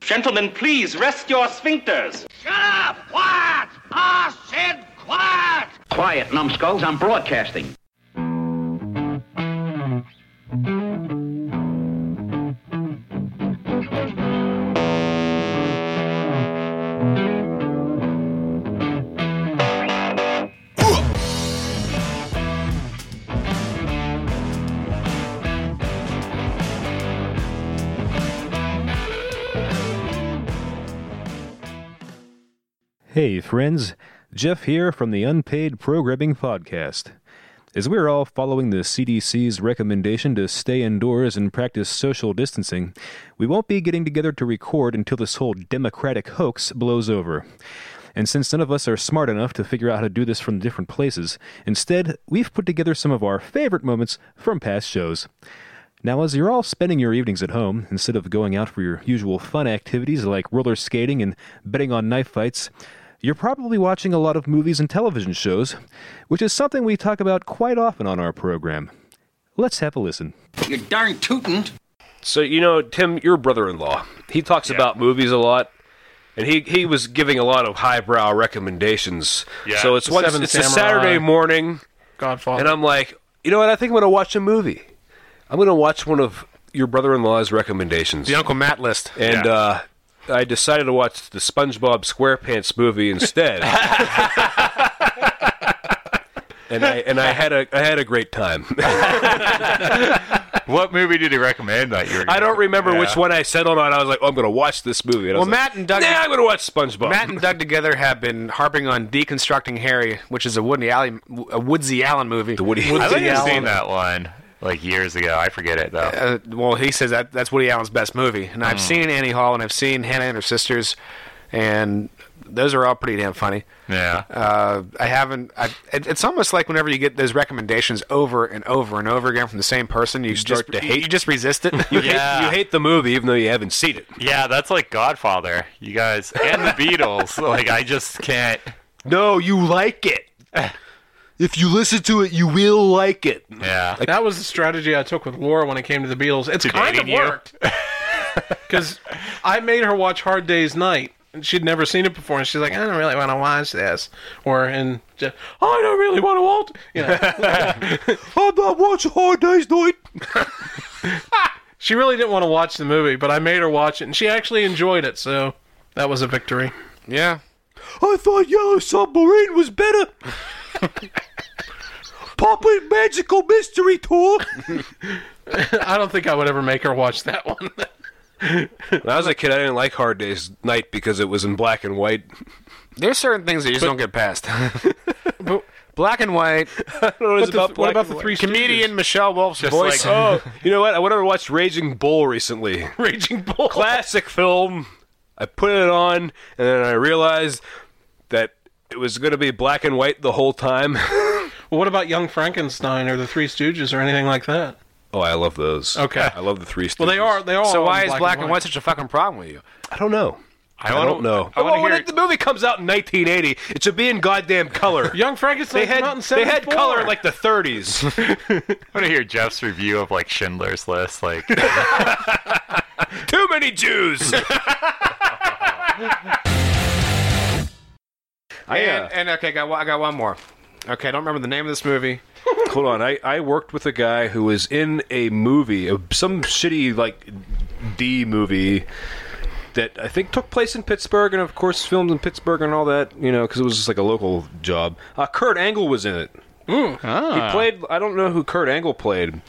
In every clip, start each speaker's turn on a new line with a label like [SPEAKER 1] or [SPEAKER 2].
[SPEAKER 1] Gentlemen, please rest your sphincters.
[SPEAKER 2] Shut up! Quiet!
[SPEAKER 3] Ah,
[SPEAKER 2] I said quiet!
[SPEAKER 4] Quiet, numbskulls. I'm broadcasting.
[SPEAKER 5] Hey, friends. Jeff here from the Unpaid Programming Podcast. As we're all following the CDC's recommendation to stay indoors and practice social distancing, we won't be getting together to record until this whole democratic hoax blows over. And since none of us are smart enough to figure out how to do this from different places, instead, we've put together some of our favorite moments from past shows. Now, as you're all spending your evenings at home, instead of going out for your usual fun activities like roller skating and betting on knife fights, you're probably watching a lot of movies and television shows, which is something we talk about quite often on our program. Let's have a listen.
[SPEAKER 2] You're darn tootin'.
[SPEAKER 6] So you know, Tim, your brother-in-law, he talks about movies a lot, and he he was giving a lot of highbrow recommendations.
[SPEAKER 7] Yeah.
[SPEAKER 6] So it's one,
[SPEAKER 7] Seven
[SPEAKER 6] it's a
[SPEAKER 7] Samurai.
[SPEAKER 6] Saturday morning,
[SPEAKER 7] Godfather.
[SPEAKER 6] and I'm like, you know what? I think I'm going to watch a movie. I'm going to watch one of your brother-in-law's recommendations.
[SPEAKER 7] the Uncle Matt list.
[SPEAKER 6] And
[SPEAKER 7] Yeah.
[SPEAKER 6] uh, I decided to watch the SpongeBob SquarePants movie instead. and I and I had a I had a great time.
[SPEAKER 8] What movie did he recommend that you're?
[SPEAKER 6] I don't remember
[SPEAKER 8] Yeah.
[SPEAKER 6] which one I settled on. I was like, oh, I'm going to watch this movie. And I
[SPEAKER 7] Well,
[SPEAKER 6] was like,
[SPEAKER 7] Matt and Doug-
[SPEAKER 6] Nah, I'm going to watch SpongeBob.
[SPEAKER 7] Matt and Doug together have been harping on deconstructing Harry, which is a Woody Allen, a Woodsy Allen movie. The
[SPEAKER 6] Woody-
[SPEAKER 8] I think I've
[SPEAKER 7] Allen.
[SPEAKER 8] seen that one like years ago. I forget it though.
[SPEAKER 7] Uh, well, he says that that's Woody Allen's best movie, and I've seen Annie Hall and I've seen Hannah and her sisters, and those are all pretty damn funny.
[SPEAKER 8] yeah.
[SPEAKER 7] Uh, I haven't. I, it, it's almost like whenever you get those recommendations over and over and over again from the same person, you,
[SPEAKER 6] start
[SPEAKER 7] just,
[SPEAKER 6] to hate-
[SPEAKER 7] You just resist it.
[SPEAKER 6] You, hate,
[SPEAKER 8] Yeah.
[SPEAKER 6] you hate the movie even though you haven't seen it.
[SPEAKER 8] yeah, that's like Godfather. You guys and the Beatles. like I just can't.
[SPEAKER 6] No, you like it. if you listen to it, you will like it.
[SPEAKER 8] Yeah.
[SPEAKER 9] That was the strategy I took with Laura when it came to the Beatles. It's kind of
[SPEAKER 8] dating you?
[SPEAKER 9] worked. Because I made her watch Hard Day's Night, and she'd never seen it before, and she's like, I don't really want to watch this. Or, and just, oh, I don't really want to watch. You know,
[SPEAKER 6] I'm not watching Hard Day's Night.
[SPEAKER 9] she really didn't want to watch the movie, but I made her watch it, and she actually enjoyed it, so that was a victory.
[SPEAKER 7] yeah.
[SPEAKER 6] I thought Yellow Submarine was better. Puppet Magical Mystery Tour.
[SPEAKER 9] I don't think I would ever make her watch that one.
[SPEAKER 6] When I was a kid, I didn't like Hard Day's Night because it was in black and white.
[SPEAKER 7] There's certain things that you just don't get past. Black and white.
[SPEAKER 6] What,
[SPEAKER 9] the- what about the three
[SPEAKER 7] Comedian Michelle Wolf's voice.
[SPEAKER 8] like-
[SPEAKER 6] Oh, you know what? I went over and watched Raging Bull recently.
[SPEAKER 9] Raging Bull?
[SPEAKER 6] Classic film. I put it on, and then I realized that it was going to be black and white the whole time.
[SPEAKER 9] Well, what about Young Frankenstein or the Three Stooges or anything like that?
[SPEAKER 6] Oh, I love those.
[SPEAKER 9] Okay.
[SPEAKER 6] I love the three stooges.
[SPEAKER 9] Well, they are. They are.
[SPEAKER 7] so
[SPEAKER 9] all
[SPEAKER 7] why
[SPEAKER 9] in
[SPEAKER 7] is black, and, white such a fucking problem with you?
[SPEAKER 6] I don't
[SPEAKER 10] Oh.
[SPEAKER 6] know. I,
[SPEAKER 8] wanna-
[SPEAKER 6] don't know.
[SPEAKER 8] I wanna
[SPEAKER 6] when
[SPEAKER 8] hear-
[SPEAKER 6] it- the movie comes out in 1980, it should be in goddamn color.
[SPEAKER 9] Young
[SPEAKER 6] they
[SPEAKER 9] Frankenstein came out
[SPEAKER 6] had
[SPEAKER 9] in
[SPEAKER 6] they had
[SPEAKER 9] 74.
[SPEAKER 6] color in like the 30s.
[SPEAKER 8] I want to hear Jeff's review of like Schindler's List. Like, uh,
[SPEAKER 6] Too many Jews. I, uh,
[SPEAKER 7] And, and okay, I got, one- I got one more. Okay, I don't remember the name of this movie.
[SPEAKER 6] hold on. I, I worked with a guy who was in a movie, a- some shitty like D movie that I think took place in Pittsburgh, and of course filmed in Pittsburgh and all that. You know, because it was just like a local job. Uh, Kurt Angle was in it. He played. I don't know who Kurt Angle played,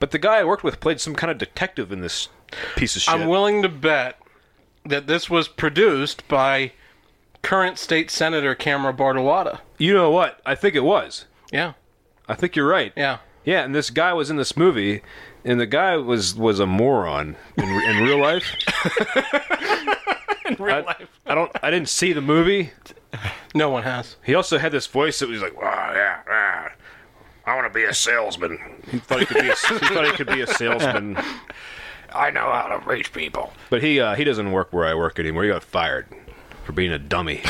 [SPEAKER 6] but the guy I worked with played some kind of detective in this piece of shit.
[SPEAKER 9] I'm willing to bet that this was produced by current state senator Camera Bartolotta.
[SPEAKER 6] you know what? I think it was.
[SPEAKER 9] Yeah,
[SPEAKER 6] I think you're right.
[SPEAKER 9] yeah.
[SPEAKER 6] Yeah, and this guy was in this movie, and the guy was was a moron in, re- in real life. in real I, life, I don't. I didn't see the movie.
[SPEAKER 9] No one has.
[SPEAKER 6] He also had this voice that was like, "Oh yeah, yeah, I want to be a salesman." He thought he could be. A, he thought he could be a salesman,
[SPEAKER 7] I know how to reach
[SPEAKER 10] Oh,
[SPEAKER 7] people.
[SPEAKER 6] but he uh, he doesn't work where I work anymore. He got fired for being a dummy.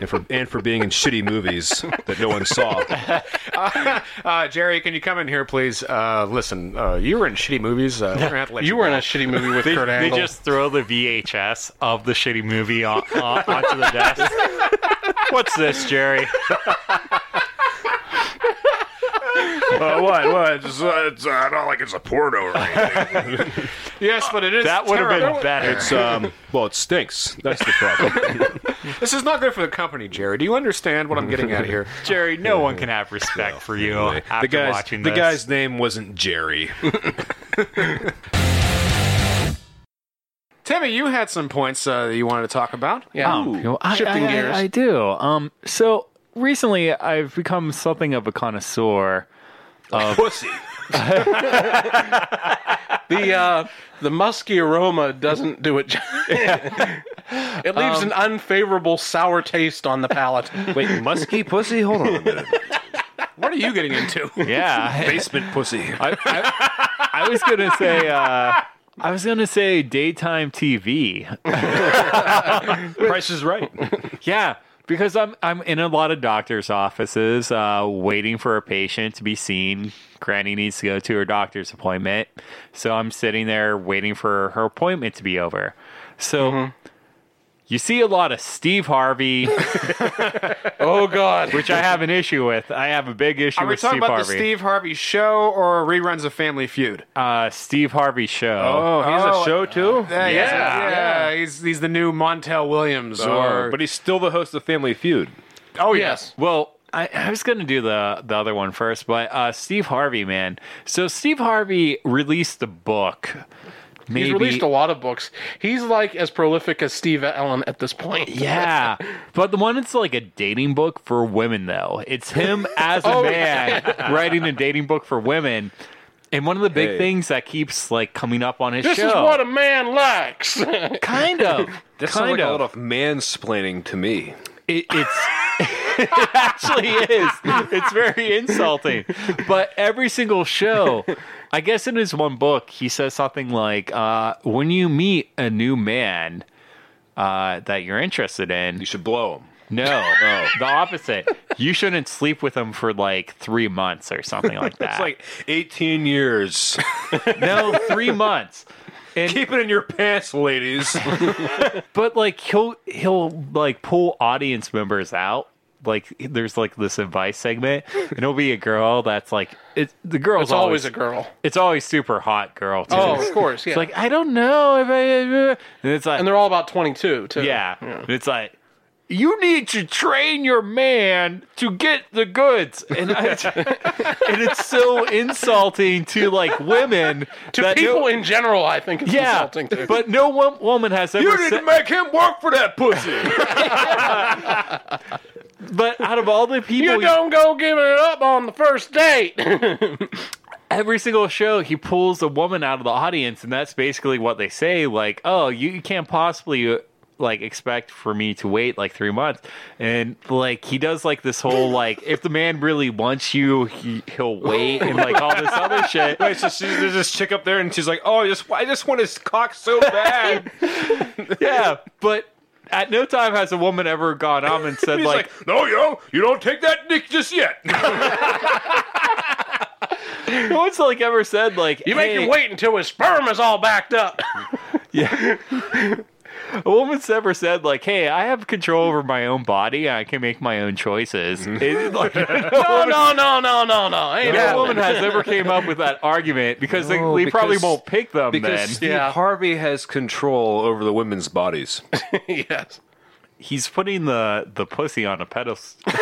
[SPEAKER 6] and for and for being in shitty movies that no one saw.
[SPEAKER 7] Uh, Jerry, can you come in here, please? Uh, listen, uh, you were in shitty movies. Uh, we're gonna have to let
[SPEAKER 9] You
[SPEAKER 7] you
[SPEAKER 9] were in
[SPEAKER 7] go.
[SPEAKER 9] a shitty movie with
[SPEAKER 10] They,
[SPEAKER 9] Kurt
[SPEAKER 10] they
[SPEAKER 9] Angle.
[SPEAKER 10] just throw the VHS of the shitty movie on, on, onto the desk. What's this, Jerry?
[SPEAKER 6] Uh, what? What? It's, uh, it's uh, not like it's a porno or anything.
[SPEAKER 7] Yes, but it is.
[SPEAKER 10] That would have been
[SPEAKER 7] terrible.
[SPEAKER 10] better.
[SPEAKER 6] It's um. Well, it stinks. That's the problem.
[SPEAKER 7] This is not good for the company, Jerry. Do you understand what I'm getting at here?
[SPEAKER 10] Jerry, no one can have respect for you after
[SPEAKER 6] the guy's
[SPEAKER 10] watching
[SPEAKER 6] the
[SPEAKER 10] this.
[SPEAKER 6] guy's name wasn't Jerry.
[SPEAKER 7] Timmy, you had some points uh, that you wanted to talk about.
[SPEAKER 9] yeah.
[SPEAKER 6] Oh.
[SPEAKER 8] Well, I,
[SPEAKER 9] Shifting
[SPEAKER 8] I- I-
[SPEAKER 9] gears.
[SPEAKER 8] I, do. Um, so recently, I've become something of a connoisseur.
[SPEAKER 6] Pussy.
[SPEAKER 9] The uh, the musky aroma doesn't do it. ju- it leaves an unfavorable sour taste on the palate.
[SPEAKER 6] Um, Wait, musky pussy. Hold on a minute.
[SPEAKER 7] What are you getting into?
[SPEAKER 8] Yeah,
[SPEAKER 6] Basement pussy.
[SPEAKER 8] I, I- I was gonna say. Uh, I was gonna say daytime TV.
[SPEAKER 6] Price is right.
[SPEAKER 8] Yeah, because I'm I'm in a lot of doctors' offices, uh, waiting for a patient to be seen. Granny needs to go to her doctor's appointment, so I'm sitting there waiting for her appointment to be over. So.
[SPEAKER 7] Mm-hmm.
[SPEAKER 8] You see a lot of Steve Harvey,
[SPEAKER 9] Oh God!
[SPEAKER 8] which I have an issue with. I have a big issue
[SPEAKER 7] Are we
[SPEAKER 8] with
[SPEAKER 7] talking
[SPEAKER 8] Steve
[SPEAKER 7] about
[SPEAKER 8] Harvey.
[SPEAKER 7] the Steve Harvey show or reruns of Family Feud?
[SPEAKER 8] uh, Steve Harvey show.
[SPEAKER 6] Oh, he's
[SPEAKER 7] Oh,
[SPEAKER 6] a show too.
[SPEAKER 7] yeah, yeah, He's he's the new Montel Williams,
[SPEAKER 6] or,
[SPEAKER 7] or
[SPEAKER 6] Oh, but he's still the host of Family Feud.
[SPEAKER 9] Oh yes.
[SPEAKER 8] Well, I, I was going to do the the other one first, but uh, Steve Harvey, man. So Steve Harvey released a book. Maybe,
[SPEAKER 9] He's released a lot of books. He's like as prolific as Steve Allen at this point.
[SPEAKER 8] Yeah, but the one that's like a dating book for women, though. It's him as a
[SPEAKER 9] Oh,
[SPEAKER 8] man writing a dating book for women. And one of the big
[SPEAKER 6] Hey.
[SPEAKER 8] things that keeps like coming up on his
[SPEAKER 9] This
[SPEAKER 8] show,
[SPEAKER 9] is what a man likes.
[SPEAKER 8] kind of,
[SPEAKER 6] That sounds
[SPEAKER 8] kind
[SPEAKER 6] like a
[SPEAKER 8] of,
[SPEAKER 6] lot of mansplaining to me.
[SPEAKER 8] It, it's it actually is. It's very insulting. But every single show, I guess in his one book, he says something like, uh, "When you meet a new man uh, that you're interested in,
[SPEAKER 6] You should blow him.
[SPEAKER 8] no, the opposite. You shouldn't sleep with him for like three months or something like that.
[SPEAKER 6] It's like 18 years.
[SPEAKER 8] no, three months." And
[SPEAKER 6] Keep it in your pants, ladies.
[SPEAKER 8] but like he'll he'll like pull audience members out like there's like this advice segment and it'll be a girl that's like it's the girl's
[SPEAKER 9] It's always a girl.
[SPEAKER 8] it's always super hot girl too.
[SPEAKER 9] Oh, of course. Yeah.
[SPEAKER 8] it's like i don't
[SPEAKER 9] Oh,
[SPEAKER 8] know if i and it's like
[SPEAKER 9] and they're all about 22 too.
[SPEAKER 8] yeah. And it's like, you need to train your man to get the goods. And, I, and it's so insulting to like women.
[SPEAKER 9] To
[SPEAKER 8] that
[SPEAKER 9] people
[SPEAKER 8] no-
[SPEAKER 9] in general, I think it's
[SPEAKER 8] yeah,
[SPEAKER 9] insulting too.
[SPEAKER 8] but no wo- woman has ever
[SPEAKER 6] you didn't
[SPEAKER 8] said,
[SPEAKER 6] make him work for that pussy.
[SPEAKER 8] but out of all the people,
[SPEAKER 9] you
[SPEAKER 8] he-
[SPEAKER 9] don't go giving it up on the first date.
[SPEAKER 8] every single show he pulls a woman out of the audience and that's basically what they say like oh you, you can't possibly like expect for me to wait like three months and like he does like this whole like if the man really wants you he, he'll wait and like all this other shit
[SPEAKER 6] Wait, so she's, there's this chick up there, and she's like, "Oh, I just I just want his cock so bad."
[SPEAKER 8] yeah but at no time has a woman ever gone on and said
[SPEAKER 6] He's
[SPEAKER 8] like,
[SPEAKER 6] like, "No, you don't. You don't take that dick just yet."
[SPEAKER 8] no one's like ever said like
[SPEAKER 9] You make
[SPEAKER 8] hey,
[SPEAKER 9] him wait until his sperm is all backed up.
[SPEAKER 8] a woman's ever said like hey i have control over my own body i can make my own choices It's like,
[SPEAKER 9] no, no, no, no, no, no. Ain't
[SPEAKER 8] No
[SPEAKER 9] happening.
[SPEAKER 8] woman has ever came up with that argument because
[SPEAKER 6] No,
[SPEAKER 8] they, they
[SPEAKER 6] because-
[SPEAKER 8] probably won't pick them
[SPEAKER 6] Because
[SPEAKER 8] then.
[SPEAKER 6] Steve
[SPEAKER 9] Yeah.
[SPEAKER 6] Harvey has control over the women's bodies.
[SPEAKER 9] yes.
[SPEAKER 8] He's putting the, the pussy on a pedestal.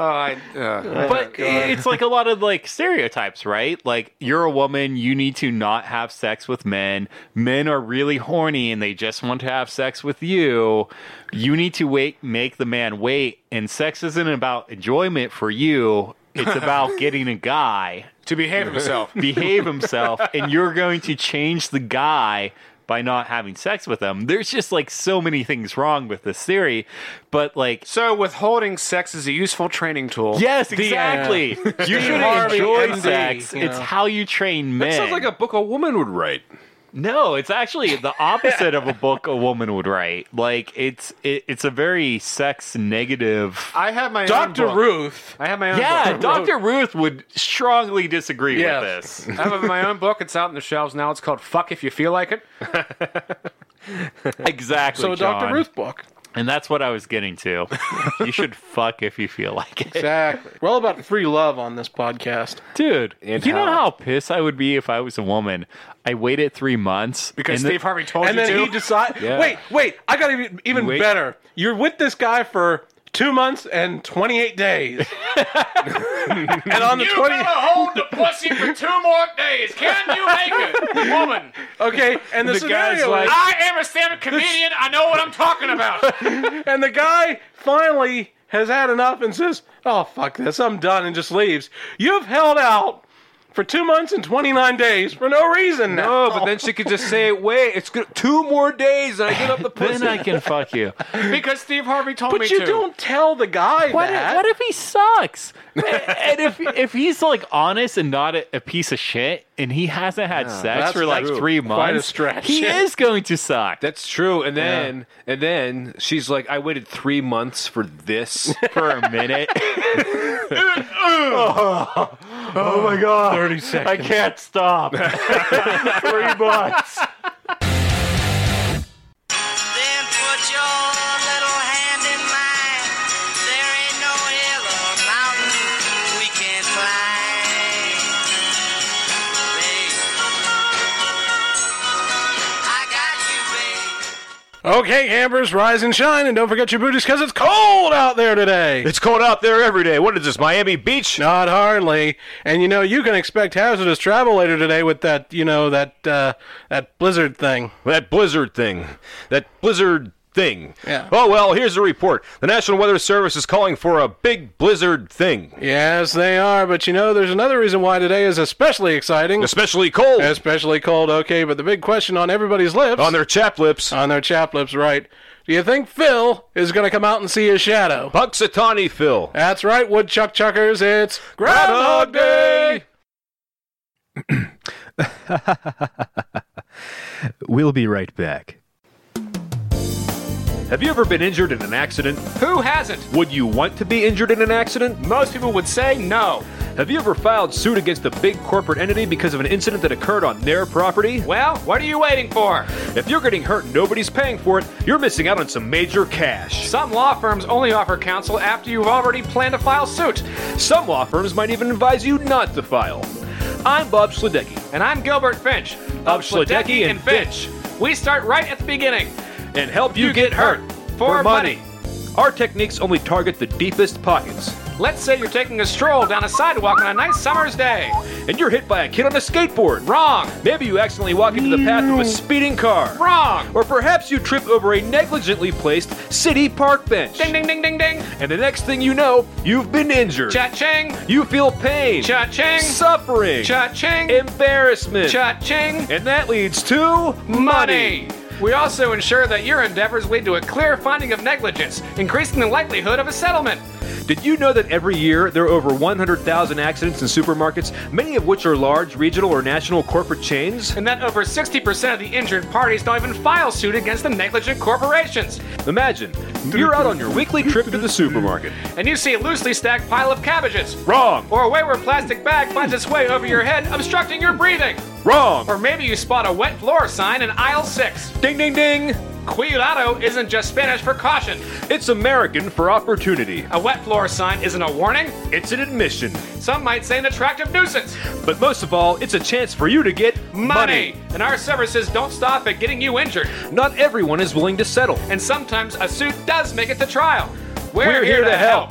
[SPEAKER 8] but it's like a lot of like stereotypes, right? Like you're a woman, you need to not have sex with men. Men are really horny and they just want to have sex with you. You need to wait, make the man wait. And sex isn't about enjoyment for you. It's about getting a guy.
[SPEAKER 7] to behave himself.
[SPEAKER 8] behave himself and you're going to change the guy by not having sex with him. There's just like so many things wrong with this theory, but like
[SPEAKER 7] so withholding uh, sex is a useful training tool.
[SPEAKER 8] yes, exactly. You should
[SPEAKER 9] Harvey
[SPEAKER 8] enjoy
[SPEAKER 9] MD,
[SPEAKER 8] sex.
[SPEAKER 9] you
[SPEAKER 8] It's
[SPEAKER 9] know.
[SPEAKER 8] how you train men.
[SPEAKER 6] That sounds like a book a woman would write.
[SPEAKER 8] No, it's actually the opposite of a book a woman would write. Like it's it, it's a very sex negative.
[SPEAKER 6] I have my
[SPEAKER 9] Dr. Ruth.
[SPEAKER 6] I have my own.
[SPEAKER 8] Yeah,
[SPEAKER 6] book.
[SPEAKER 8] Dr. Ruth would strongly disagree
[SPEAKER 9] Yeah.
[SPEAKER 8] with this.
[SPEAKER 11] I have my own book. It's out on the shelves now. It's called "Fuck If You Feel Like It."
[SPEAKER 8] Exactly.
[SPEAKER 9] So a Dr.
[SPEAKER 8] John.
[SPEAKER 9] Ruth book.
[SPEAKER 8] And that's what I was getting to. you should fuck if you feel like it.
[SPEAKER 9] Exactly. We're all about free love on this podcast.
[SPEAKER 8] Dude,
[SPEAKER 6] And
[SPEAKER 8] you know
[SPEAKER 6] talent.
[SPEAKER 8] how pissed I would be if I was a woman. I waited three months
[SPEAKER 11] Because
[SPEAKER 8] and the-
[SPEAKER 11] Steve Harvey told
[SPEAKER 9] and
[SPEAKER 11] you
[SPEAKER 9] then
[SPEAKER 11] to.
[SPEAKER 9] he decides.
[SPEAKER 6] Yeah.
[SPEAKER 9] Wait, wait. I got even even
[SPEAKER 6] Wait.
[SPEAKER 9] better. You're with this guy for two months and twenty eight days. and on the twenty,
[SPEAKER 7] hold the pussy for two more days. Can you make it, woman?
[SPEAKER 9] okay. And the, scenario is-
[SPEAKER 7] I am a stand-up comedian. I know what I'm talking about.
[SPEAKER 9] and the guy finally has had enough and says, "Oh fuck this, I'm done," and just leaves. You've held out for two months and twenty nine days for no reason.
[SPEAKER 6] No, but then she could just say, "Wait, it's good. two more days, and I get up the
[SPEAKER 8] then
[SPEAKER 6] pussy."
[SPEAKER 8] I can fuck you.
[SPEAKER 7] Because Steve Harvey told me
[SPEAKER 9] But you
[SPEAKER 7] to.
[SPEAKER 9] don't tell the guy
[SPEAKER 8] What
[SPEAKER 9] that.
[SPEAKER 8] if, what if he sucks? and if if he's like honest and not a, a piece of shit, and he hasn't had sex
[SPEAKER 9] that's
[SPEAKER 8] for like
[SPEAKER 9] true.
[SPEAKER 8] three months,
[SPEAKER 9] Quite a stretch.
[SPEAKER 8] he is going to suck.
[SPEAKER 6] That's true. And then, and then she's like, "I waited three months for this."
[SPEAKER 8] for a minute,
[SPEAKER 6] Oh,
[SPEAKER 9] Thirty seconds.
[SPEAKER 8] can't stop. three months.
[SPEAKER 3] Then put your little hand in mine. There ain't no hill or mountain we can't climb. Babe, I got you, babe.
[SPEAKER 9] Okay, campers, rise and shine, and don't forget your booties because it's cold out there today.
[SPEAKER 11] It's cold out there every day. What is this, Miami Beach?
[SPEAKER 9] Not hardly. And you know, you can expect hazardous travel later today with that, you know, that uh, that blizzard thing.
[SPEAKER 6] that blizzard thing. That blizzard thing.
[SPEAKER 9] Yeah.
[SPEAKER 6] Oh well, here's the report. The National Weather Service is calling for a big blizzard thing,
[SPEAKER 9] Yes, they are, but you know, there's another reason why today is especially exciting.
[SPEAKER 6] especially cold
[SPEAKER 9] especially cold, okay, but the big question on everybody's lips
[SPEAKER 6] on their chap lips.
[SPEAKER 9] on their chap lips, right. Do you think Phil is gonna come out and see his shadow?
[SPEAKER 6] Puxatawny Phil.
[SPEAKER 9] That's right, woodchuck chuckers, it's Groundhog Day!
[SPEAKER 12] We'll be right back.
[SPEAKER 6] Have you ever been injured in an accident?
[SPEAKER 7] Who hasn't?
[SPEAKER 6] Would you want to be injured in an accident?
[SPEAKER 7] Most people would say no.
[SPEAKER 6] Have you ever filed suit against a big corporate entity because of an incident that occurred on their property?
[SPEAKER 7] Well, what are you waiting for?
[SPEAKER 6] If you're getting hurt and nobody's paying for it, you're missing out on some major cash.
[SPEAKER 7] Some law firms only offer counsel after you've already planned to file suit.
[SPEAKER 6] Some law firms might even advise you not to file. I'm Bob Sledecki,
[SPEAKER 7] And I'm Gilbert Finch
[SPEAKER 6] Of Schledecki and
[SPEAKER 7] We start right at the beginning.
[SPEAKER 6] and help you, get, hurt
[SPEAKER 7] for money.
[SPEAKER 6] Our techniques only target the deepest pockets,
[SPEAKER 7] Let's say you're taking a stroll down a sidewalk on a nice summer's day.
[SPEAKER 6] and you're hit by a kid on a skateboard.
[SPEAKER 7] Wrong.
[SPEAKER 6] Maybe you accidentally walk into the path of a speeding car.
[SPEAKER 7] Wrong.
[SPEAKER 6] Or perhaps you trip over a negligently placed city park bench.
[SPEAKER 7] Ding, ding, ding, ding, ding.
[SPEAKER 6] And the next thing you know, you've been injured.
[SPEAKER 7] Cha-ching.
[SPEAKER 6] You feel pain,
[SPEAKER 7] Cha-ching.
[SPEAKER 6] suffering,
[SPEAKER 7] Cha-ching.
[SPEAKER 6] embarrassment,
[SPEAKER 7] Cha-ching.
[SPEAKER 6] and that leads to
[SPEAKER 7] Money. We also ensure that your endeavors lead to a clear finding of negligence, increasing the likelihood of a settlement.
[SPEAKER 6] Did you know that every year there are over 100,000 accidents in supermarkets, many of which are large regional or national corporate chains?
[SPEAKER 7] And that over 60% of the injured parties don't even file suit against the negligent corporations.
[SPEAKER 6] Imagine you're out on your weekly trip to the supermarket.
[SPEAKER 7] And you see a loosely stacked pile of cabbages.
[SPEAKER 6] Wrong,
[SPEAKER 7] Or a wayward plastic bag finds its way over your head, obstructing your breathing.
[SPEAKER 6] wrong.
[SPEAKER 7] Or maybe you spot a wet floor sign in aisle 6.
[SPEAKER 6] Ding, ding, ding.
[SPEAKER 7] Cuidado isn't just Spanish for caution.
[SPEAKER 6] It's American for opportunity.
[SPEAKER 7] A wet floor sign isn't a warning.
[SPEAKER 6] It's an admission.
[SPEAKER 7] Some might say an attractive nuisance.
[SPEAKER 6] But most of all, it's a chance for you to get
[SPEAKER 7] Money. And our services don't stop at getting you injured.
[SPEAKER 6] money. Not everyone is willing to settle.
[SPEAKER 7] And sometimes a suit does make it to trial. We're,
[SPEAKER 6] We're here to help.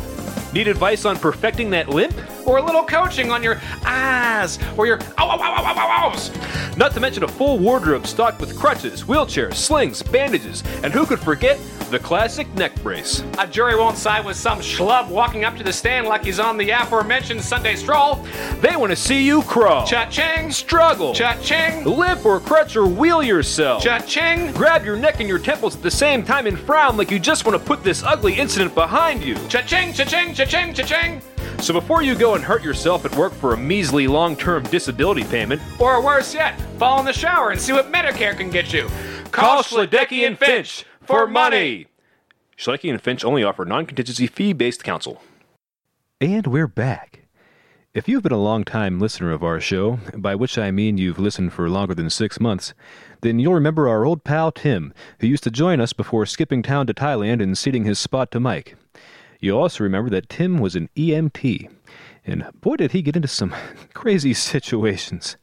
[SPEAKER 6] Need advice on perfecting that limp?
[SPEAKER 7] Or a little coaching on your eyes or your ow, ow, ow, ow, ow, ow, ows.
[SPEAKER 6] Not to mention a full wardrobe stocked with crutches, wheelchairs, slings, bandages, and who could forget the classic neck brace?
[SPEAKER 7] A jury won't side with some schlub walking up to the stand like he's on the aforementioned Sunday stroll.
[SPEAKER 6] They want to see you crawl,
[SPEAKER 7] Cha-ching.
[SPEAKER 6] struggle,
[SPEAKER 7] Cha-ching.
[SPEAKER 6] limp or crutch or wheel yourself.
[SPEAKER 7] Cha-ching.
[SPEAKER 6] Grab your neck and your temples at the same time and frown like you just want to put this ugly incident behind you.
[SPEAKER 7] Cha-ching, cha-ching, cha-ching, cha-ching.
[SPEAKER 6] So before you go and hurt yourself at work for a measly long term disability payment,
[SPEAKER 2] Or worse yet, fall in the shower and see what Medicare can get you.
[SPEAKER 6] Call Schledecki and Finch for money. Schledecki and Finch only offer non contingency fee based counsel.
[SPEAKER 5] And we're back. If you've been a long-time listener of our show, by which I mean you've listened for longer than six months, then you'll remember our old pal Tim, who used to join us before skipping town to Thailand and ceding his spot to Mike. You'll also remember that Tim was an EMT, and boy did he get into some crazy situations.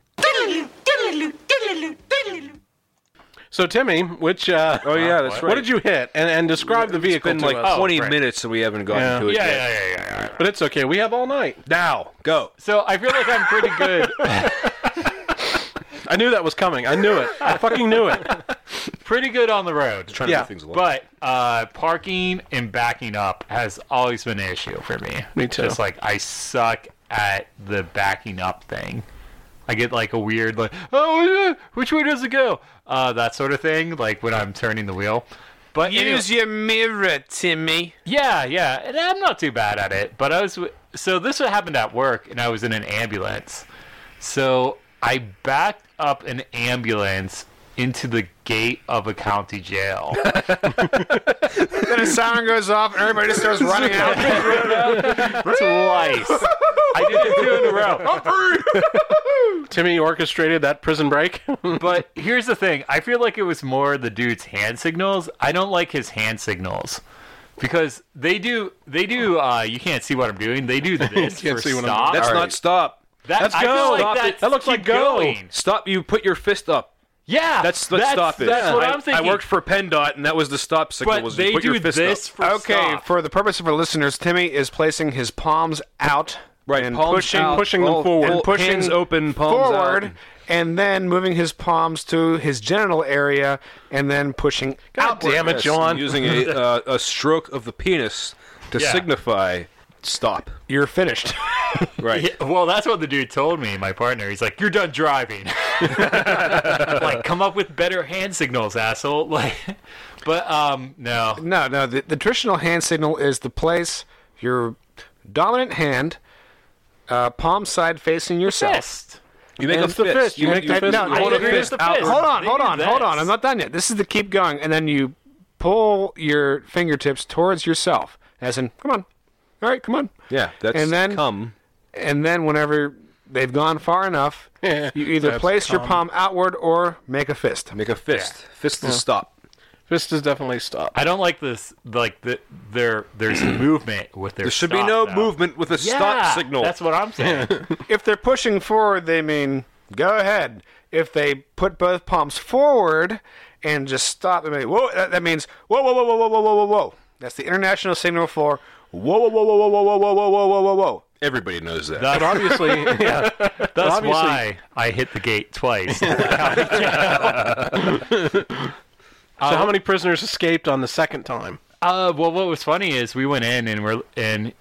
[SPEAKER 9] So Timmy, which uh,
[SPEAKER 6] Oh, yeah, that's
[SPEAKER 9] what did you hit? And and describe the vehicle
[SPEAKER 6] It's been
[SPEAKER 9] to
[SPEAKER 6] like
[SPEAKER 9] us. Oh,
[SPEAKER 6] 20
[SPEAKER 9] Right.
[SPEAKER 6] minutes and we haven't gotten
[SPEAKER 9] Yeah.
[SPEAKER 6] to it yet.
[SPEAKER 8] yeah, yeah, yeah.
[SPEAKER 9] But it's okay. We have all night.
[SPEAKER 6] Now, go.
[SPEAKER 13] So I feel like I'm pretty good.
[SPEAKER 9] I knew that was coming. I knew it. I fucking knew it.
[SPEAKER 8] Pretty good on the road.
[SPEAKER 6] Trying
[SPEAKER 9] Yeah,
[SPEAKER 6] to do things along.
[SPEAKER 8] But uh, parking and backing up has always been an issue for me.
[SPEAKER 9] Me too.
[SPEAKER 8] Just like I suck at the backing up thing. I get like a weird like, oh, uh, which way does it go? Uh, that sort of thing. Like when I'm turning the wheel. But anyway-
[SPEAKER 7] Use your mirror, Timmy.
[SPEAKER 8] yeah, yeah, and I'm not too bad at it. But I was w- so this what happened at work, and I was in an ambulance. So I backed up an ambulance into the gate of a county jail.
[SPEAKER 7] Then a siren goes off and everybody just starts running out.
[SPEAKER 8] Twice. I did it two in a row.
[SPEAKER 9] Timmy orchestrated that prison break.
[SPEAKER 8] But here's the thing: I feel like it was more the dude's hand signals. I don't like his hand signals because they do they do. Uh, you can't see what I'm doing. They do this
[SPEAKER 9] can't
[SPEAKER 8] for
[SPEAKER 9] see what I'm
[SPEAKER 8] stop.
[SPEAKER 9] doing.
[SPEAKER 6] That's
[SPEAKER 9] All
[SPEAKER 6] not stop.
[SPEAKER 8] That,
[SPEAKER 6] That's
[SPEAKER 8] I
[SPEAKER 6] go.
[SPEAKER 8] feel like
[SPEAKER 6] Stop it.
[SPEAKER 8] that's-
[SPEAKER 6] That looks
[SPEAKER 8] keep
[SPEAKER 6] like go.
[SPEAKER 8] going.
[SPEAKER 6] Stop. You put your fist up.
[SPEAKER 8] Yeah,
[SPEAKER 6] That's let's stop it.
[SPEAKER 8] That's what
[SPEAKER 6] I,
[SPEAKER 8] I'm thinking.
[SPEAKER 6] I worked for PennDOT, and that was the stop signal.
[SPEAKER 8] but
[SPEAKER 6] was
[SPEAKER 8] they
[SPEAKER 6] put
[SPEAKER 8] do
[SPEAKER 6] your fist
[SPEAKER 8] this
[SPEAKER 6] up.
[SPEAKER 8] for
[SPEAKER 7] okay,
[SPEAKER 8] stop.
[SPEAKER 7] for the purpose of our listeners, Timmy is placing his palms out.
[SPEAKER 6] Right,
[SPEAKER 7] and
[SPEAKER 6] palms
[SPEAKER 7] pushing,
[SPEAKER 6] out,
[SPEAKER 7] pushing them
[SPEAKER 6] all-
[SPEAKER 7] forward,
[SPEAKER 6] all
[SPEAKER 7] and pushing
[SPEAKER 6] hands open, palms
[SPEAKER 7] forward,
[SPEAKER 6] out.
[SPEAKER 7] and then moving his palms to his genital area, and then pushing out.
[SPEAKER 9] damn it, John.
[SPEAKER 6] using a uh, a stroke of the penis to
[SPEAKER 8] Yeah.
[SPEAKER 6] signify stop.
[SPEAKER 7] You're finished.
[SPEAKER 6] Right.
[SPEAKER 8] Yeah, well, that's what the dude told me, my partner. He's like, "You're done driving. like, come up with better hand signals, asshole." Like, but um, no,
[SPEAKER 7] No, no. The, the traditional hand signal is the place your dominant hand, uh, palm side facing yourself.
[SPEAKER 8] fist.
[SPEAKER 6] You make
[SPEAKER 7] And
[SPEAKER 6] a
[SPEAKER 7] it's the
[SPEAKER 6] fist.
[SPEAKER 7] fist.
[SPEAKER 6] You,
[SPEAKER 7] You
[SPEAKER 6] make
[SPEAKER 7] make that-
[SPEAKER 6] fist.
[SPEAKER 7] no,
[SPEAKER 6] you
[SPEAKER 7] I
[SPEAKER 6] hold a
[SPEAKER 8] agree with
[SPEAKER 6] fist
[SPEAKER 8] the
[SPEAKER 6] out.
[SPEAKER 8] fist.
[SPEAKER 7] Hold on,
[SPEAKER 8] They
[SPEAKER 7] hold
[SPEAKER 8] do
[SPEAKER 7] on, hold
[SPEAKER 8] this.
[SPEAKER 7] on. I'm not done yet. This is the keep going, and then you pull your fingertips towards yourself, as in, come on, all right, come on.
[SPEAKER 6] Yeah, that's
[SPEAKER 7] And then-
[SPEAKER 6] come.
[SPEAKER 7] And then whenever they've gone far enough, you either place your palm outward or make a fist.
[SPEAKER 6] Make a fist. Fist to stop.
[SPEAKER 9] Fist is definitely stopped.
[SPEAKER 8] I don't like this. Like, the, there, there's movement with their.
[SPEAKER 6] There should be no movement with a
[SPEAKER 8] Yeah,
[SPEAKER 6] stop signal.
[SPEAKER 8] That's what I'm saying.
[SPEAKER 7] If they're pushing forward, they mean go ahead. If they put both palms forward and just stop, they mean whoa. That, that means whoa, whoa, whoa, whoa, whoa, whoa, whoa, whoa, whoa. That's the international signal for whoa, whoa, whoa, whoa, whoa, whoa, whoa, whoa, whoa, whoa, whoa, whoa.
[SPEAKER 6] Everybody knows that.
[SPEAKER 9] But obviously, yeah.
[SPEAKER 8] That's
[SPEAKER 9] obviously-
[SPEAKER 8] why I hit the gate twice.
[SPEAKER 9] So how many prisoners escaped on the second time?
[SPEAKER 8] Uh, well, what was funny is we went in and we're and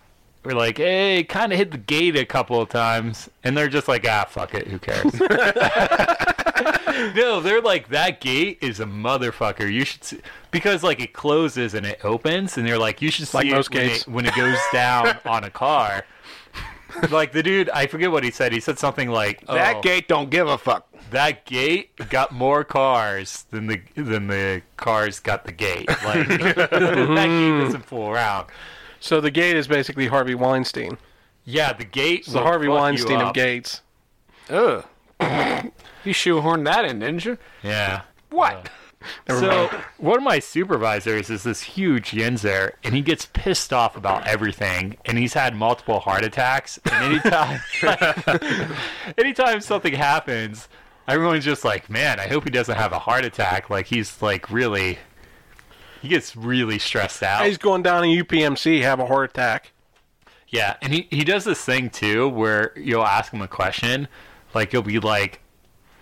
[SPEAKER 8] we're like, hey, kind of hit the gate a couple of times, and they're just like, ah, fuck it, who cares? no, they're like, that gate is a motherfucker. You should see because like it closes and it opens, and they're like, you should see
[SPEAKER 9] Like
[SPEAKER 8] it
[SPEAKER 9] most
[SPEAKER 8] when,
[SPEAKER 9] gates.
[SPEAKER 8] it when it goes down on a car. Like the dude, I forget what he said. He said something like, oh,
[SPEAKER 7] That gate don't give a fuck.
[SPEAKER 8] that gate got more cars than the than the cars got the gate. Like that gate doesn't fool around.
[SPEAKER 9] So the gate is basically Harvey Weinstein.
[SPEAKER 8] Yeah, the gate.
[SPEAKER 9] It's the
[SPEAKER 8] will
[SPEAKER 9] Harvey
[SPEAKER 8] fuck you
[SPEAKER 9] Weinstein of
[SPEAKER 8] up.
[SPEAKER 9] gates.
[SPEAKER 7] Ugh. you shoehorned that in, didn't you?
[SPEAKER 8] Yeah.
[SPEAKER 7] What?
[SPEAKER 8] So one of my supervisors is this huge Yenzer, and he gets pissed off about everything, and he's had multiple heart attacks. And anytime, anytime something happens, everyone's just like, "Man, I hope he doesn't have a heart attack." Like he's like really, he gets really stressed out.
[SPEAKER 9] He's going down to UPMC, have a heart attack.
[SPEAKER 8] Yeah, and he, he does this thing too where you'll ask him a question, like you'll be like,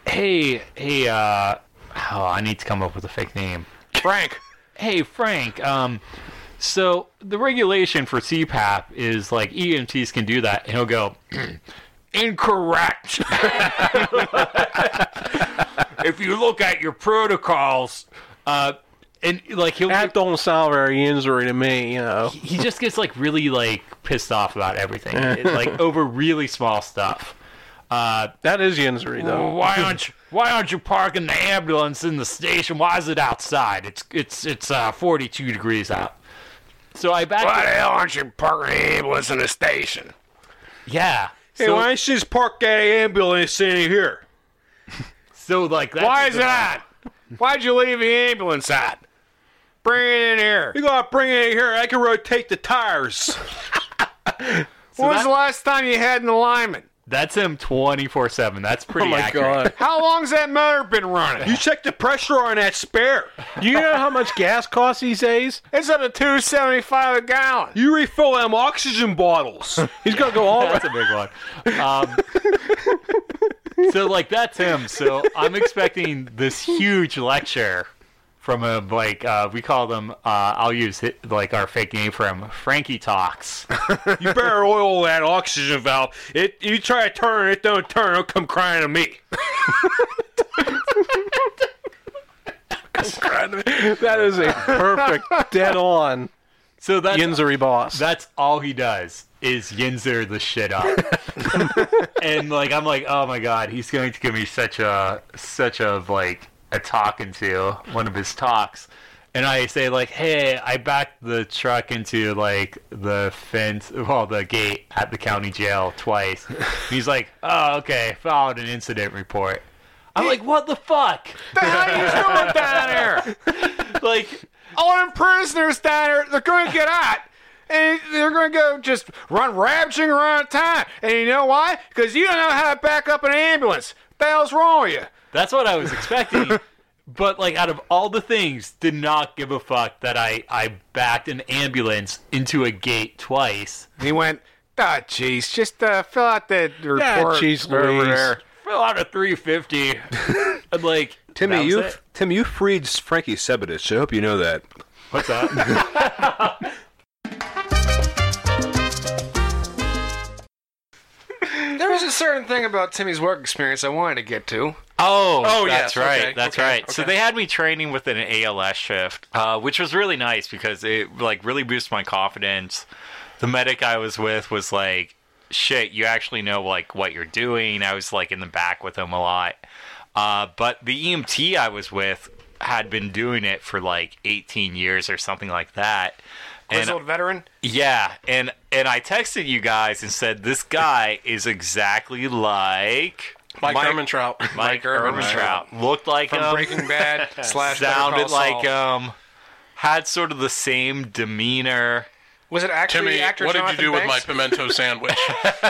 [SPEAKER 8] "Hey, hey, uh, oh, I need to come up with a fake name."
[SPEAKER 7] Frank.
[SPEAKER 8] Hey, Frank. Um, so the regulation for CPAP is like EMTs can do that, and he'll go. Incorrect. if you look at your protocols, uh, and like he'll
[SPEAKER 9] That don't sound very injury to me, you know.
[SPEAKER 8] he just gets like really like pissed off about everything, like over really small stuff. Uh,
[SPEAKER 9] That is injury though.
[SPEAKER 8] why aren't you, why aren't you parking the ambulance in the station? Why is it outside? It's it's it's uh, 42 degrees out. So I back.
[SPEAKER 7] Why the hell aren't you parking the ambulance in the station?
[SPEAKER 8] Yeah.
[SPEAKER 6] Hey,
[SPEAKER 8] so,
[SPEAKER 6] why don't you just park that ambulance in here?
[SPEAKER 8] so like that's
[SPEAKER 7] Why is it out? Why'd you leave the ambulance out? Bring it in here.
[SPEAKER 6] You gotta bring it in here. I can rotate the tires.
[SPEAKER 7] when was
[SPEAKER 8] that-
[SPEAKER 7] the last time you had an alignment?
[SPEAKER 8] That's him 24 seven. That's pretty.
[SPEAKER 9] Oh my
[SPEAKER 8] accurate.
[SPEAKER 9] god.
[SPEAKER 7] How long's that motor been running?
[SPEAKER 6] you check the pressure on that spare.
[SPEAKER 9] Do you know how much gas costs these days?
[SPEAKER 7] It's up to two seventy five a gallon.
[SPEAKER 6] You refill them oxygen bottles.
[SPEAKER 9] He's gonna go all
[SPEAKER 8] That's a big one. Um, so like that's him. So I'm expecting this huge lecture from him. Like uh, we call them. Uh, I'll use hi like our fake name for him. Frankie talks.
[SPEAKER 6] You better oil that oxygen valve. It you try to turn it, don't turn. Don't come crying to me.
[SPEAKER 9] That is a perfect dead on
[SPEAKER 8] So that's
[SPEAKER 9] injury boss.
[SPEAKER 8] that's all he does is yinzer the shit up. and like I'm like, oh my god, he's going to give me such a such a like a talking to one of his talks. And I say like, hey, I backed the truck into like the fence, well, the gate at the county jail twice. he's like, oh, okay, filed an incident report. I'm like, what the fuck?
[SPEAKER 7] How you doing down there?
[SPEAKER 8] like,
[SPEAKER 7] All them prisoners down there, they're going to get out. And they're going to go just run ravaging around town. And you know why? Because you don't know how to back up an ambulance. What the hell's wrong with you?
[SPEAKER 8] That's what I was expecting. but like out of all the things, did not give a fuck that I I backed an ambulance into a gate twice.
[SPEAKER 7] And he went, ah, jeez, just uh, fill out that report.
[SPEAKER 9] jeez
[SPEAKER 7] over
[SPEAKER 9] Louise."
[SPEAKER 7] there."
[SPEAKER 8] Fell out of 350. I'm like that
[SPEAKER 6] Timmy,
[SPEAKER 8] was
[SPEAKER 6] you
[SPEAKER 8] it?
[SPEAKER 6] Tim, you freed Frankie Sebadich. I hope you know that.
[SPEAKER 8] What's that?
[SPEAKER 7] There was a certain thing about Timmy's work experience I wanted to get to.
[SPEAKER 13] Oh,
[SPEAKER 9] Oh,
[SPEAKER 13] that's
[SPEAKER 9] yes,
[SPEAKER 13] right.
[SPEAKER 9] okay,
[SPEAKER 13] That's
[SPEAKER 9] okay,
[SPEAKER 13] right. So
[SPEAKER 9] okay.
[SPEAKER 13] they had me training with an ALS shift, uh, which was really nice because it like really boosted my confidence. The medic I was with was like, "Shit, you actually know like what you're doing." I was like in the back with him a lot, uh, but the EMT I was with had been doing it for like 18 years or something like that.
[SPEAKER 9] Oh,
[SPEAKER 13] And
[SPEAKER 7] Grizzled veteran.
[SPEAKER 13] yeah, and and I texted you guys and said this guy is exactly like
[SPEAKER 9] Mike Hermantrout.
[SPEAKER 13] Mike
[SPEAKER 7] Ehrmantraut.
[SPEAKER 13] Ehrmantraut. Looked like
[SPEAKER 7] From
[SPEAKER 13] him.
[SPEAKER 7] Breaking Bad slash Better
[SPEAKER 13] sounded
[SPEAKER 7] Call
[SPEAKER 13] like
[SPEAKER 7] Saul.
[SPEAKER 13] um had sort of the same demeanor.
[SPEAKER 7] was it actually
[SPEAKER 9] Timmy,
[SPEAKER 7] actor
[SPEAKER 9] what did you
[SPEAKER 7] Jonathan
[SPEAKER 9] do with
[SPEAKER 7] Banks?
[SPEAKER 9] my pimento sandwich?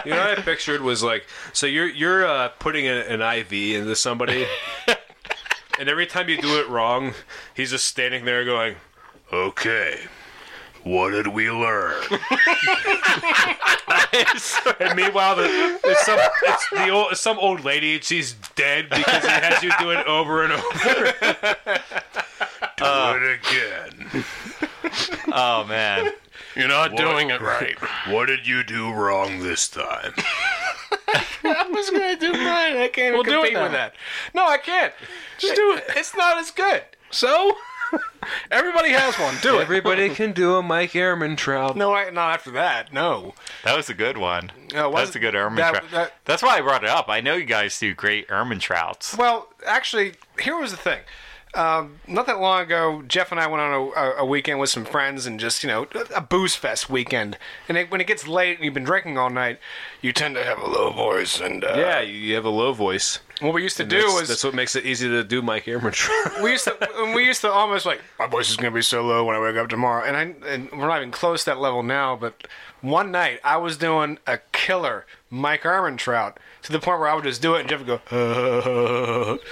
[SPEAKER 6] You know, what I pictured was like, so you're you're uh, putting a, an IV into somebody, and every time you do it wrong, he's just standing there going, "Okay, what did we learn?" and meanwhile, the, it's some it's the old it's some old lady, and she's dead because he has you do it over Uh, and over. do it again.
[SPEAKER 13] Oh man.
[SPEAKER 9] You're not doing it right.
[SPEAKER 6] What did you do wrong this time?
[SPEAKER 7] was gonna do mine. I can't even
[SPEAKER 9] Well, do it
[SPEAKER 7] compete
[SPEAKER 9] now.
[SPEAKER 7] with that. No, I can't. Just do it. It's not as good.
[SPEAKER 9] So everybody has one. Do it.
[SPEAKER 6] Everybody can do a Mike Ehrman trout.
[SPEAKER 7] No, I, not after that. No.
[SPEAKER 13] That was a good one.
[SPEAKER 7] No,
[SPEAKER 13] that
[SPEAKER 7] it
[SPEAKER 13] was a
[SPEAKER 7] wasn't-
[SPEAKER 13] good Erman
[SPEAKER 7] that-
[SPEAKER 13] trout.
[SPEAKER 7] that-
[SPEAKER 13] That's why I brought it up. I know you guys do great Erman trouts.
[SPEAKER 7] Well, actually, here was the thing. Um, not that long ago, Jeff and I went on a, a, a weekend with some friends and just, you know, a booze fest weekend. And it, when it gets late and you've been drinking all night, you tend to have a low voice. And uh,
[SPEAKER 6] Yeah, you, you have a low voice.
[SPEAKER 7] what we used to do
[SPEAKER 6] that's,
[SPEAKER 7] was
[SPEAKER 6] that's what makes it easy to do Mike Ehrman.
[SPEAKER 7] we used to and we used to almost like my voice is gonna be so low when I wake up tomorrow, and I and we're not even close to that level now. But one night I was doing a killer Mike Ehrmantraut to the point where I would just do it, and Jeff would go.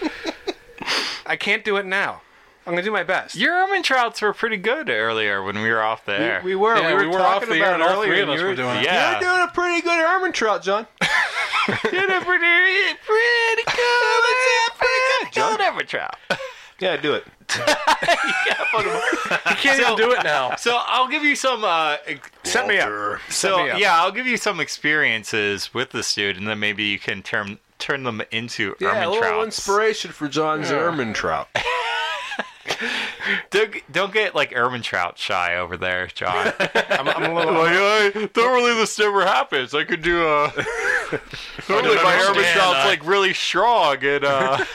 [SPEAKER 7] I can't do it now. I'm gonna do my best.
[SPEAKER 13] Your Erman trouts were pretty good earlier when we were off the air.
[SPEAKER 7] we were
[SPEAKER 9] Yeah,
[SPEAKER 7] we were,
[SPEAKER 9] off
[SPEAKER 7] talking
[SPEAKER 9] the air
[SPEAKER 7] about
[SPEAKER 9] and
[SPEAKER 7] it
[SPEAKER 9] all
[SPEAKER 7] earlier.
[SPEAKER 9] three of
[SPEAKER 7] and
[SPEAKER 9] us
[SPEAKER 7] you
[SPEAKER 9] were doing it.
[SPEAKER 13] yeah.
[SPEAKER 6] doing a pretty good Ehrman trout, John.
[SPEAKER 13] pretty, pretty good. pretty good Erman trout.
[SPEAKER 6] Yeah, do it.
[SPEAKER 9] Can't even do it now.
[SPEAKER 13] So I'll give you some uh, ex-
[SPEAKER 7] Set me up.
[SPEAKER 13] So
[SPEAKER 7] me up.
[SPEAKER 13] yeah, I'll give you some experiences with this dude, and then maybe you can turn turn them into
[SPEAKER 6] Yeah, a
[SPEAKER 13] Ermin
[SPEAKER 6] little
[SPEAKER 13] trouts.
[SPEAKER 6] inspiration for John's Ehrman trout.
[SPEAKER 8] Don't, don't get like Erwin Trout shy over there, John.
[SPEAKER 7] I'm, I'm a little.
[SPEAKER 8] like, I don't really this never happens. I could do uh, a. Normally, my Urban
[SPEAKER 14] understand, uh,
[SPEAKER 8] Shop's like really strong and uh.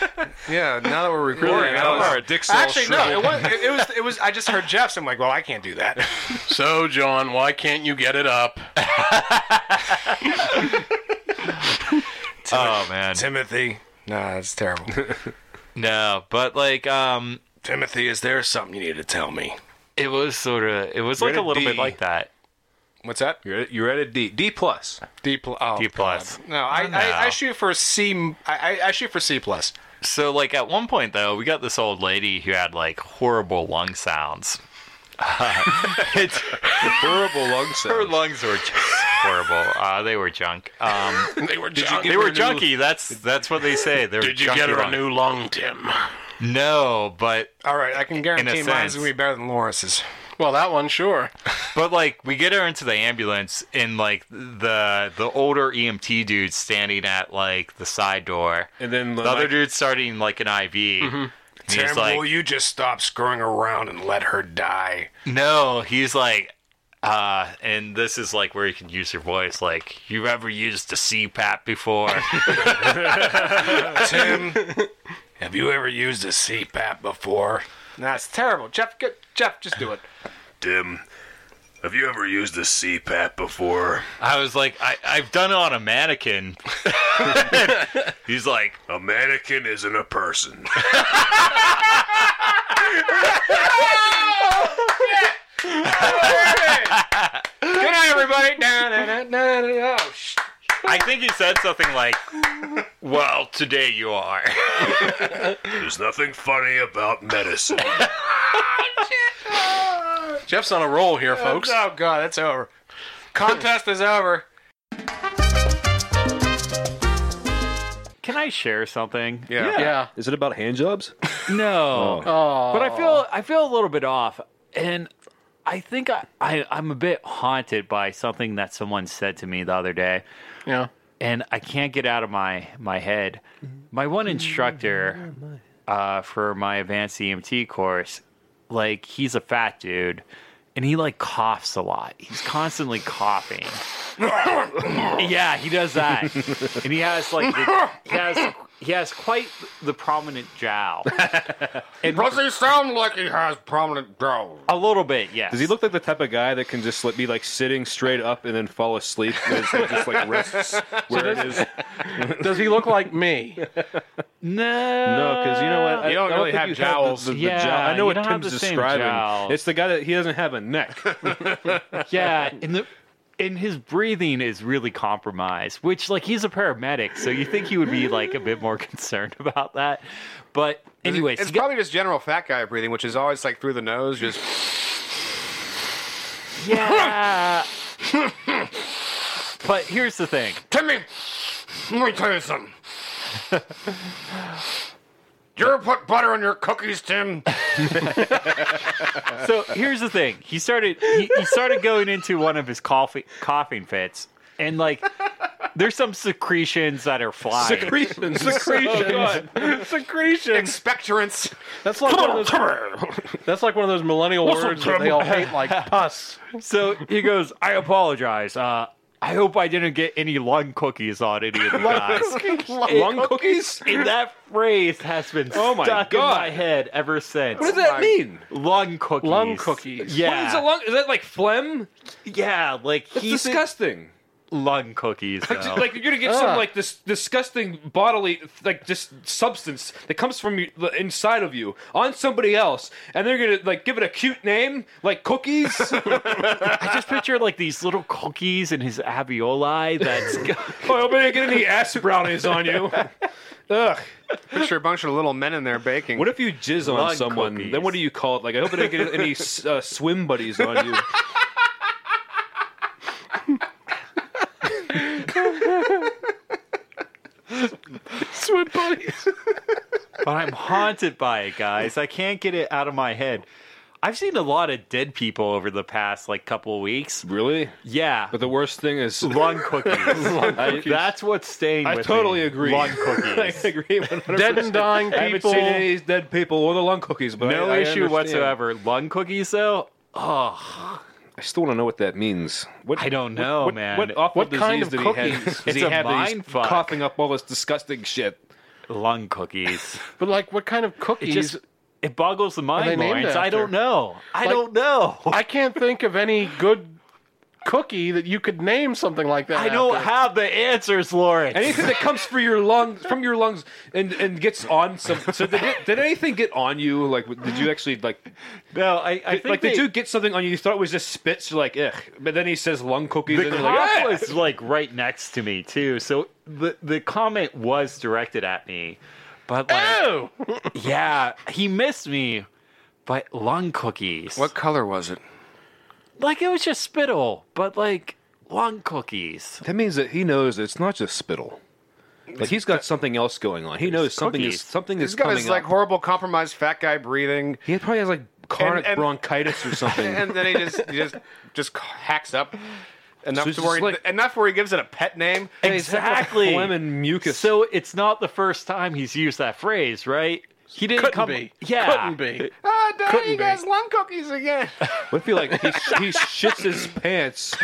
[SPEAKER 7] Yeah, now that we're recording,
[SPEAKER 10] Yeah,
[SPEAKER 7] I was-
[SPEAKER 10] all right, Dick's all
[SPEAKER 7] Actually, no.
[SPEAKER 10] shriveled.
[SPEAKER 7] It was, it was. It was. I just heard Jeff's. I'm like, well, I can't do that.
[SPEAKER 9] So, John, why can't you get it up?
[SPEAKER 8] oh man,
[SPEAKER 7] Timothy. Nah, that's terrible.
[SPEAKER 8] no. But like, um,
[SPEAKER 7] Timothy, is there something you need to tell me?
[SPEAKER 8] it was sort of, it was like a
[SPEAKER 10] Rated
[SPEAKER 8] little bit
[SPEAKER 10] D.
[SPEAKER 8] like that.
[SPEAKER 7] What's that?
[SPEAKER 10] You're at, you're at a D. D plus.
[SPEAKER 7] D plus. Oh,
[SPEAKER 8] D plus.
[SPEAKER 7] God. No, I,
[SPEAKER 8] No.
[SPEAKER 7] I, I shoot for C. m- I, I- I shoot for C plus.
[SPEAKER 8] So like at one point though, we got this old lady who had like horrible lung sounds. It's-
[SPEAKER 10] Horrible lung
[SPEAKER 8] her
[SPEAKER 10] sound.
[SPEAKER 8] lungs were just horrible. Uh, they were junk. Um,
[SPEAKER 9] They were
[SPEAKER 10] you
[SPEAKER 9] junk.
[SPEAKER 10] get
[SPEAKER 8] they were
[SPEAKER 10] her a new-
[SPEAKER 8] junky. That's that's what they say. They were
[SPEAKER 9] Did you
[SPEAKER 8] junky
[SPEAKER 9] get her a
[SPEAKER 8] lungs.
[SPEAKER 9] new lung, Tim?
[SPEAKER 8] No, but
[SPEAKER 7] All right, I can guarantee mine's
[SPEAKER 8] sense.
[SPEAKER 7] gonna be better than Lawrence's.
[SPEAKER 9] Well, that one, sure.
[SPEAKER 8] But like we get her into the ambulance and like the the older E EMT dude standing at like the side door.
[SPEAKER 10] And then
[SPEAKER 8] the
[SPEAKER 10] like- Mm-hmm.
[SPEAKER 8] other dude's starting like an IV. And
[SPEAKER 7] Tim,
[SPEAKER 8] he's like
[SPEAKER 7] will you just stop screwing around and let her die?
[SPEAKER 8] No, he's like uh and this is like where you can use your voice like you've ever used a CPAP before.
[SPEAKER 7] Tim, have you ever used a CPAP before? That's terrible, Jeff. Get, Jeff, just do it.
[SPEAKER 10] Tim, have you ever used a CPAP before?
[SPEAKER 8] I was like, I, I've done it on a mannequin. he's like
[SPEAKER 10] A mannequin isn't a person.
[SPEAKER 7] Good night, everybody. Na, na, na, na, na, na. Oh, sh-
[SPEAKER 8] I think he said something like Well, today you are.
[SPEAKER 10] There's nothing funny about medicine.
[SPEAKER 9] Jeff's on a roll here, folks.
[SPEAKER 7] Oh God, it's over. Contest is over.
[SPEAKER 8] Can I share something?
[SPEAKER 10] Yeah.
[SPEAKER 9] Yeah.
[SPEAKER 6] Is it about hand jobs? Oh.
[SPEAKER 8] No. But I feel I feel a little bit off. And I think I, I, I'm a bit haunted by something that someone said to me the other day.
[SPEAKER 9] Yeah.
[SPEAKER 8] And I can't get out of my, my head. My one instructor uh, for my advanced EMT course, like he's a fat dude and he like coughs a lot. He's constantly coughing. yeah, he does that. and he has like the, he has he has quite the prominent jowl. And
[SPEAKER 7] he sound like he has prominent brows?
[SPEAKER 8] a little bit, yes.
[SPEAKER 6] Does he look like the type of guy that can just like, be like sitting straight up and then fall asleep and his head just like rests where it is?
[SPEAKER 9] Does he look like me?
[SPEAKER 8] No.
[SPEAKER 6] No, because you know what? I,
[SPEAKER 7] You don't
[SPEAKER 6] I
[SPEAKER 7] really
[SPEAKER 6] think
[SPEAKER 7] have
[SPEAKER 6] you have
[SPEAKER 7] jowls.
[SPEAKER 6] The, the, the
[SPEAKER 8] Yeah,
[SPEAKER 6] jowl. I
[SPEAKER 8] you
[SPEAKER 6] know what
[SPEAKER 8] don't have
[SPEAKER 6] Tim's
[SPEAKER 8] the same
[SPEAKER 6] describing.
[SPEAKER 8] jowl.
[SPEAKER 6] It's the guy that he doesn't have a neck.
[SPEAKER 8] Yeah, and the and his breathing is really compromised, which like he's a paramedic, so you think he would be like a bit more concerned about that. But anyways,
[SPEAKER 7] it's
[SPEAKER 8] he got-
[SPEAKER 7] probably just general fat guy breathing, which is always like through the nose. Just
[SPEAKER 8] yeah. but here's the thing.
[SPEAKER 7] Timmy, let me tell you something. you ever put butter on your cookies, Tim?
[SPEAKER 8] So here's the thing. He started he, he started going into one of his coughing coughing fits, and like there's some secretions that are flying.
[SPEAKER 10] Secretions.
[SPEAKER 6] Oh,
[SPEAKER 10] Secretions.
[SPEAKER 9] Secretion.
[SPEAKER 7] Expectorants.
[SPEAKER 9] That's like one of those. That's like one of those millennial words that they all hate, like pus.
[SPEAKER 8] So he goes, I apologize. Uh, I hope I didn't get any lung cookies on any of the guys.
[SPEAKER 10] Lung cookies? Oh
[SPEAKER 8] and that phrase has been
[SPEAKER 10] my
[SPEAKER 8] stuck
[SPEAKER 10] God.
[SPEAKER 8] in my head ever since.
[SPEAKER 10] What does that mean?
[SPEAKER 8] Lung cookies.
[SPEAKER 9] Lung cookies.
[SPEAKER 8] Yeah.
[SPEAKER 10] What is a lung? Is that like phlegm?
[SPEAKER 8] Yeah, like
[SPEAKER 10] That's
[SPEAKER 8] he's
[SPEAKER 10] disgusting.
[SPEAKER 8] lung cookies.
[SPEAKER 6] Oh.
[SPEAKER 8] Though. Ah.
[SPEAKER 10] Like you're gonna get some like this disgusting bodily like just substance that comes from you, the inside of you on somebody else, and they're gonna like give it a cute name like cookies. oh,
[SPEAKER 8] I just picture like these little cookies in his alveoli. That's
[SPEAKER 10] Oh, I hope I didn't get any ass brownies on you. Ugh.
[SPEAKER 7] Picture a bunch of little men in there baking.
[SPEAKER 6] What if you jizz on
[SPEAKER 8] Lung
[SPEAKER 6] someone?
[SPEAKER 8] cookies.
[SPEAKER 6] Then what do you call it? Like, I hope I didn't get any s- uh, swim buddies on you.
[SPEAKER 8] but I'm haunted by it, guys. I can't get it out of my head. I've seen a lot of dead people over the past like couple weeks.
[SPEAKER 6] Really?
[SPEAKER 8] Yeah.
[SPEAKER 6] But the worst thing is,
[SPEAKER 8] Lung cookies. That's what's staying
[SPEAKER 6] I
[SPEAKER 8] with
[SPEAKER 6] totally
[SPEAKER 8] me.
[SPEAKER 6] agree.
[SPEAKER 8] Lung
[SPEAKER 6] I
[SPEAKER 8] cookies.
[SPEAKER 6] agree. 100%.
[SPEAKER 9] Dead and dying
[SPEAKER 6] I haven't
[SPEAKER 9] people.
[SPEAKER 6] seen any of these dead people or the lung cookies, but
[SPEAKER 8] no
[SPEAKER 6] I- I
[SPEAKER 8] issue
[SPEAKER 6] understand.
[SPEAKER 8] whatsoever. Lung cookies though? Oh,
[SPEAKER 6] I still want to know what that means. What,
[SPEAKER 8] I don't know,
[SPEAKER 6] what,
[SPEAKER 8] man.
[SPEAKER 6] What awful
[SPEAKER 8] What
[SPEAKER 6] disease
[SPEAKER 8] kind of
[SPEAKER 6] did he have?
[SPEAKER 8] cookies?
[SPEAKER 6] Does he
[SPEAKER 8] It's a
[SPEAKER 6] have that he's
[SPEAKER 8] mind fuck.
[SPEAKER 6] coughing up all this disgusting shit?
[SPEAKER 8] lung cookies.
[SPEAKER 9] But like, what kind of
[SPEAKER 8] It
[SPEAKER 9] cookies?
[SPEAKER 8] just it boggles the
[SPEAKER 9] they
[SPEAKER 8] mind,
[SPEAKER 9] named
[SPEAKER 8] Lawrence. I
[SPEAKER 9] after?
[SPEAKER 8] don't know. I
[SPEAKER 9] Like-
[SPEAKER 8] don't know.
[SPEAKER 9] I can't think of any good cookie that you could name something like that.
[SPEAKER 8] I don't
[SPEAKER 9] after.
[SPEAKER 8] have the answers, Lawrence.
[SPEAKER 6] Anything that comes for your lungs, from your lungs, and, and gets on some. So did, it, did anything get on you? Like, did you actually like?
[SPEAKER 8] No, I, I think
[SPEAKER 6] like,
[SPEAKER 8] they,
[SPEAKER 6] did you get something on you? You thought it was just spits, you're like, ugh. But then he says lung cookies,
[SPEAKER 8] the
[SPEAKER 6] and you're
[SPEAKER 8] cop
[SPEAKER 6] like, "Ah!"
[SPEAKER 8] was like right next to me too, so the the comment was directed at me, but like,
[SPEAKER 9] Oh,
[SPEAKER 8] yeah, he missed me. But lung cookies,
[SPEAKER 7] What color was it?
[SPEAKER 8] like it was just spittle, but like lung cookies.
[SPEAKER 6] That means that he knows it's not just spittle. Like he's got something else going on. He knows something
[SPEAKER 8] cookies.
[SPEAKER 6] is something
[SPEAKER 7] He's
[SPEAKER 6] is
[SPEAKER 7] got
[SPEAKER 6] coming
[SPEAKER 7] his like
[SPEAKER 6] up.
[SPEAKER 7] horrible compromised fat guy breathing,
[SPEAKER 6] he probably has like chronic
[SPEAKER 7] and-
[SPEAKER 6] bronchitis or something.
[SPEAKER 7] and then he just he just just hacks up enough
[SPEAKER 6] So it's
[SPEAKER 7] to where
[SPEAKER 6] just like-
[SPEAKER 7] he, enough where he gives it a pet name.
[SPEAKER 8] Exactly.
[SPEAKER 6] Phlegm and mucus.
[SPEAKER 8] So it's not the first time he's used that phrase, right? He didn't
[SPEAKER 9] couldn't
[SPEAKER 8] come.
[SPEAKER 9] be.
[SPEAKER 8] Yeah,
[SPEAKER 9] couldn't be.
[SPEAKER 7] Ah, Daddy,
[SPEAKER 9] Couldn't
[SPEAKER 7] you
[SPEAKER 9] be.
[SPEAKER 7] guys lung cookies again.
[SPEAKER 6] What if he like he, he shits his pants?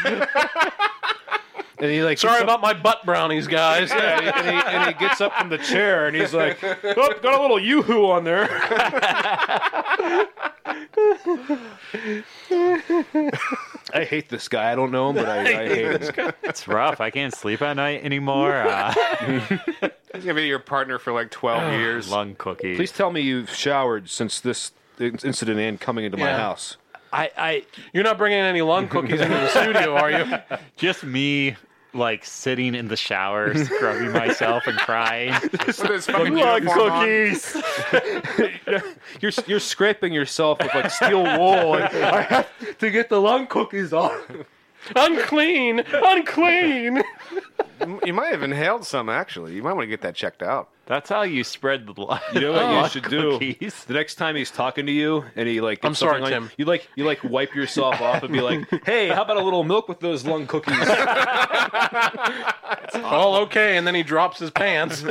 [SPEAKER 6] And he like
[SPEAKER 9] Sorry
[SPEAKER 6] gets
[SPEAKER 9] about
[SPEAKER 6] up,
[SPEAKER 9] my butt brownies, guys.
[SPEAKER 6] and, he, and, he, and he gets up from the chair and he's like, "Oh, got a little yoo-hoo on there." I hate this guy. I don't know him, but I, I hate him.
[SPEAKER 8] it's rough. I can't sleep at night anymore. Uh,
[SPEAKER 7] He's gonna be your partner for like twelve years.
[SPEAKER 8] Ah, lung cookies.
[SPEAKER 6] Please tell me you've showered since this in- incident and coming into my
[SPEAKER 9] Yeah.
[SPEAKER 6] house.
[SPEAKER 8] I, I
[SPEAKER 9] You're not bringing any lung cookies into the studio, are you?
[SPEAKER 8] just me like sitting in the shower, scrubbing myself and crying.
[SPEAKER 7] With his
[SPEAKER 8] Lung
[SPEAKER 7] fucking uniform on.
[SPEAKER 8] cookies.
[SPEAKER 6] You're you're scraping yourself with like steel wool. And I have to get the lung cookies off.
[SPEAKER 9] unclean, unclean.
[SPEAKER 7] You might have inhaled some actually. You might want to get that checked out.
[SPEAKER 8] That's how you spread the lung.
[SPEAKER 6] You know what
[SPEAKER 8] lung
[SPEAKER 6] you should do?
[SPEAKER 8] cookies.
[SPEAKER 6] The next time he's talking to you and he like, gets
[SPEAKER 9] I'm sorry,
[SPEAKER 6] something on you,
[SPEAKER 9] Tim.
[SPEAKER 6] You like you like wipe yourself off and be like, hey, how about a little milk with those lung cookies?
[SPEAKER 9] All okay, and then he drops his pants.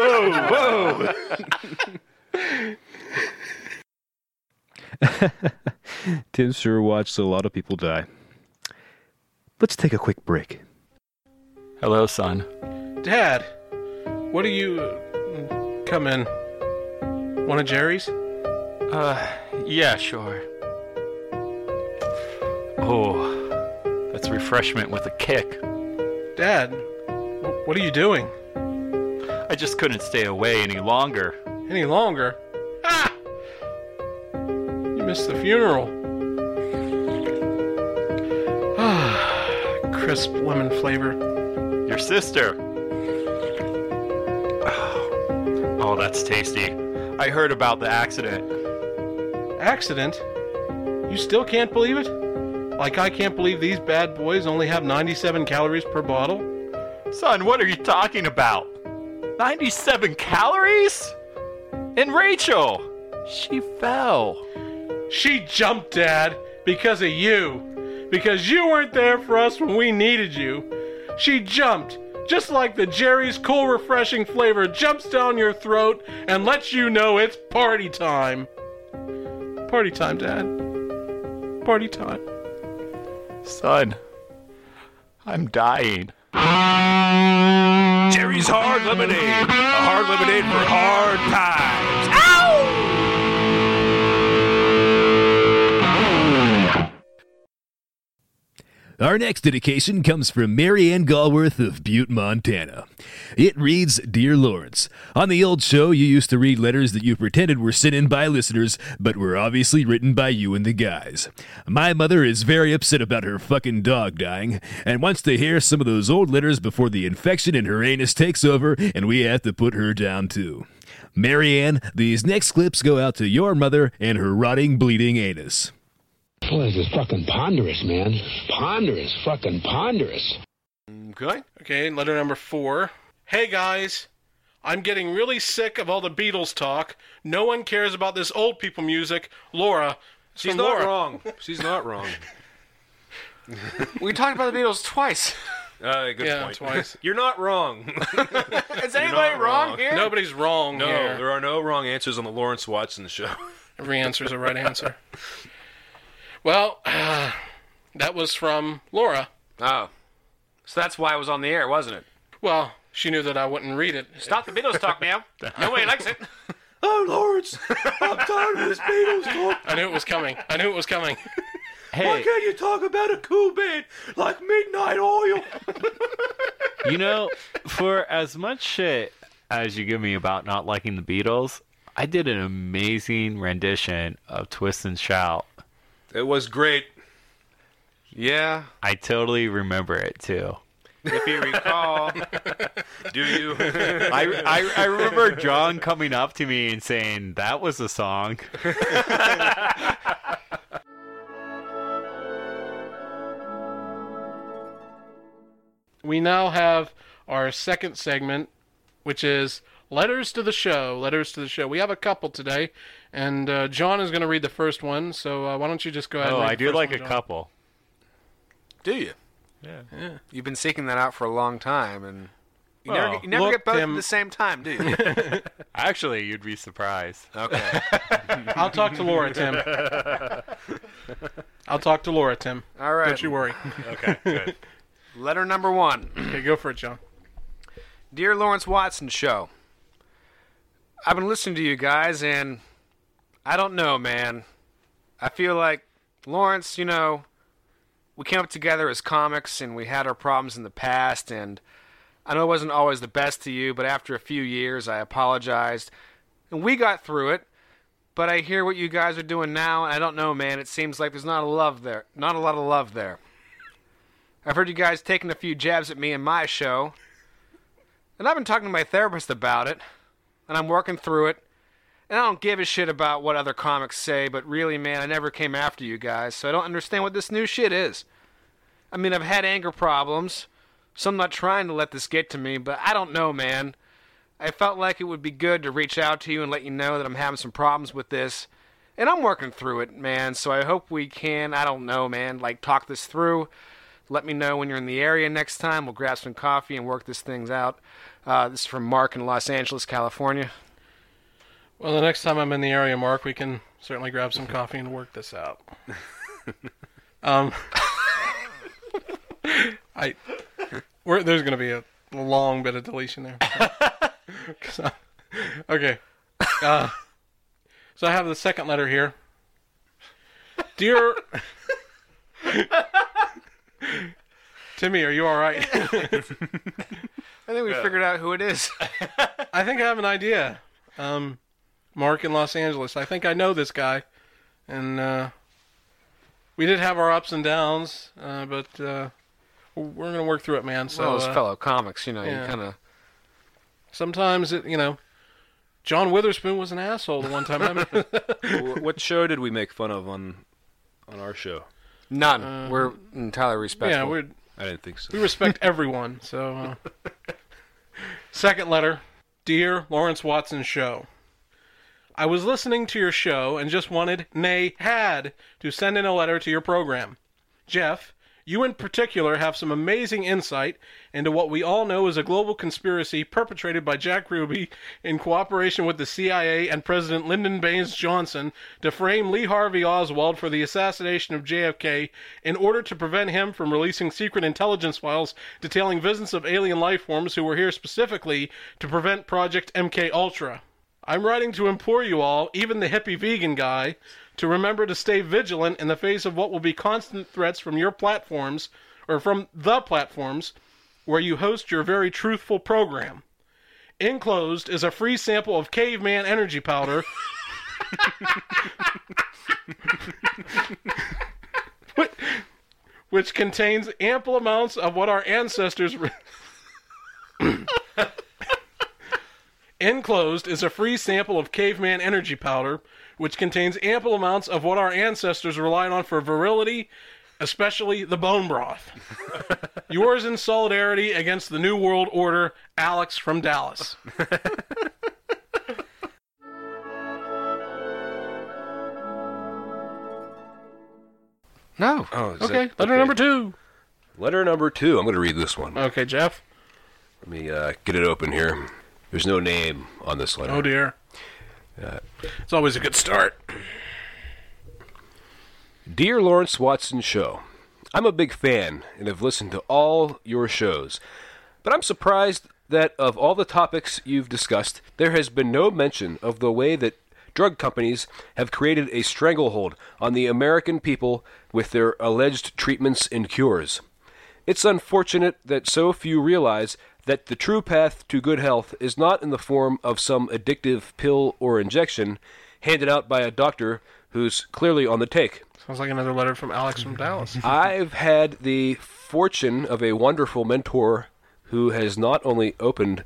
[SPEAKER 3] Oh, Tim sure watched a lot of people die. Let's take a quick break.
[SPEAKER 8] Hello, Oh, son.
[SPEAKER 9] Dad, what are you? mm, Come in. One of Jerry's?
[SPEAKER 8] Uh, Yeah, sure. Oh, that's refreshment with a kick.
[SPEAKER 9] Dad, wh- what are you doing?
[SPEAKER 8] I just couldn't stay away any longer.
[SPEAKER 9] Any longer? Ah! You missed the funeral. Ah, crisp lemon flavor.
[SPEAKER 8] Your sister. Oh, that's tasty. I heard about the accident.
[SPEAKER 9] Accident? You still can't believe it? Like I can't believe these bad boys only have 97 calories per bottle?
[SPEAKER 8] Son, what are you talking about? 97 calories? And Rachel! She fell.
[SPEAKER 9] She jumped, Dad, because of you. Because you weren't there for us when we needed you. She jumped, just like the Jerry's cool, refreshing flavor jumps down your throat and lets you know it's party time. Party time, Dad. Party time.
[SPEAKER 8] Son, I'm dying.
[SPEAKER 6] Jerry's hard lemonade, a hard lemonade for hard times.
[SPEAKER 15] Our next dedication comes from Mary Ann Galworth of Butte, Montana. It reads Dear Lawrence, on the old show, you used to read letters that you pretended were sent in by listeners, but were obviously written by you and the guys. My mother is very upset about her fucking dog dying and wants to hear some of those old letters before the infection in her anus takes over and we have to put her down too. Mary Ann, these next clips go out to your mother and her rotting, bleeding anus.
[SPEAKER 16] Well, this is fucking ponderous, man. Ponderous, fucking ponderous.
[SPEAKER 7] Okay.
[SPEAKER 9] Okay, letter number four. Hey guys, I'm getting really sick of all the Beatles talk. No one cares about this old people music. Laura. It's
[SPEAKER 6] She's
[SPEAKER 9] from
[SPEAKER 6] not
[SPEAKER 9] Laura.
[SPEAKER 6] wrong. She's not wrong.
[SPEAKER 7] we talked about the Beatles twice.
[SPEAKER 6] Uh, good
[SPEAKER 9] Yeah,
[SPEAKER 6] point.
[SPEAKER 9] twice.
[SPEAKER 6] You're not wrong.
[SPEAKER 7] Is anybody wrong, here?
[SPEAKER 9] Nobody's wrong
[SPEAKER 6] No,
[SPEAKER 9] here.
[SPEAKER 6] there are no wrong answers on the Lawrence Watson show.
[SPEAKER 9] Every answer is a right answer. Well, that was from Laura.
[SPEAKER 7] Oh. So that's why it was on the air, wasn't it?
[SPEAKER 9] Well, she knew that I wouldn't read it.
[SPEAKER 7] Stop the Beatles talk now. Nobody likes it.
[SPEAKER 6] Oh, Lawrence, I'm tired of this Beatles talk.
[SPEAKER 9] I knew it was coming. I knew it was coming.
[SPEAKER 13] Hey,
[SPEAKER 6] can't you talk about a cool band like Midnight Oil?
[SPEAKER 8] you know, for as much shit as you give me about not liking the Beatles, I did an amazing rendition of Twist and Shout.
[SPEAKER 6] It was great.
[SPEAKER 7] Yeah.
[SPEAKER 8] I totally remember it too.
[SPEAKER 7] If you recall.
[SPEAKER 6] Do you?
[SPEAKER 8] I, I, I remember John coming up to me and saying, That was a song.
[SPEAKER 9] We now have our second segment, which is letters to the show. Letters to the show. We have a couple today, and uh, John is going to read the first one. So uh, why don't you just go ahead?
[SPEAKER 8] Oh,
[SPEAKER 9] and read
[SPEAKER 8] I
[SPEAKER 9] the
[SPEAKER 8] do
[SPEAKER 9] first
[SPEAKER 8] like
[SPEAKER 9] one,
[SPEAKER 8] a
[SPEAKER 9] John.
[SPEAKER 8] couple.
[SPEAKER 7] Do you?
[SPEAKER 8] Yeah.
[SPEAKER 7] You've been seeking that out for a long time, and you never,
[SPEAKER 8] Well,
[SPEAKER 7] get- you never
[SPEAKER 9] look,
[SPEAKER 7] get both
[SPEAKER 9] Tim-
[SPEAKER 7] at the same time, do you?
[SPEAKER 8] Actually, you'd be surprised.
[SPEAKER 7] okay.
[SPEAKER 9] I'll talk to Laura, Tim. I'll talk to Laura, Tim.
[SPEAKER 7] All right.
[SPEAKER 9] Don't you worry.
[SPEAKER 8] Okay, good.
[SPEAKER 7] Letter number one.
[SPEAKER 9] Okay, go for it, John.
[SPEAKER 7] Dear Lawrence Watson Show, I've been listening to you guys, and I don't know, man. I feel like, Lawrence, you know, we came up together as comics, and we had our problems in the past, and I know I wasn't always the best to you, but after a few years, I apologized, and we got through it. But I hear what you guys are doing now, and I don't know, man. It seems like there's not a love there, not a lot of love there. I've heard you guys taking a few jabs at me in my show, and I've been talking to my therapist about it, and I'm working through it. And I don't give a shit about what other comics say, but really, man, I never came after you guys, so I don't understand what this new shit is. I mean, I've had anger problems, so I'm not trying to let this get to me, but I don't know, man. I felt like it would be good to reach out to you and let you know that I'm having some problems with this, and I'm working through it, man, so I hope we can, I don't know, man, like talk this through. Let me know when you're in the area next time. We'll grab some coffee and work this things out. Uh, this is from Mark in Los Angeles, California.
[SPEAKER 9] Well, the next time I'm in the area, Mark, we can certainly grab some coffee and work this out. um, I, we're, there's going to be a long bit of deletion there. 'Cause I- okay. Uh, so I have the second letter here. Dear. Timmy, are you all right?
[SPEAKER 7] I think we figured out who it is.
[SPEAKER 9] I think I have an idea. Um, Mark in Los Angeles. I think I know this guy, and uh, we did have our ups and downs, uh, but uh, we're gonna work through it, man. So
[SPEAKER 7] well, it's
[SPEAKER 9] uh,
[SPEAKER 7] fellow comics, you know,
[SPEAKER 9] yeah.
[SPEAKER 7] you kind of.
[SPEAKER 9] sometimes it, you know, John Witherspoon was an asshole the one time. I met him.
[SPEAKER 6] Wh- what show did we make fun of on on our show?
[SPEAKER 7] None. we're entirely
[SPEAKER 9] Uh, yeah,
[SPEAKER 7] respectful.
[SPEAKER 9] we
[SPEAKER 6] I didn't think so.
[SPEAKER 9] we respect everyone. So uh. second letter, dear Lawrence Watson show. I was listening to your show and just wanted, nay, had, to send in a letter to your program. Jeff, you in particular have some amazing insight into what we all know is a global conspiracy perpetrated by Jack Ruby in cooperation with the CIA and President Lyndon Baines Johnson to frame Lee Harvey Oswald for the assassination of JFK in order to prevent him from releasing secret intelligence files detailing visits of alien life forms who were here specifically to prevent Project MK Ultra. I'm writing to implore you all, even the hippie vegan guy, to remember to stay vigilant in the face of what will be constant threats from your platforms, or from the platforms, where you host your very truthful program. Enclosed is a free sample of caveman energy powder. Whi- Which contains ample amounts of what our ancestors. re- Enclosed is a free sample of caveman energy powder, which contains ample amounts of what our ancestors relied on for virility especially the bone broth. Yours in solidarity against the New World Order, Alex from Dallas.
[SPEAKER 7] No.
[SPEAKER 6] Oh, is
[SPEAKER 9] Okay,
[SPEAKER 6] that-
[SPEAKER 9] letter number two.
[SPEAKER 6] Letter number two. I'm going to read this one.
[SPEAKER 9] Okay, Jeff.
[SPEAKER 6] Let me uh, get it open here. There's no name on this letter.
[SPEAKER 9] Oh dear. Oh.
[SPEAKER 6] Uh,
[SPEAKER 9] it's always a good start.
[SPEAKER 6] Dear Lawrence Watson Show, I'm a big fan and have listened to all your shows, but I'm surprised that of all the topics you've discussed, there has been no mention of the way that drug companies have created a stranglehold on the American people with their alleged treatments and cures. It's unfortunate that so few realize that the true path to good health is not in the form of some addictive pill or injection handed out by a doctor who's clearly on the take.
[SPEAKER 9] Sounds like another letter from Alex from Dallas.
[SPEAKER 6] I've had the fortune of a wonderful mentor who has not only opened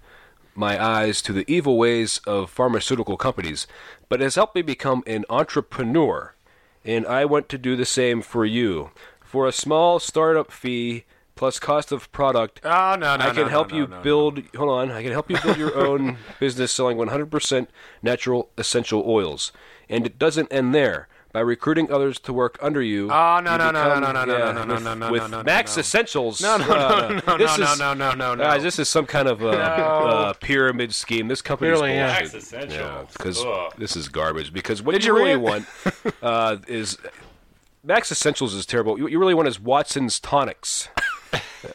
[SPEAKER 6] my eyes to the evil ways of pharmaceutical companies, but has helped me become an entrepreneur. And I want to do the same for you. For a small startup fee plus cost of product,
[SPEAKER 7] oh, no, no,
[SPEAKER 6] I can
[SPEAKER 7] no,
[SPEAKER 6] help
[SPEAKER 7] no,
[SPEAKER 6] you
[SPEAKER 7] no, no.
[SPEAKER 6] build. Hold on, I can help you build your own business selling 100% natural essential oils. And it doesn't end there. By recruiting others to work under you,
[SPEAKER 7] Oh, no,
[SPEAKER 6] you
[SPEAKER 7] no, no,
[SPEAKER 6] become-
[SPEAKER 7] no, no, no,
[SPEAKER 6] yeah,
[SPEAKER 7] no, no, no,
[SPEAKER 6] with-
[SPEAKER 7] no, no,
[SPEAKER 6] with
[SPEAKER 7] no, no,
[SPEAKER 6] Max Essentials.
[SPEAKER 7] No, no,
[SPEAKER 6] uh,
[SPEAKER 7] no, no,
[SPEAKER 6] this
[SPEAKER 7] no,
[SPEAKER 6] is-
[SPEAKER 7] no, no, no, no.
[SPEAKER 6] Guys, this is some kind of uh, uh, pyramid scheme. This company is
[SPEAKER 7] Clearly,
[SPEAKER 6] bullshit.
[SPEAKER 7] yeah.
[SPEAKER 6] Yeah,
[SPEAKER 7] Max Essentials.
[SPEAKER 6] because
[SPEAKER 7] Ugh.
[SPEAKER 6] this is garbage. Because what
[SPEAKER 7] Did
[SPEAKER 6] Oh. you
[SPEAKER 7] you
[SPEAKER 6] really
[SPEAKER 7] read it?
[SPEAKER 6] want uh, is Max Essentials is terrible. What you really want is Watson's Tonics.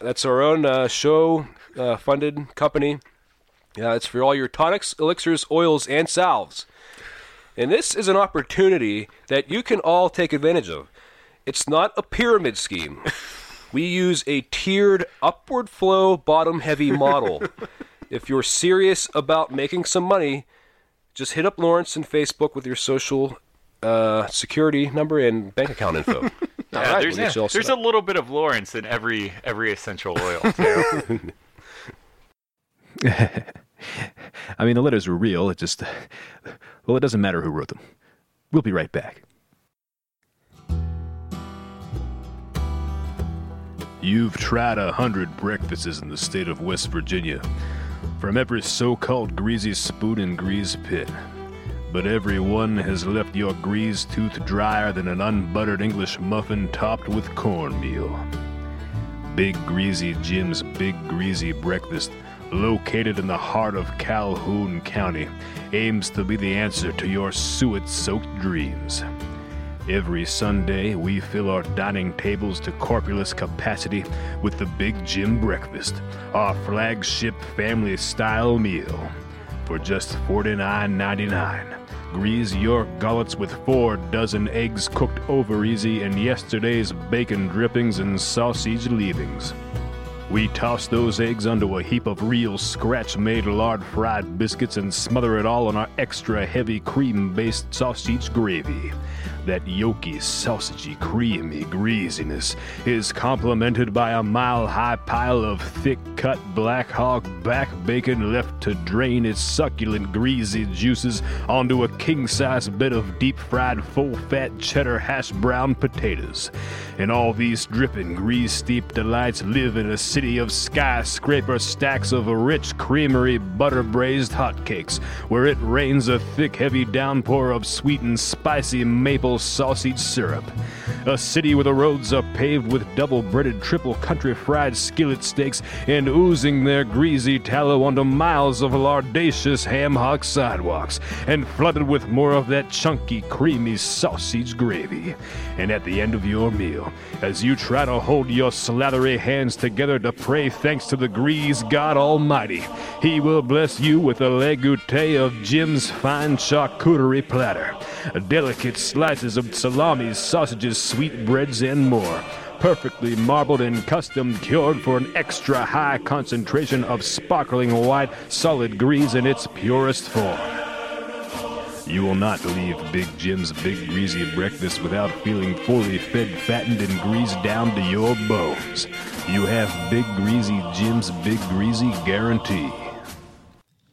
[SPEAKER 6] That's our own uh, show-funded company. Yeah, it's for all your tonics, elixirs, oils, and salves. And this is an opportunity that you can all take advantage of. It's not a pyramid scheme. We use a tiered upward flow, bottom heavy model. if you're serious about making some money, just hit up Lawrence and Facebook with your social uh, security number and bank account info. All
[SPEAKER 8] Yeah,
[SPEAKER 6] right,
[SPEAKER 8] there's
[SPEAKER 6] we'll get you all set
[SPEAKER 8] there's a
[SPEAKER 6] up.
[SPEAKER 8] little bit of Lawrence in every every essential oil. Too.
[SPEAKER 5] I mean, the letters were real. It just, well, it doesn't matter who wrote them. We'll be right back.
[SPEAKER 10] You've tried a hundred breakfasts in the state of West Virginia, from every so called greasy spoon and grease pit. But every one has left your grease tooth drier than an unbuttered English muffin topped with cornmeal. Big Greasy Jim's Big Greasy Breakfast, located in the heart of Calhoun County, aims to be the answer to your suet soaked dreams. Every Sunday, we fill our dining tables to corpulous capacity with the Big Jim Breakfast, our flagship family style meal. For just $49.99, grease your gullets with four dozen eggs cooked over easy and yesterday's bacon drippings and sausage leavings. We toss those eggs onto a heap of real scratch made lard fried biscuits and smother it all in our extra heavy cream based sausage gravy. That yolky, sausagey, creamy greasiness is complemented by a mile high pile of thick cut Black Hawk back bacon left to drain its succulent, greasy juices onto a king size bed of deep fried, full fat cheddar hash brown potatoes. And all these dripping, grease steeped delights live in a city of skyscraper stacks of rich, creamery, butter braised hotcakes, where it rains a thick, heavy downpour of sweet and spicy maple sausage syrup. A city where the roads are paved with double breaded, triple country fried skillet steaks and oozing their greasy tallow onto miles of lardacious ham hock sidewalks, and flooded with more of that chunky, creamy sausage gravy. And at the end of your meal, as you try to hold your slathery hands together to pray thanks to the grease God Almighty, He will bless you with a legoutte of Jim's fine charcuterie platter, delicate slices of salamis, sausages, sweetbreads, and more perfectly marbled and custom cured for an extra high concentration of sparkling white solid grease in its purest form. You will not leave Big Jim's Big Greasy Breakfast without feeling fully fed, fattened, and greased down to your bones. You have Big Greasy Jim's Big Greasy Guarantee.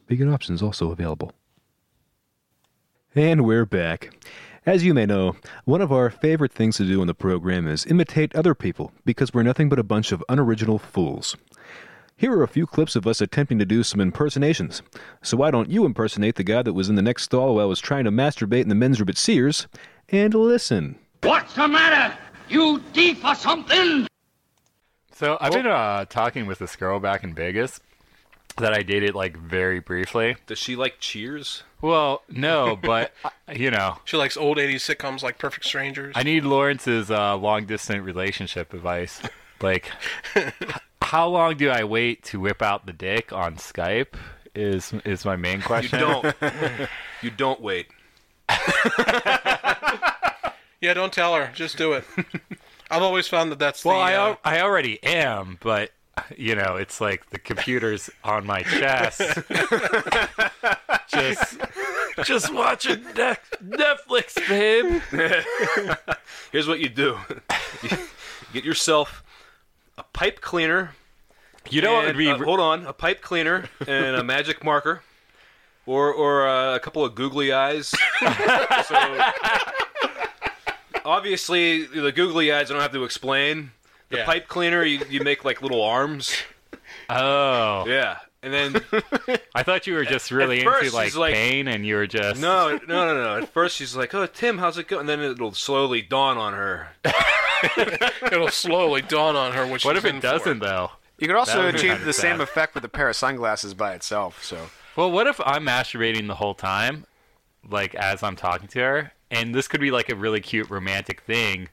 [SPEAKER 5] Vegan options also available. And we're back.
[SPEAKER 6] As you may know, one of our favorite things to do on the program is imitate other people because we're nothing but a bunch of unoriginal fools. Here are a few clips of us attempting to do some impersonations. So why don't you impersonate the guy that was in the next stall while I was trying to masturbate in the men's room at Sears and listen?
[SPEAKER 3] What's the matter? You deep or something?
[SPEAKER 8] So I've been uh, talking with this girl back in Vegas that I dated like very briefly.
[SPEAKER 10] Does she like Cheers?
[SPEAKER 8] Well, no, but uh, you know,
[SPEAKER 9] She likes old 80s sitcoms like Perfect Strangers.
[SPEAKER 8] I need Lawrence's uh, long distance relationship advice. Like, h- how long do I wait to whip out the dick on Skype? Is is my main question.
[SPEAKER 10] don't. You don't wait.
[SPEAKER 9] Yeah, don't tell her. Just do it. I've always found that that's
[SPEAKER 8] Well,
[SPEAKER 9] the,
[SPEAKER 8] I
[SPEAKER 9] uh,
[SPEAKER 8] al- I already am, but you know, it's like the computer's on my chest. just just watching Net- Netflix, babe.
[SPEAKER 10] Here's what you do: you get yourself a pipe cleaner.
[SPEAKER 8] You know what
[SPEAKER 10] and,
[SPEAKER 8] would be
[SPEAKER 10] uh, hold on, a pipe cleaner and a magic marker, or or uh, a couple of googly eyes. so, obviously, the googly eyes I don't have to explain. The
[SPEAKER 9] Yeah.
[SPEAKER 10] pipe cleaner, you, you make like little arms.
[SPEAKER 8] Oh,
[SPEAKER 10] Yeah, and then
[SPEAKER 8] I thought you were just really
[SPEAKER 10] first
[SPEAKER 8] into like,
[SPEAKER 10] he's like-
[SPEAKER 8] pain, and you were just
[SPEAKER 10] No, no, no, no. At first she's like, "Oh, Tim, how's it going?" And then it'll slowly dawn on her.
[SPEAKER 9] it'll slowly dawn on her. Which
[SPEAKER 8] What if it doesn't though?
[SPEAKER 7] You could also
[SPEAKER 8] That would be
[SPEAKER 7] achieve
[SPEAKER 8] kinda
[SPEAKER 7] the same
[SPEAKER 8] sad.
[SPEAKER 7] effect with a pair of sunglasses by itself. So
[SPEAKER 8] Well, what if I'm masturbating the whole time, like as I'm talking to her, and this could be like a really cute romantic thing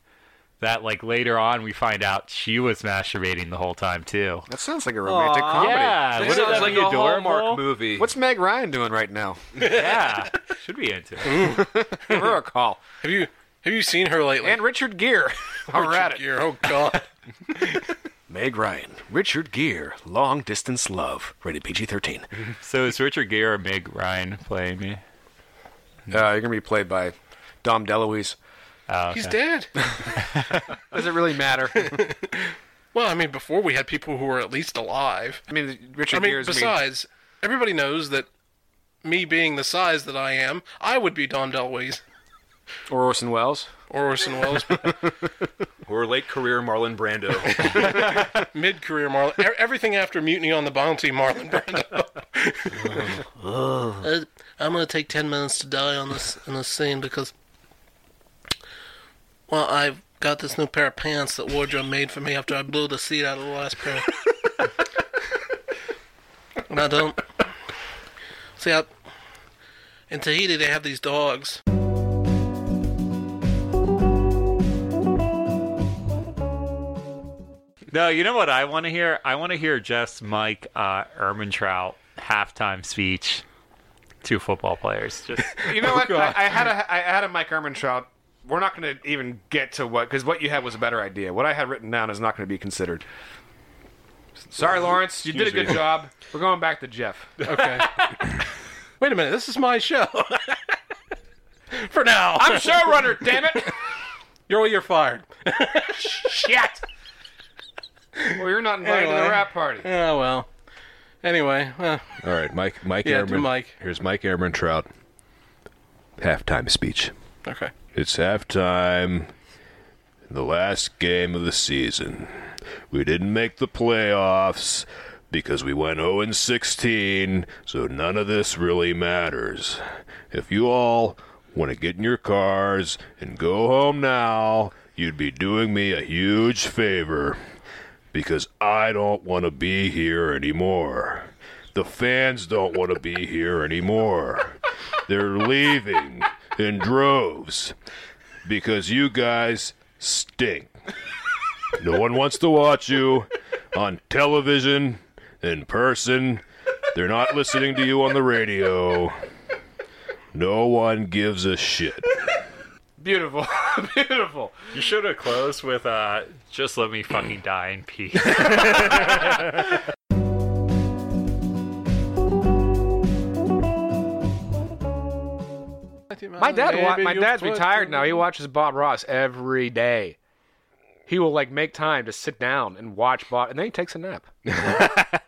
[SPEAKER 8] that like later on we find out she was masturbating the whole time too.
[SPEAKER 7] that sounds like a romantic
[SPEAKER 10] Aw,
[SPEAKER 7] comedy.
[SPEAKER 8] Yeah,
[SPEAKER 10] That
[SPEAKER 8] wouldn't
[SPEAKER 10] sounds
[SPEAKER 8] that
[SPEAKER 10] like
[SPEAKER 8] be
[SPEAKER 10] a
[SPEAKER 8] adorable?
[SPEAKER 10] Hallmark movie.
[SPEAKER 7] What's Meg Ryan doing right now?
[SPEAKER 8] Yeah, should be into it.
[SPEAKER 7] Give her a call.
[SPEAKER 9] Have you have you seen her lately?
[SPEAKER 7] And Richard Gere. All right.
[SPEAKER 9] You're- oh god.
[SPEAKER 7] Meg Ryan, Richard Gere, long distance love, rated PG 13. Uh,
[SPEAKER 8] So is Richard Gere or Meg Ryan playing me?
[SPEAKER 7] Uh, you're going to be played by Dom DeLuise.
[SPEAKER 8] Oh,
[SPEAKER 9] He's dead.
[SPEAKER 7] Does it really matter?
[SPEAKER 9] Well, I mean, before we had people who were at least alive.
[SPEAKER 7] I mean, Richard
[SPEAKER 9] I mean,
[SPEAKER 7] Gere's
[SPEAKER 9] besides, everybody knows that me being the size that I am, I would be Don DeLuise
[SPEAKER 7] or Orson Welles.
[SPEAKER 9] or Orson Welles,
[SPEAKER 10] Or late career Marlon Brando.
[SPEAKER 9] mid-career Marlon. e- Everything after Mutiny on the Bounty, Marlon Brando. Uh, I'm gonna take ten minutes to die on this on this scene because, well, I've got this new pair of pants that wardrobe made for me after I blew the seat out of the last pair. and I don't see. I, in Tahiti, they have these dogs.
[SPEAKER 8] No, you know what I want to hear? I want to hear Jeff's Mike uh, Ermintrout halftime speech to football players. Just
[SPEAKER 7] You know what? I, I had a I had a Mike Ehrmantraut. We're not going to even get to what because what you had was a better idea. What I had written down is not going to be considered. Sorry, Lawrence, you did a good job. We're going back to Jeff.
[SPEAKER 9] Okay. Wait a minute. This is my show. For now.
[SPEAKER 7] I'm showrunner, damn it!
[SPEAKER 9] You're you're fired.
[SPEAKER 7] Shit. Well, you're not invited to
[SPEAKER 9] Anyway.
[SPEAKER 7] the rap party.
[SPEAKER 9] Oh well. Anyway, uh,
[SPEAKER 10] All right, Mike. Mike.
[SPEAKER 9] Yeah, do Mike.
[SPEAKER 10] Here's Mike Airman Trout. Halftime speech.
[SPEAKER 9] okay.
[SPEAKER 10] It's halftime. The last game of the season. We didn't make the playoffs because we went 0 and 16, so none of this really matters. If you all want to get in your cars and go home now, you'd be doing me a huge favor because I don't want to be here anymore. The fans don't want to be here anymore. They're leaving in droves because you guys stink. No one wants to watch you on television, in person. They're not listening to you on the radio. No one gives a shit.
[SPEAKER 7] Beautiful, beautiful.
[SPEAKER 8] you should have closed with uh, "Just let me fucking die in peace."
[SPEAKER 7] My dad, wa- my dad's retired now. He watches Bob Ross every day. He will like make time to sit down and watch Bob, and then he takes a nap.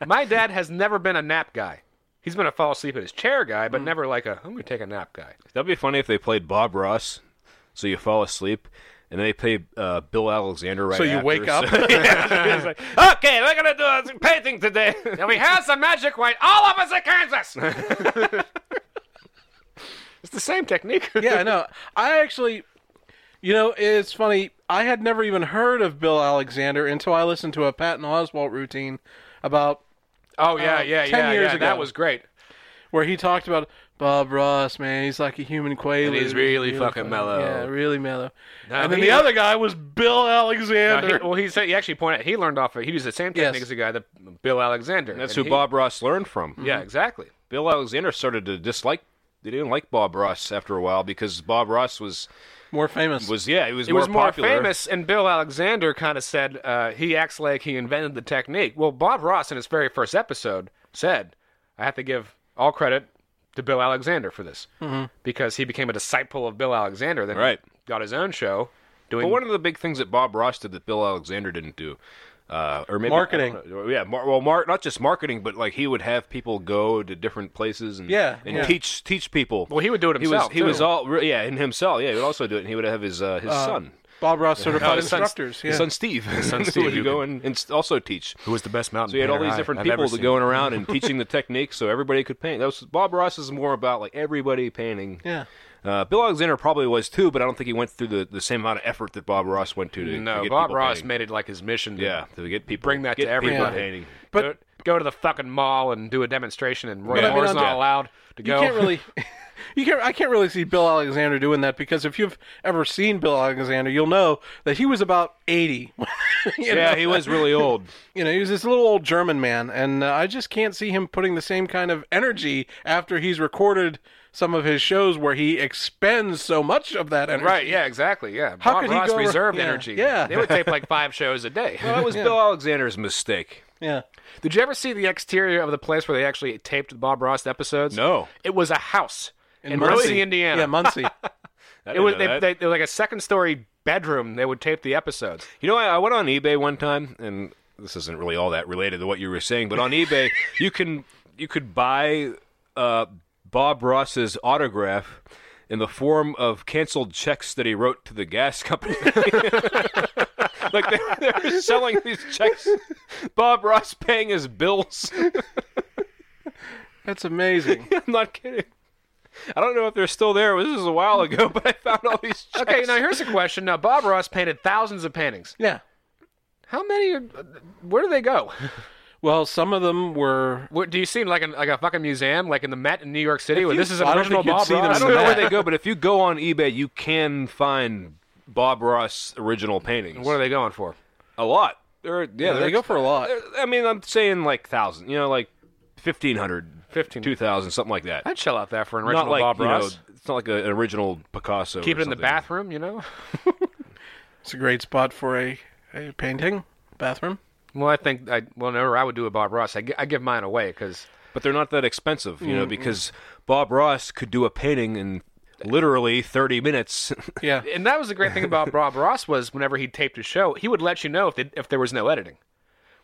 [SPEAKER 7] my dad has never been a nap guy. He's been a fall asleep in his chair guy, but never like a I'm gonna take a nap guy.
[SPEAKER 10] That'd be funny if they played Bob Ross
[SPEAKER 6] so you fall asleep. And then they play uh, Bill Alexander right
[SPEAKER 9] So you
[SPEAKER 6] after,
[SPEAKER 9] wake up?
[SPEAKER 6] Yeah. It's like, okay, we're gonna do some painting today.
[SPEAKER 7] and we have some magic white all of us in Kansas.
[SPEAKER 17] It's the same technique.
[SPEAKER 9] yeah, I know. I actually, you know, it's funny. I had never even heard of Bill Alexander until I listened to a Patton Oswalt routine about
[SPEAKER 7] Oh yeah,
[SPEAKER 9] uh,
[SPEAKER 7] yeah,
[SPEAKER 9] 10
[SPEAKER 7] yeah,
[SPEAKER 9] years
[SPEAKER 7] yeah. That
[SPEAKER 9] ago.
[SPEAKER 7] was great.
[SPEAKER 9] where he talked about Bob Ross. Man, he's like a human quaalude.
[SPEAKER 7] And he's really fucking mellow.
[SPEAKER 9] Yeah, really mellow.
[SPEAKER 7] Now,
[SPEAKER 9] and then
[SPEAKER 7] he-
[SPEAKER 9] the other guy was Bill
[SPEAKER 7] Now,
[SPEAKER 9] Alexander.
[SPEAKER 7] he, well, he said he actually pointed. He learned off. of He used the same technique
[SPEAKER 9] Yes.
[SPEAKER 7] as the guy that Bill Alexander.
[SPEAKER 6] And that's
[SPEAKER 7] and
[SPEAKER 6] who
[SPEAKER 7] he-
[SPEAKER 6] Bob Ross learned from.
[SPEAKER 7] Yeah, exactly.
[SPEAKER 6] Bill Alexander started to dislike. They didn't like Bob Ross after a while because Bob Ross was
[SPEAKER 9] More famous.
[SPEAKER 6] was yeah he was
[SPEAKER 7] It
[SPEAKER 6] more
[SPEAKER 7] was more
[SPEAKER 6] popular.
[SPEAKER 7] famous, and Bill Alexander kind of said uh, he acts like he invented the technique. Well, Bob Ross in his very first episode said, "I have to give all credit to Bill Alexander for this
[SPEAKER 9] Mm-hmm.
[SPEAKER 7] because he became a disciple of Bill Alexander, then
[SPEAKER 6] Right.
[SPEAKER 7] got his own show doing
[SPEAKER 6] But one of the big things that Bob Ross did that Bill Alexander didn't do, uh, or maybe
[SPEAKER 9] Marketing.
[SPEAKER 6] yeah, mar- well, mar- not just marketing, but like he would have people go to different places and
[SPEAKER 9] Yeah,
[SPEAKER 6] and
[SPEAKER 9] yeah.
[SPEAKER 6] teach teach people.
[SPEAKER 7] Well, he would do it himself,
[SPEAKER 6] He was he was
[SPEAKER 7] too.
[SPEAKER 6] all re- yeah, and himself yeah, he would also do it, and he would have his uh, his son.
[SPEAKER 9] Bob Ross certified
[SPEAKER 6] Oh, his son-
[SPEAKER 9] instructors.
[SPEAKER 6] His
[SPEAKER 9] yeah.
[SPEAKER 6] son Steve. His
[SPEAKER 10] son
[SPEAKER 6] would
[SPEAKER 10] Steve, who
[SPEAKER 6] go and, and s- also teach.
[SPEAKER 10] Who was the best mountain?
[SPEAKER 6] So you had all
[SPEAKER 10] painter
[SPEAKER 6] these
[SPEAKER 10] I-
[SPEAKER 6] different
[SPEAKER 10] I've
[SPEAKER 6] people
[SPEAKER 10] ever
[SPEAKER 6] to
[SPEAKER 10] seen.
[SPEAKER 6] going around and teaching the technique so everybody could paint. That was Bob Ross is more about like everybody painting.
[SPEAKER 9] Yeah.
[SPEAKER 6] Uh, Bill Alexander probably was too, but I don't think he went through the, the same amount of effort that Bob Ross went to. to to
[SPEAKER 7] No,
[SPEAKER 6] get
[SPEAKER 7] Bob
[SPEAKER 6] people
[SPEAKER 7] Ross
[SPEAKER 6] painting.
[SPEAKER 7] made it like his mission. To
[SPEAKER 6] yeah to get people
[SPEAKER 7] bring that
[SPEAKER 6] get
[SPEAKER 7] to
[SPEAKER 6] people
[SPEAKER 7] everybody.
[SPEAKER 6] painting.
[SPEAKER 7] But go, go to the fucking mall and do a demonstration, and Roy
[SPEAKER 9] But I mean,
[SPEAKER 7] Moore's
[SPEAKER 9] on
[SPEAKER 7] not
[SPEAKER 9] top-
[SPEAKER 7] allowed to
[SPEAKER 9] You
[SPEAKER 7] go.
[SPEAKER 9] can't really. You can't, I can't really see Bill Alexander doing that because if you've ever seen Bill Alexander, you'll know that he was about 80. You
[SPEAKER 6] Yeah,
[SPEAKER 9] know?
[SPEAKER 6] he was really old.
[SPEAKER 9] You know, he was this little old German man, and uh, I just can't see him putting the same kind of energy after he's recorded some of his shows where he expends so much of that energy.
[SPEAKER 7] Right? Yeah, exactly. Yeah,
[SPEAKER 9] How
[SPEAKER 7] Bob
[SPEAKER 9] could he
[SPEAKER 7] Ross
[SPEAKER 9] go over-
[SPEAKER 7] reserved
[SPEAKER 9] yeah,
[SPEAKER 7] energy.
[SPEAKER 9] yeah.
[SPEAKER 7] they would tape like five shows a day.
[SPEAKER 6] Well, that was Bill Alexander's mistake.
[SPEAKER 9] Yeah.
[SPEAKER 7] Did you ever see the exterior of the place where they actually taped the Bob Ross episodes?
[SPEAKER 6] No.
[SPEAKER 7] It was a house in, Muncie, Indiana.
[SPEAKER 9] Yeah, Muncie.
[SPEAKER 6] I
[SPEAKER 7] it
[SPEAKER 6] didn't
[SPEAKER 7] was
[SPEAKER 6] know
[SPEAKER 7] they,
[SPEAKER 6] that.
[SPEAKER 7] they, they were like a second story bedroom. They would tape the episodes.
[SPEAKER 6] You know, I, I went on eBay one time, and this isn't really all that related to what you were saying, but on eBay, you can you could buy uh, Bob Ross's autograph in the form of canceled checks that he wrote to the gas company. like they, they're selling these checks, Bob Ross paying his bills.
[SPEAKER 9] That's amazing.
[SPEAKER 6] I'm not kidding. I don't know if they're still there. This is a while ago, but I found all these checks.
[SPEAKER 7] Okay, now here's a question. Now Bob Ross painted thousands of paintings.
[SPEAKER 9] Yeah.
[SPEAKER 7] How many? Are, where do they go?
[SPEAKER 9] Well, some of them were.
[SPEAKER 7] Where, do you see like an, like a fucking museum, like in the Met in New York City, where
[SPEAKER 9] you-
[SPEAKER 7] this is an
[SPEAKER 9] I don't
[SPEAKER 7] original
[SPEAKER 9] think you'd
[SPEAKER 7] Bob
[SPEAKER 9] see them
[SPEAKER 7] Ross?
[SPEAKER 6] I don't know where they go, but if you go on eBay, you can find Bob Ross original paintings.
[SPEAKER 7] What are they going for?
[SPEAKER 6] A lot. They're, yeah,
[SPEAKER 9] they go for a lot.
[SPEAKER 6] I mean, I'm saying like thousand. You know, like 1,500,
[SPEAKER 7] 15.
[SPEAKER 6] 2,000, something like that.
[SPEAKER 7] I'd shell out that for an original
[SPEAKER 6] Not like
[SPEAKER 7] Bob
[SPEAKER 6] you know,
[SPEAKER 7] Ross.
[SPEAKER 6] it's not like a, an original Picasso.
[SPEAKER 7] Keep
[SPEAKER 6] or
[SPEAKER 7] it in the
[SPEAKER 6] something.
[SPEAKER 7] bathroom, you know.
[SPEAKER 9] It's a great spot for a, a painting, bathroom.
[SPEAKER 7] Well, I think I well, no, I would do a Bob Ross. I, gi- I give mine away because
[SPEAKER 6] but they're not that expensive, you know, because Bob Ross could do a painting in literally 30 minutes.
[SPEAKER 9] Yeah.
[SPEAKER 7] and that was the great thing about Bob Ross was whenever he taped his show, he would let you know if they, if there was no editing.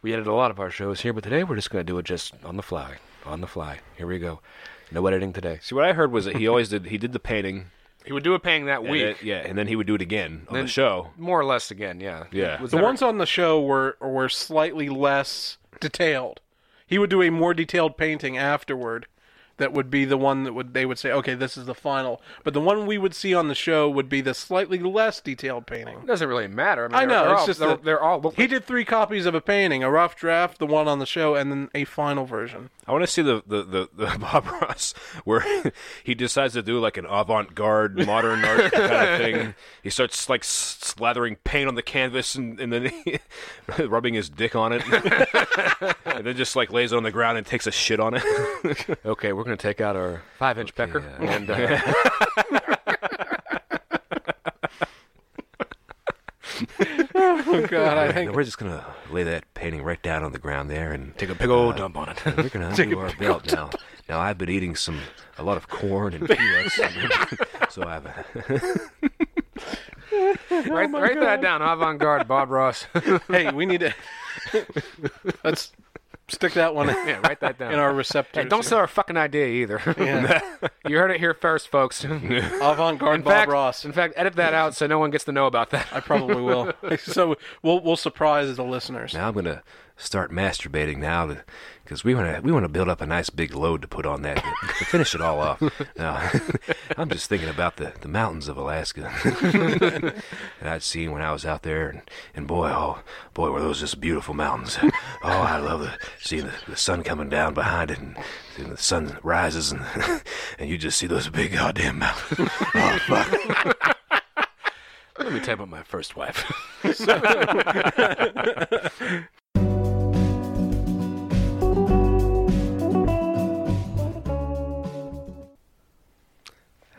[SPEAKER 7] We edit a lot of our shows here, but today we're just going to do it just on the fly, on the fly. Here we go, no editing today.
[SPEAKER 6] See, what I heard was that he always did. He did the painting.
[SPEAKER 7] He would do a painting that
[SPEAKER 6] and
[SPEAKER 7] week,
[SPEAKER 6] it- yeah, and then he would do it again on the show.
[SPEAKER 7] more or less again. Yeah,
[SPEAKER 6] Yeah.
[SPEAKER 7] It was
[SPEAKER 9] The
[SPEAKER 7] never-
[SPEAKER 9] ones on the show were were slightly less detailed. He would do a more detailed painting afterward. That would be the one that would they would say, okay, this is the final. But the one we would see on the show would be the slightly less detailed painting.
[SPEAKER 7] It doesn't really matter. I, mean,
[SPEAKER 9] I
[SPEAKER 7] they're-
[SPEAKER 9] know.
[SPEAKER 7] They're
[SPEAKER 9] it's
[SPEAKER 7] all,
[SPEAKER 9] just
[SPEAKER 7] they're,
[SPEAKER 9] that
[SPEAKER 7] they're all.
[SPEAKER 9] He did three copies of a painting: a rough draft, the one on the show, and then a final version.
[SPEAKER 6] I want to see the, the, the, the Bob Ross where he decides to do like an avant-garde modern art kind of thing. He starts like s- slathering paint on the canvas and, and then he, rubbing his dick on it, and then just like lays it on the ground and takes a shit on it.
[SPEAKER 7] Okay, we're going to take out our five-inch pecker and. Uh,
[SPEAKER 6] uh,
[SPEAKER 9] Oh God, I think
[SPEAKER 6] we're just gonna lay that painting right down on the ground there and take a
[SPEAKER 7] big old dump on it.
[SPEAKER 6] We're gonna undo our belt now. Now I've been eating some a lot of corn and peanuts, so I've Oh
[SPEAKER 7] Write, write that down. Avant garde, Bob Ross.
[SPEAKER 9] hey, we need to. Let's Stick that one.
[SPEAKER 7] yeah, write that down.
[SPEAKER 9] In our receptors.
[SPEAKER 7] Hey, don't sell our fucking idea either. you heard it here first, folks.
[SPEAKER 9] Avant-garde
[SPEAKER 7] in
[SPEAKER 9] Bob
[SPEAKER 7] fact,
[SPEAKER 9] Ross.
[SPEAKER 7] In fact, edit that out so no one gets to know about that.
[SPEAKER 9] I probably will. so we'll we'll surprise the listeners.
[SPEAKER 6] Now I'm gonna start masturbating now because we wanna we wanna build up a nice big load to put on that to, to finish it all off. Now I'm just thinking about the, the mountains of Alaska that I'd seen when I was out there, and, and boy, oh boy, were those just beautiful mountains. Oh, I love the, seeing the, the sun coming down behind it, and, and the sun rises, and and you just see those big goddamn mountains. Oh fuck.
[SPEAKER 7] Let me tell you about my first wife.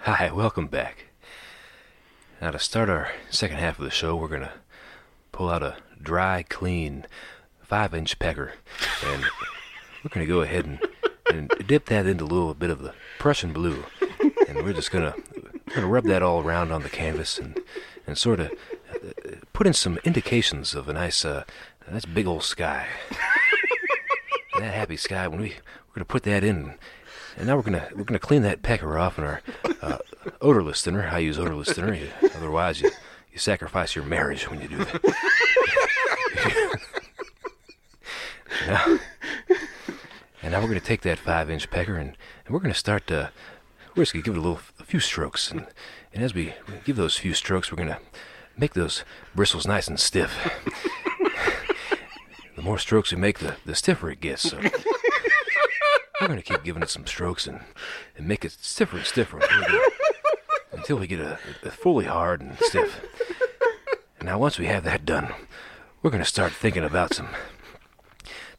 [SPEAKER 6] Hi, welcome back. Now, to start our second half of the show, we're going to pull out a dry, clean, five inch pecker. And we're going to go ahead and, and dip that into a little bit of the Prussian blue. And we're just going to we're gonna rub that all around on the canvas and, and sort of uh, put in some indications of a nice, uh, a nice big old sky. that happy sky, when we, we're going to put that in. And now we're gonna we're gonna clean that pecker off in our uh, odorless thinner. I use odorless thinner. You, otherwise, you, you sacrifice your marriage when you do that. now, and now we're gonna take that five inch pecker and, and we're gonna start to we're just gonna give it a little a few strokes and and as we give those few strokes, we're gonna make those bristles nice and stiff. the more strokes we make, the the stiffer it gets. So. We're gonna keep giving it some strokes and, and make it stiffer and stiffer until we get, until we get a, a fully hard and stiff. And now once we have that done, we're gonna start thinking about some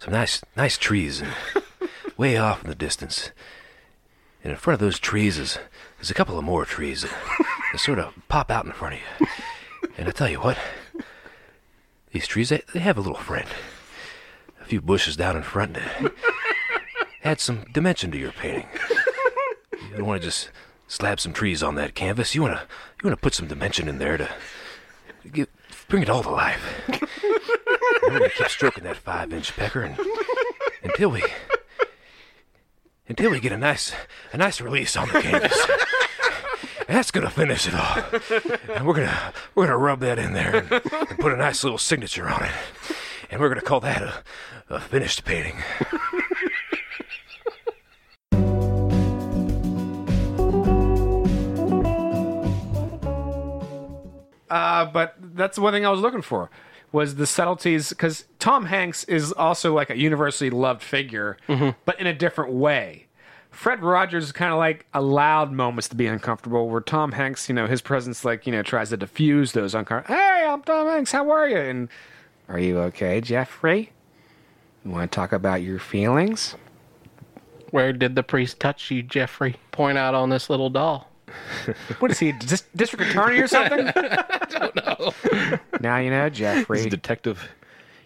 [SPEAKER 6] some nice nice trees and way off in the distance. And in front of those trees is there's a couple of more trees that, that sort of pop out in front of you. And I tell you what, these trees they, they have a little friend. A few bushes down in front that add some dimension to your painting. You don't want to just slab some trees on that canvas. You want to you want to put some dimension in there to give, bring it all to life. And we're gonna keep stroking that five-inch pecker and, until we until we get a nice a nice release on the canvas. And that's gonna finish it all. And we're gonna we're gonna rub that in there and, and put a nice little signature on it. And we're gonna call that a, a finished painting.
[SPEAKER 7] Uh, but that's one thing I was looking for was the subtleties because Tom Hanks is also like a universally loved figure,
[SPEAKER 3] Mm-hmm.
[SPEAKER 7] but in a different way. Fred Rogers is kind of like allowed moments to be uncomfortable, where Tom Hanks, you know, his presence like you know tries to diffuse those uncomfortable. Hey, I'm Tom Hanks. How are you? And are you okay, Jeffrey? You want to talk about your feelings?
[SPEAKER 9] Where did the priest touch you, Jeffrey? Point out on this little doll.
[SPEAKER 7] what is he, dis- district attorney or something? Now you know, Jeffrey.
[SPEAKER 3] He's a detective.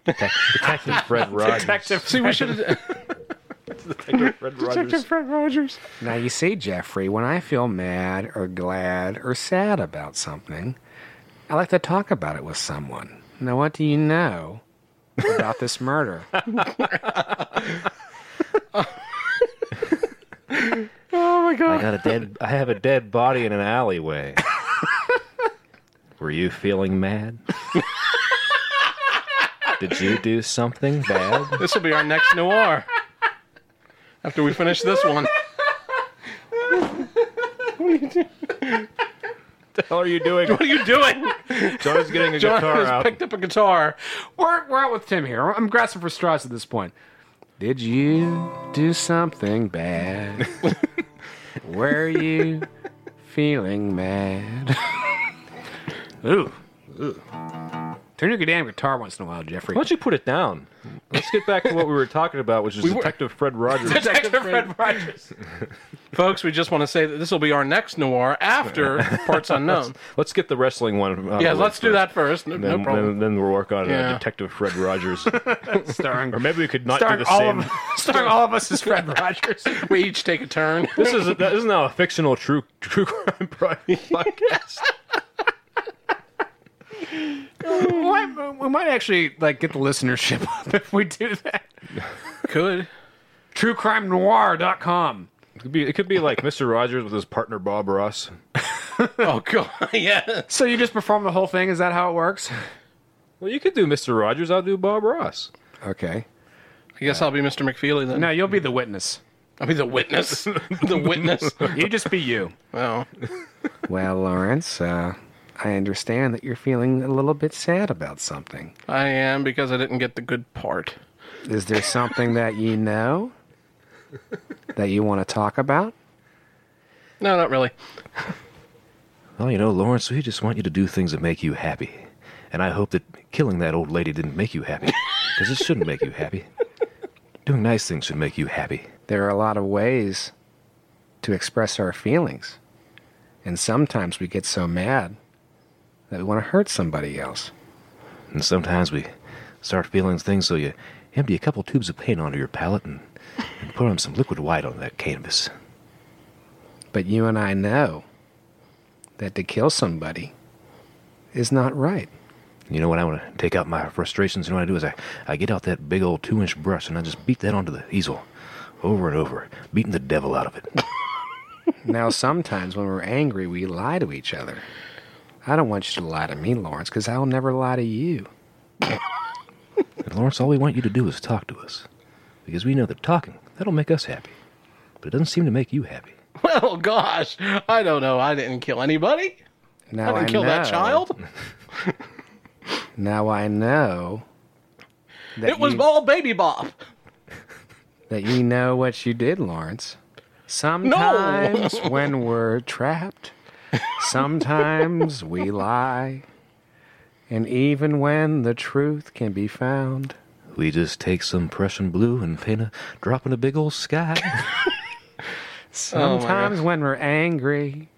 [SPEAKER 3] Detective Fred Rogers.
[SPEAKER 7] Detective.
[SPEAKER 9] See, we should.
[SPEAKER 3] Detective Fred Rogers.
[SPEAKER 7] Fred Rogers. Now you see, Jeffrey, when I feel mad or glad or sad about something, I like to talk about it with someone. Now, what do you know about this murder?
[SPEAKER 9] Oh my
[SPEAKER 18] I got a dead. I have a dead body in an alleyway. Were you feeling mad? Did you do something bad?
[SPEAKER 9] This will be our next noir. After we finish this one.
[SPEAKER 3] the hell are you doing?
[SPEAKER 9] What are you doing?
[SPEAKER 3] John's getting a
[SPEAKER 9] John
[SPEAKER 3] guitar
[SPEAKER 9] has
[SPEAKER 3] out.
[SPEAKER 9] picked up a guitar.
[SPEAKER 7] We're, we're out with Tim here. I'm grasping for straws at this point. Did you do something bad? Were you feeling mad? Ooh. Ooh. Turn your damn guitar once in a while, Jeffrey.
[SPEAKER 3] Why don't you put it down? Let's get back to what we were talking about, which is Detective Fred Rogers.
[SPEAKER 9] Detective Fred Rogers. Folks, we just want to say that this will be our next noir after Parts Unknown.
[SPEAKER 3] Let's, let's get the wrestling one. out of
[SPEAKER 9] yeah,
[SPEAKER 3] the way
[SPEAKER 9] let's do that first. No,
[SPEAKER 3] Then,
[SPEAKER 9] no problem.
[SPEAKER 3] then, then we'll work on uh,
[SPEAKER 9] Yeah.
[SPEAKER 3] Detective Fred Rogers.
[SPEAKER 7] starring,
[SPEAKER 3] or maybe we could not do
[SPEAKER 7] starring
[SPEAKER 3] the
[SPEAKER 7] all
[SPEAKER 3] same.
[SPEAKER 7] of starring all of us as Fred Rogers.
[SPEAKER 9] we each take a turn.
[SPEAKER 3] This is that is now a fictional true true crime pro- podcast. we, might, we might actually like get the listenership up if we do that.
[SPEAKER 10] Could.
[SPEAKER 3] TrueCrimeNoir.com.
[SPEAKER 10] It could be, it could be like Mr. Rogers with his partner Bob Ross.
[SPEAKER 3] oh god, yeah. So you just perform the whole thing? Is that how it works?
[SPEAKER 10] Well, you could do Mr. Rogers. I'll do Bob Ross.
[SPEAKER 3] Okay.
[SPEAKER 9] I guess I'll be Mr. McFeely then.
[SPEAKER 3] No, you'll be the witness.
[SPEAKER 9] I'll be the witness. the witness.
[SPEAKER 3] you just be you.
[SPEAKER 9] Well.
[SPEAKER 7] Well, Lawrence, uh, I understand that you're feeling a little bit sad about something.
[SPEAKER 9] I am because I didn't get the good part.
[SPEAKER 7] Is there something that you know that you want to talk about?
[SPEAKER 9] No, not really.
[SPEAKER 6] Well, you know, Lawrence, we just want you to do things that make you happy. And I hope that killing that old lady didn't make you happy, because it shouldn't make you happy.
[SPEAKER 7] Doing nice things should make you happy. There are a lot of ways to express our feelings. And sometimes we get so mad that we want to hurt somebody else.
[SPEAKER 6] And sometimes we start feeling things, so you empty a couple tubes of paint onto your palette and, and put on some liquid white on that canvas.
[SPEAKER 7] But you and I know that to kill somebody is not right.
[SPEAKER 6] You know what I want to take out my frustrations? You know what I do is I, I get out that big old two inch brush and I just beat that onto the easel over and over, beating the devil out of it.
[SPEAKER 7] now, sometimes when we're angry, we lie to each other. I don't want you to lie to me, Lawrence, because I'll never lie to you.
[SPEAKER 6] and Lawrence, all we want you to do is talk to us. Because we know that talking, that'll make us happy. But it doesn't seem to make you happy.
[SPEAKER 9] Well, gosh, I don't know. I didn't kill anybody. I
[SPEAKER 7] Now
[SPEAKER 9] didn't kill that
[SPEAKER 7] know-
[SPEAKER 9] child.
[SPEAKER 7] Now I know that
[SPEAKER 9] It was
[SPEAKER 7] you-
[SPEAKER 9] all baby Bob.
[SPEAKER 7] that you know what you did, Lawrence. Sometimes when we're trapped, sometimes we lie. And even when the truth can be found,
[SPEAKER 6] We just take some Prussian blue and paint a drop in a big old sky.
[SPEAKER 9] Oh, my
[SPEAKER 7] sometimes when we're angry,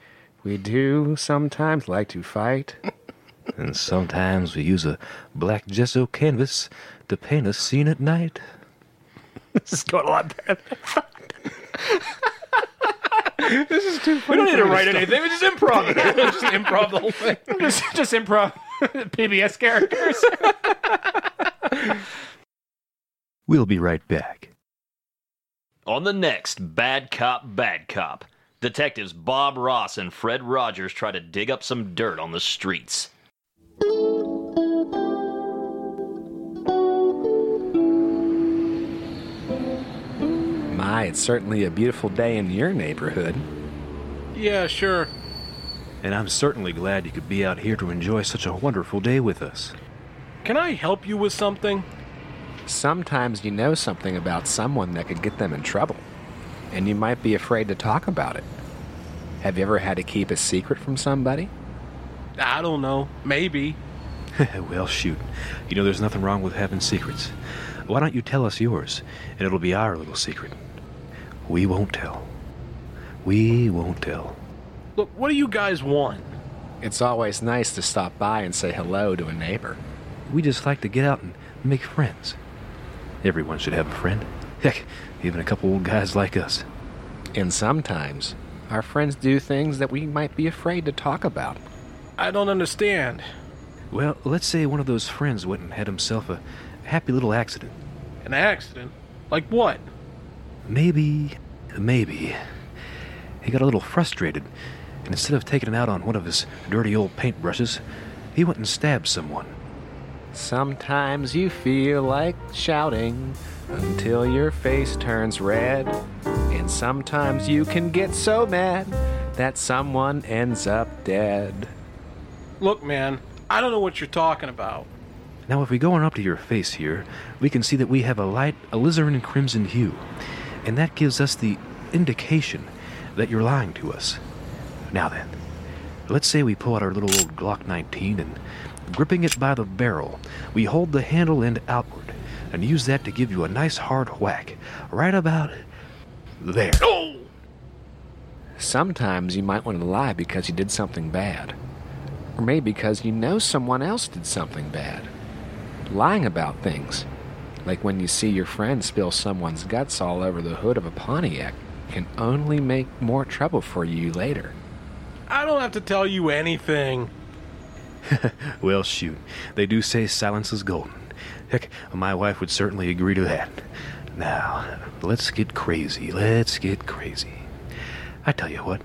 [SPEAKER 7] we do sometimes like to fight.
[SPEAKER 6] and sometimes we use a black gesso canvas to paint a scene at night.
[SPEAKER 3] This is going a lot better.
[SPEAKER 9] this is too
[SPEAKER 3] We don't need to write
[SPEAKER 10] anything. We just improv.
[SPEAKER 3] just improv the whole thing. Just, just improv PBS characters.
[SPEAKER 19] We'll be right back.
[SPEAKER 20] On the next Bad Cop, Bad Cop, detectives Bob Ross and Fred Rogers try to dig up some dirt on the streets.
[SPEAKER 7] My, it's certainly a beautiful day in your neighborhood.
[SPEAKER 9] Yeah, sure.
[SPEAKER 6] And I'm certainly glad you could be out here to enjoy such a wonderful day with us.
[SPEAKER 9] Can I help you with something?
[SPEAKER 7] Sometimes you know something about someone that could get them in trouble, and you might be afraid to talk about it. Have you ever had to keep a secret from somebody?
[SPEAKER 9] I don't know. Maybe.
[SPEAKER 6] well, shoot. You know, there's nothing wrong with having secrets. Why don't you tell us yours, and it'll be our little secret? We won't tell. We won't tell.
[SPEAKER 9] Look, what do you guys want?
[SPEAKER 7] It's always nice to stop by and say hello to a neighbor.
[SPEAKER 6] We just like to get out and make friends. Everyone should have a friend. Heck, even a couple old guys like us.
[SPEAKER 7] And sometimes our friends do things that we might be afraid to talk about.
[SPEAKER 9] I don't understand.
[SPEAKER 6] Well, let's say one of those friends went and had himself a happy little accident.
[SPEAKER 9] An accident? Like what?
[SPEAKER 6] Maybe, maybe. He got a little frustrated, and instead of taking it out on one of his dirty old paintbrushes, he went and stabbed someone.
[SPEAKER 7] Sometimes you feel like shouting until your face turns red. And sometimes you can get so mad that someone ends up dead.
[SPEAKER 9] Look, man, I don't know what you're talking about.
[SPEAKER 6] Now, if we go on up to your face here, we can see that we have a light alizarin and crimson hue, and that gives us the indication that you're lying to us. Now then, let's say we pull out our little old Glock 19 and, gripping it by the barrel, we hold the handle end outward and use that to give you a nice hard whack, right about there.
[SPEAKER 7] Sometimes you might want to lie because you did something bad. Or maybe because you know someone else did something bad. Lying about things, like when you see your friend spill someone's guts all over the hood of a Pontiac, can only make more trouble for you later.
[SPEAKER 9] I don't have to tell you anything.
[SPEAKER 21] well, shoot. They do say silence is golden. Heck, my wife would certainly agree to that. Now, let's get crazy. Let's get crazy. I tell you what,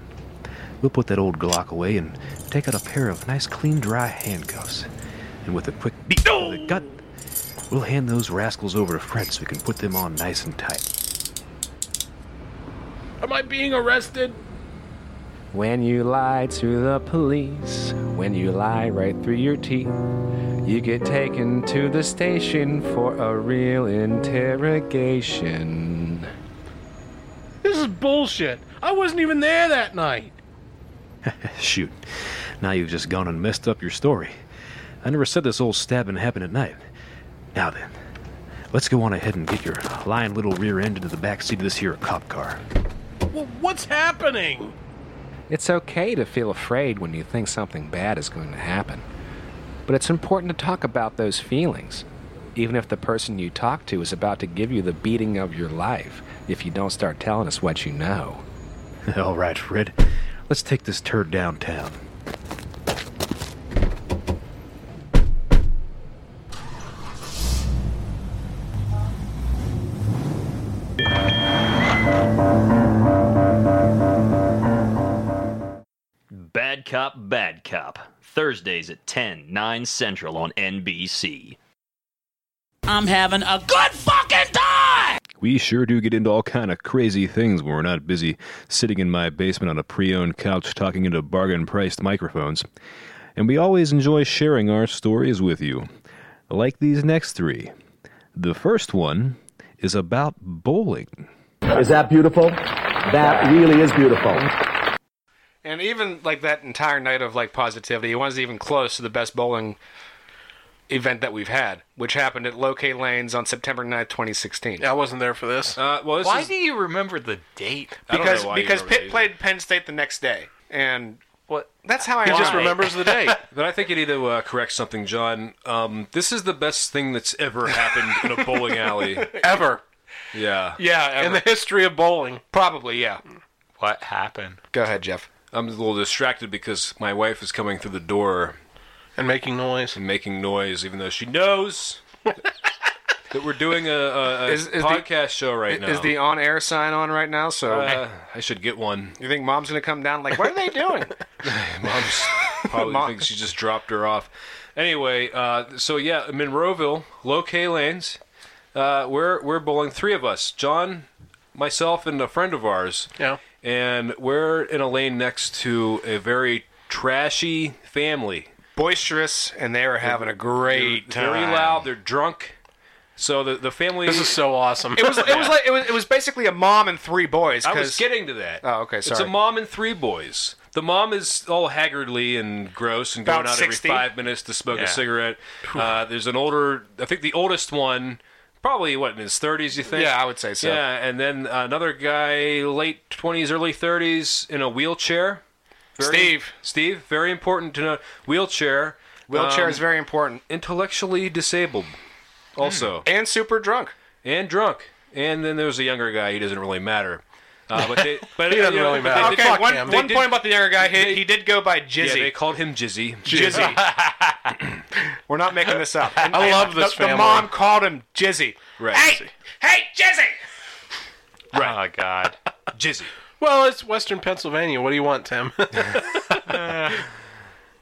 [SPEAKER 21] we'll put that old Glock away and take out a pair of nice, clean, dry handcuffs. And with a quick beat of the gut, we'll hand those rascals over to Fred so we can put them on nice and tight.
[SPEAKER 9] Am I being arrested?
[SPEAKER 22] When you lie to the police, when you lie right through your teeth, you get taken to the station for a real interrogation.
[SPEAKER 9] This is bullshit. I wasn't even there that night.
[SPEAKER 21] Shoot, now you've just gone and messed up your story. I never said this old stabbing happened at night. Now then, let's go on ahead and get your lying little rear end into the back seat of this here cop car.
[SPEAKER 9] Well, what's happening?
[SPEAKER 22] It's okay to feel afraid when you think something bad is going to happen, but it's important to talk about those feelings. Even if the person you talk to is about to give you the beating of your life, if you don't start telling us what you know.
[SPEAKER 21] All right, Fred. Let's take this turd downtown.
[SPEAKER 20] Bad Cop, Bad Cop. Thursdays at 10, 9 Central on NBC.
[SPEAKER 1] I'm having a good fucking time!
[SPEAKER 23] We sure do get into all kind of crazy things when we're not busy sitting in my basement on a pre-owned couch talking into bargain-priced microphones. And we always enjoy sharing our stories with you, like these next three. The first one is about bowling.
[SPEAKER 24] Is that beautiful? That really is beautiful.
[SPEAKER 7] And even like that entire night of like positivity, it wasn't even close to the best bowling event that we've had, which happened at Locate Lanes on September 9th, 2016.
[SPEAKER 9] I wasn't there for this.
[SPEAKER 7] Uh, well, this
[SPEAKER 9] Why
[SPEAKER 7] is
[SPEAKER 9] do
[SPEAKER 8] you remember the date?
[SPEAKER 7] because because Pitt played Penn State the next day, and
[SPEAKER 8] what?
[SPEAKER 7] That's how I
[SPEAKER 6] He just
[SPEAKER 7] why.
[SPEAKER 6] remembers the date. but I think you need to uh, correct something, John. Um, this is the best thing that's ever happened in a bowling alley.
[SPEAKER 9] Ever.
[SPEAKER 6] Yeah.
[SPEAKER 9] Yeah,
[SPEAKER 6] ever.
[SPEAKER 9] in the history of bowling.
[SPEAKER 7] Probably, yeah.
[SPEAKER 8] What happened?
[SPEAKER 7] Go ahead, Jeff.
[SPEAKER 6] I'm a little distracted because my wife is coming through the door
[SPEAKER 9] and making noise.
[SPEAKER 6] And making noise, even though she knows that we're doing a, a, a
[SPEAKER 7] Is- is the-
[SPEAKER 6] podcast show right now.
[SPEAKER 7] Is the on-air sign on right now? So
[SPEAKER 6] Uh, I should get one.
[SPEAKER 7] you think Mom's gonna come down? Like, what are they doing?
[SPEAKER 6] Mom's probably
[SPEAKER 7] Mom-
[SPEAKER 6] thinks she just dropped her off. Anyway, uh, so yeah, Monroeville, Low K Lanes. Uh, we're we're bowling three of us, John, myself, and a friend of ours.
[SPEAKER 9] Yeah.
[SPEAKER 6] And we're in a lane next to a very trashy family.
[SPEAKER 7] Boisterous, and they are having a great
[SPEAKER 6] Very
[SPEAKER 7] time.
[SPEAKER 6] loud. They're drunk. So the the family.
[SPEAKER 7] This is
[SPEAKER 9] so awesome. It
[SPEAKER 7] was it was like it was, it was basically a mom and three boys.
[SPEAKER 6] I was
[SPEAKER 7] 'cause-
[SPEAKER 6] getting to that.
[SPEAKER 7] Oh, okay,
[SPEAKER 6] It's
[SPEAKER 7] sorry.
[SPEAKER 6] a mom and three boys. The mom is all haggardly and gross and
[SPEAKER 7] About
[SPEAKER 6] going out
[SPEAKER 7] 60.
[SPEAKER 6] every five minutes to smoke
[SPEAKER 7] Yeah.
[SPEAKER 6] a cigarette. Uh, there's an older, I think the oldest one, probably what in his 30s, you think?
[SPEAKER 7] Yeah, I would say so.
[SPEAKER 6] Yeah, and then another guy, late 20s, early 30s, in a wheelchair. Steve. Steve, very important to know. Wheelchair. Um,
[SPEAKER 7] Wheelchair is
[SPEAKER 6] very important. Intellectually disabled, also.
[SPEAKER 7] Hmm. And super drunk.
[SPEAKER 6] And drunk. And then there's a younger guy. He doesn't really matter. Uh, but they, but
[SPEAKER 7] He doesn't
[SPEAKER 6] you know,
[SPEAKER 7] really
[SPEAKER 6] but they
[SPEAKER 7] matter.
[SPEAKER 6] did-
[SPEAKER 7] Okay, one-
[SPEAKER 6] they
[SPEAKER 7] one
[SPEAKER 6] did-
[SPEAKER 7] point about the younger guy, he-
[SPEAKER 6] they-
[SPEAKER 7] he did go by Jizzy.
[SPEAKER 6] Yeah, they called him Jizzy.
[SPEAKER 7] Jizzy. We're not making this up. And-
[SPEAKER 6] I love
[SPEAKER 7] and
[SPEAKER 6] this
[SPEAKER 7] the,
[SPEAKER 6] family.
[SPEAKER 7] The mom called him Jizzy.
[SPEAKER 6] Right.
[SPEAKER 7] Hey, hey, Jizzy.
[SPEAKER 8] Right. Oh God.
[SPEAKER 6] Jizzy.
[SPEAKER 9] Well, it's Western Pennsylvania. What do you want, Tim?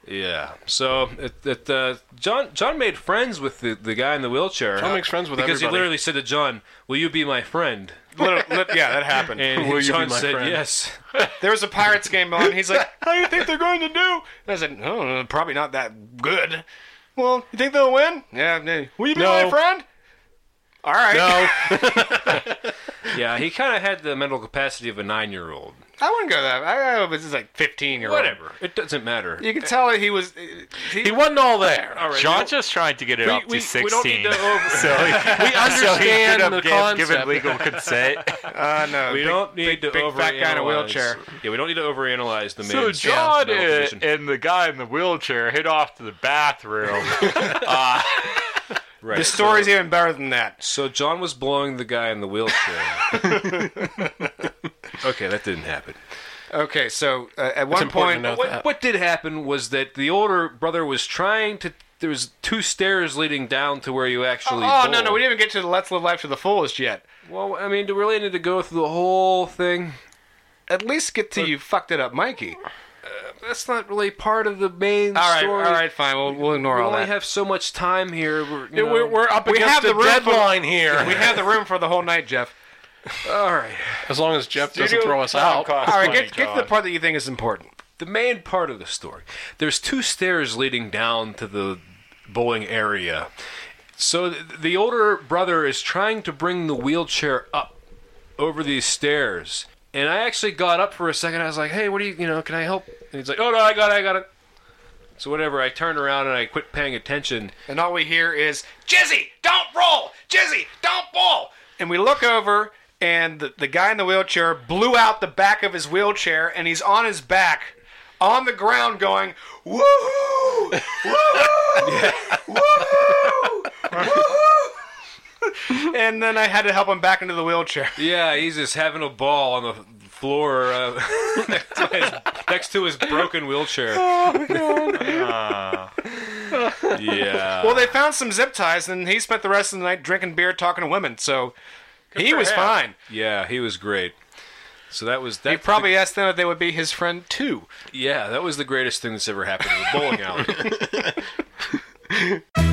[SPEAKER 6] Yeah. So it, it, uh, John John made friends with the, the guy in the wheelchair.
[SPEAKER 9] John makes friends with
[SPEAKER 6] because he
[SPEAKER 9] everybody.
[SPEAKER 6] literally said to John, "Will you be my friend?"
[SPEAKER 7] Lit- lit- yeah, that happened.
[SPEAKER 6] And
[SPEAKER 7] Will you be
[SPEAKER 6] John
[SPEAKER 7] my
[SPEAKER 6] said
[SPEAKER 7] friend?
[SPEAKER 6] yes.
[SPEAKER 7] There was a Pirates game on. He's like, "How do you think they're going to do?" And I said, "Oh, probably not that good." Well, you think they'll win? Yeah. no. Will you be
[SPEAKER 6] No.
[SPEAKER 7] my friend? All right.
[SPEAKER 6] Yeah, he kind of had the mental capacity of a nine year old.
[SPEAKER 7] I wouldn't go that. I, I was just like fifteen year old.
[SPEAKER 6] Whatever. It doesn't matter.
[SPEAKER 7] You could tell he was. He,
[SPEAKER 9] wasn't uh, all there.
[SPEAKER 6] All right,
[SPEAKER 8] John's just trying to get it
[SPEAKER 6] We-
[SPEAKER 8] up
[SPEAKER 6] we-
[SPEAKER 8] to
[SPEAKER 6] we
[SPEAKER 8] 16.
[SPEAKER 6] don't need to over-
[SPEAKER 8] so he,
[SPEAKER 6] We
[SPEAKER 8] so he
[SPEAKER 6] understand
[SPEAKER 8] should have
[SPEAKER 6] the
[SPEAKER 8] gave- given
[SPEAKER 6] concept.
[SPEAKER 8] legal consent.
[SPEAKER 7] Uh, no,
[SPEAKER 6] we
[SPEAKER 7] big-
[SPEAKER 6] don't need
[SPEAKER 7] big-
[SPEAKER 6] to
[SPEAKER 7] big
[SPEAKER 6] overanalyze.
[SPEAKER 7] fat guy in a wheelchair.
[SPEAKER 6] Yeah, we don't need to overanalyze the man.
[SPEAKER 8] So John and, and the guy in the wheelchair hit off to the bathroom. uh,
[SPEAKER 6] Right.
[SPEAKER 7] The story's even better than that.
[SPEAKER 6] So John was blowing the guy in the wheelchair. okay, that didn't happen.
[SPEAKER 7] Okay, so uh, at one point,
[SPEAKER 6] what, what did happen was that the older brother was trying to. There was two stairs leading down to where you actually.
[SPEAKER 7] Oh no,
[SPEAKER 6] bowl.
[SPEAKER 7] no, we didn't even get to the Let's Live Life to the Fullest yet.
[SPEAKER 6] Well, I mean, do we really need to go through the whole thing?
[SPEAKER 7] At least get to you fucked it up, Mikey.
[SPEAKER 6] Uh, That's not really part of the main
[SPEAKER 7] All right, all
[SPEAKER 6] story.
[SPEAKER 7] right, fine. We'll, we'll ignore
[SPEAKER 6] we
[SPEAKER 7] all
[SPEAKER 6] only
[SPEAKER 7] that.
[SPEAKER 6] have so much time here. We're, you know-
[SPEAKER 7] we're, we're up
[SPEAKER 6] We
[SPEAKER 7] against
[SPEAKER 6] have the
[SPEAKER 7] room for-
[SPEAKER 6] deadline here.
[SPEAKER 7] We have the room for the whole night, Jeff.
[SPEAKER 6] All right.
[SPEAKER 9] As long as Jeff doesn't
[SPEAKER 6] Studio
[SPEAKER 9] throw us
[SPEAKER 6] time
[SPEAKER 9] out.
[SPEAKER 6] costs
[SPEAKER 7] All right,
[SPEAKER 6] money,
[SPEAKER 7] get, get to the
[SPEAKER 6] John.
[SPEAKER 7] part that you think is important.
[SPEAKER 6] The main part of the story. There's two stairs leading down to the bowling area. So th- the older brother is trying to bring the wheelchair up over these stairs. And I actually got up for a second. I was like, "Hey, what do you, you know, can I help?" And he's like, "Oh no, I got it, I got it." So whatever, I turned around and I quit paying attention.
[SPEAKER 7] And all we hear is Jizzy, don't roll! Jizzy, don't ball! And we look over, and the, the guy in the wheelchair blew out the back of his wheelchair, and he's on his back, on the ground, going, woohoo! Woohoo! Woohoo! Woohoo! and then I had to help him back into the wheelchair.
[SPEAKER 6] Yeah, he's just having a ball on the floor uh, next, to his, next to his broken wheelchair. Ah. yeah.
[SPEAKER 7] Well, they found some zip ties, and he spent the rest of the night drinking beer, talking to women, so he
[SPEAKER 6] for
[SPEAKER 7] was
[SPEAKER 6] him.
[SPEAKER 7] fine.
[SPEAKER 6] Yeah, he was great. So that was that.
[SPEAKER 7] He probably asked them if they would be his friend too.
[SPEAKER 6] Yeah, that was the greatest thing that's ever happened to the bowling alley.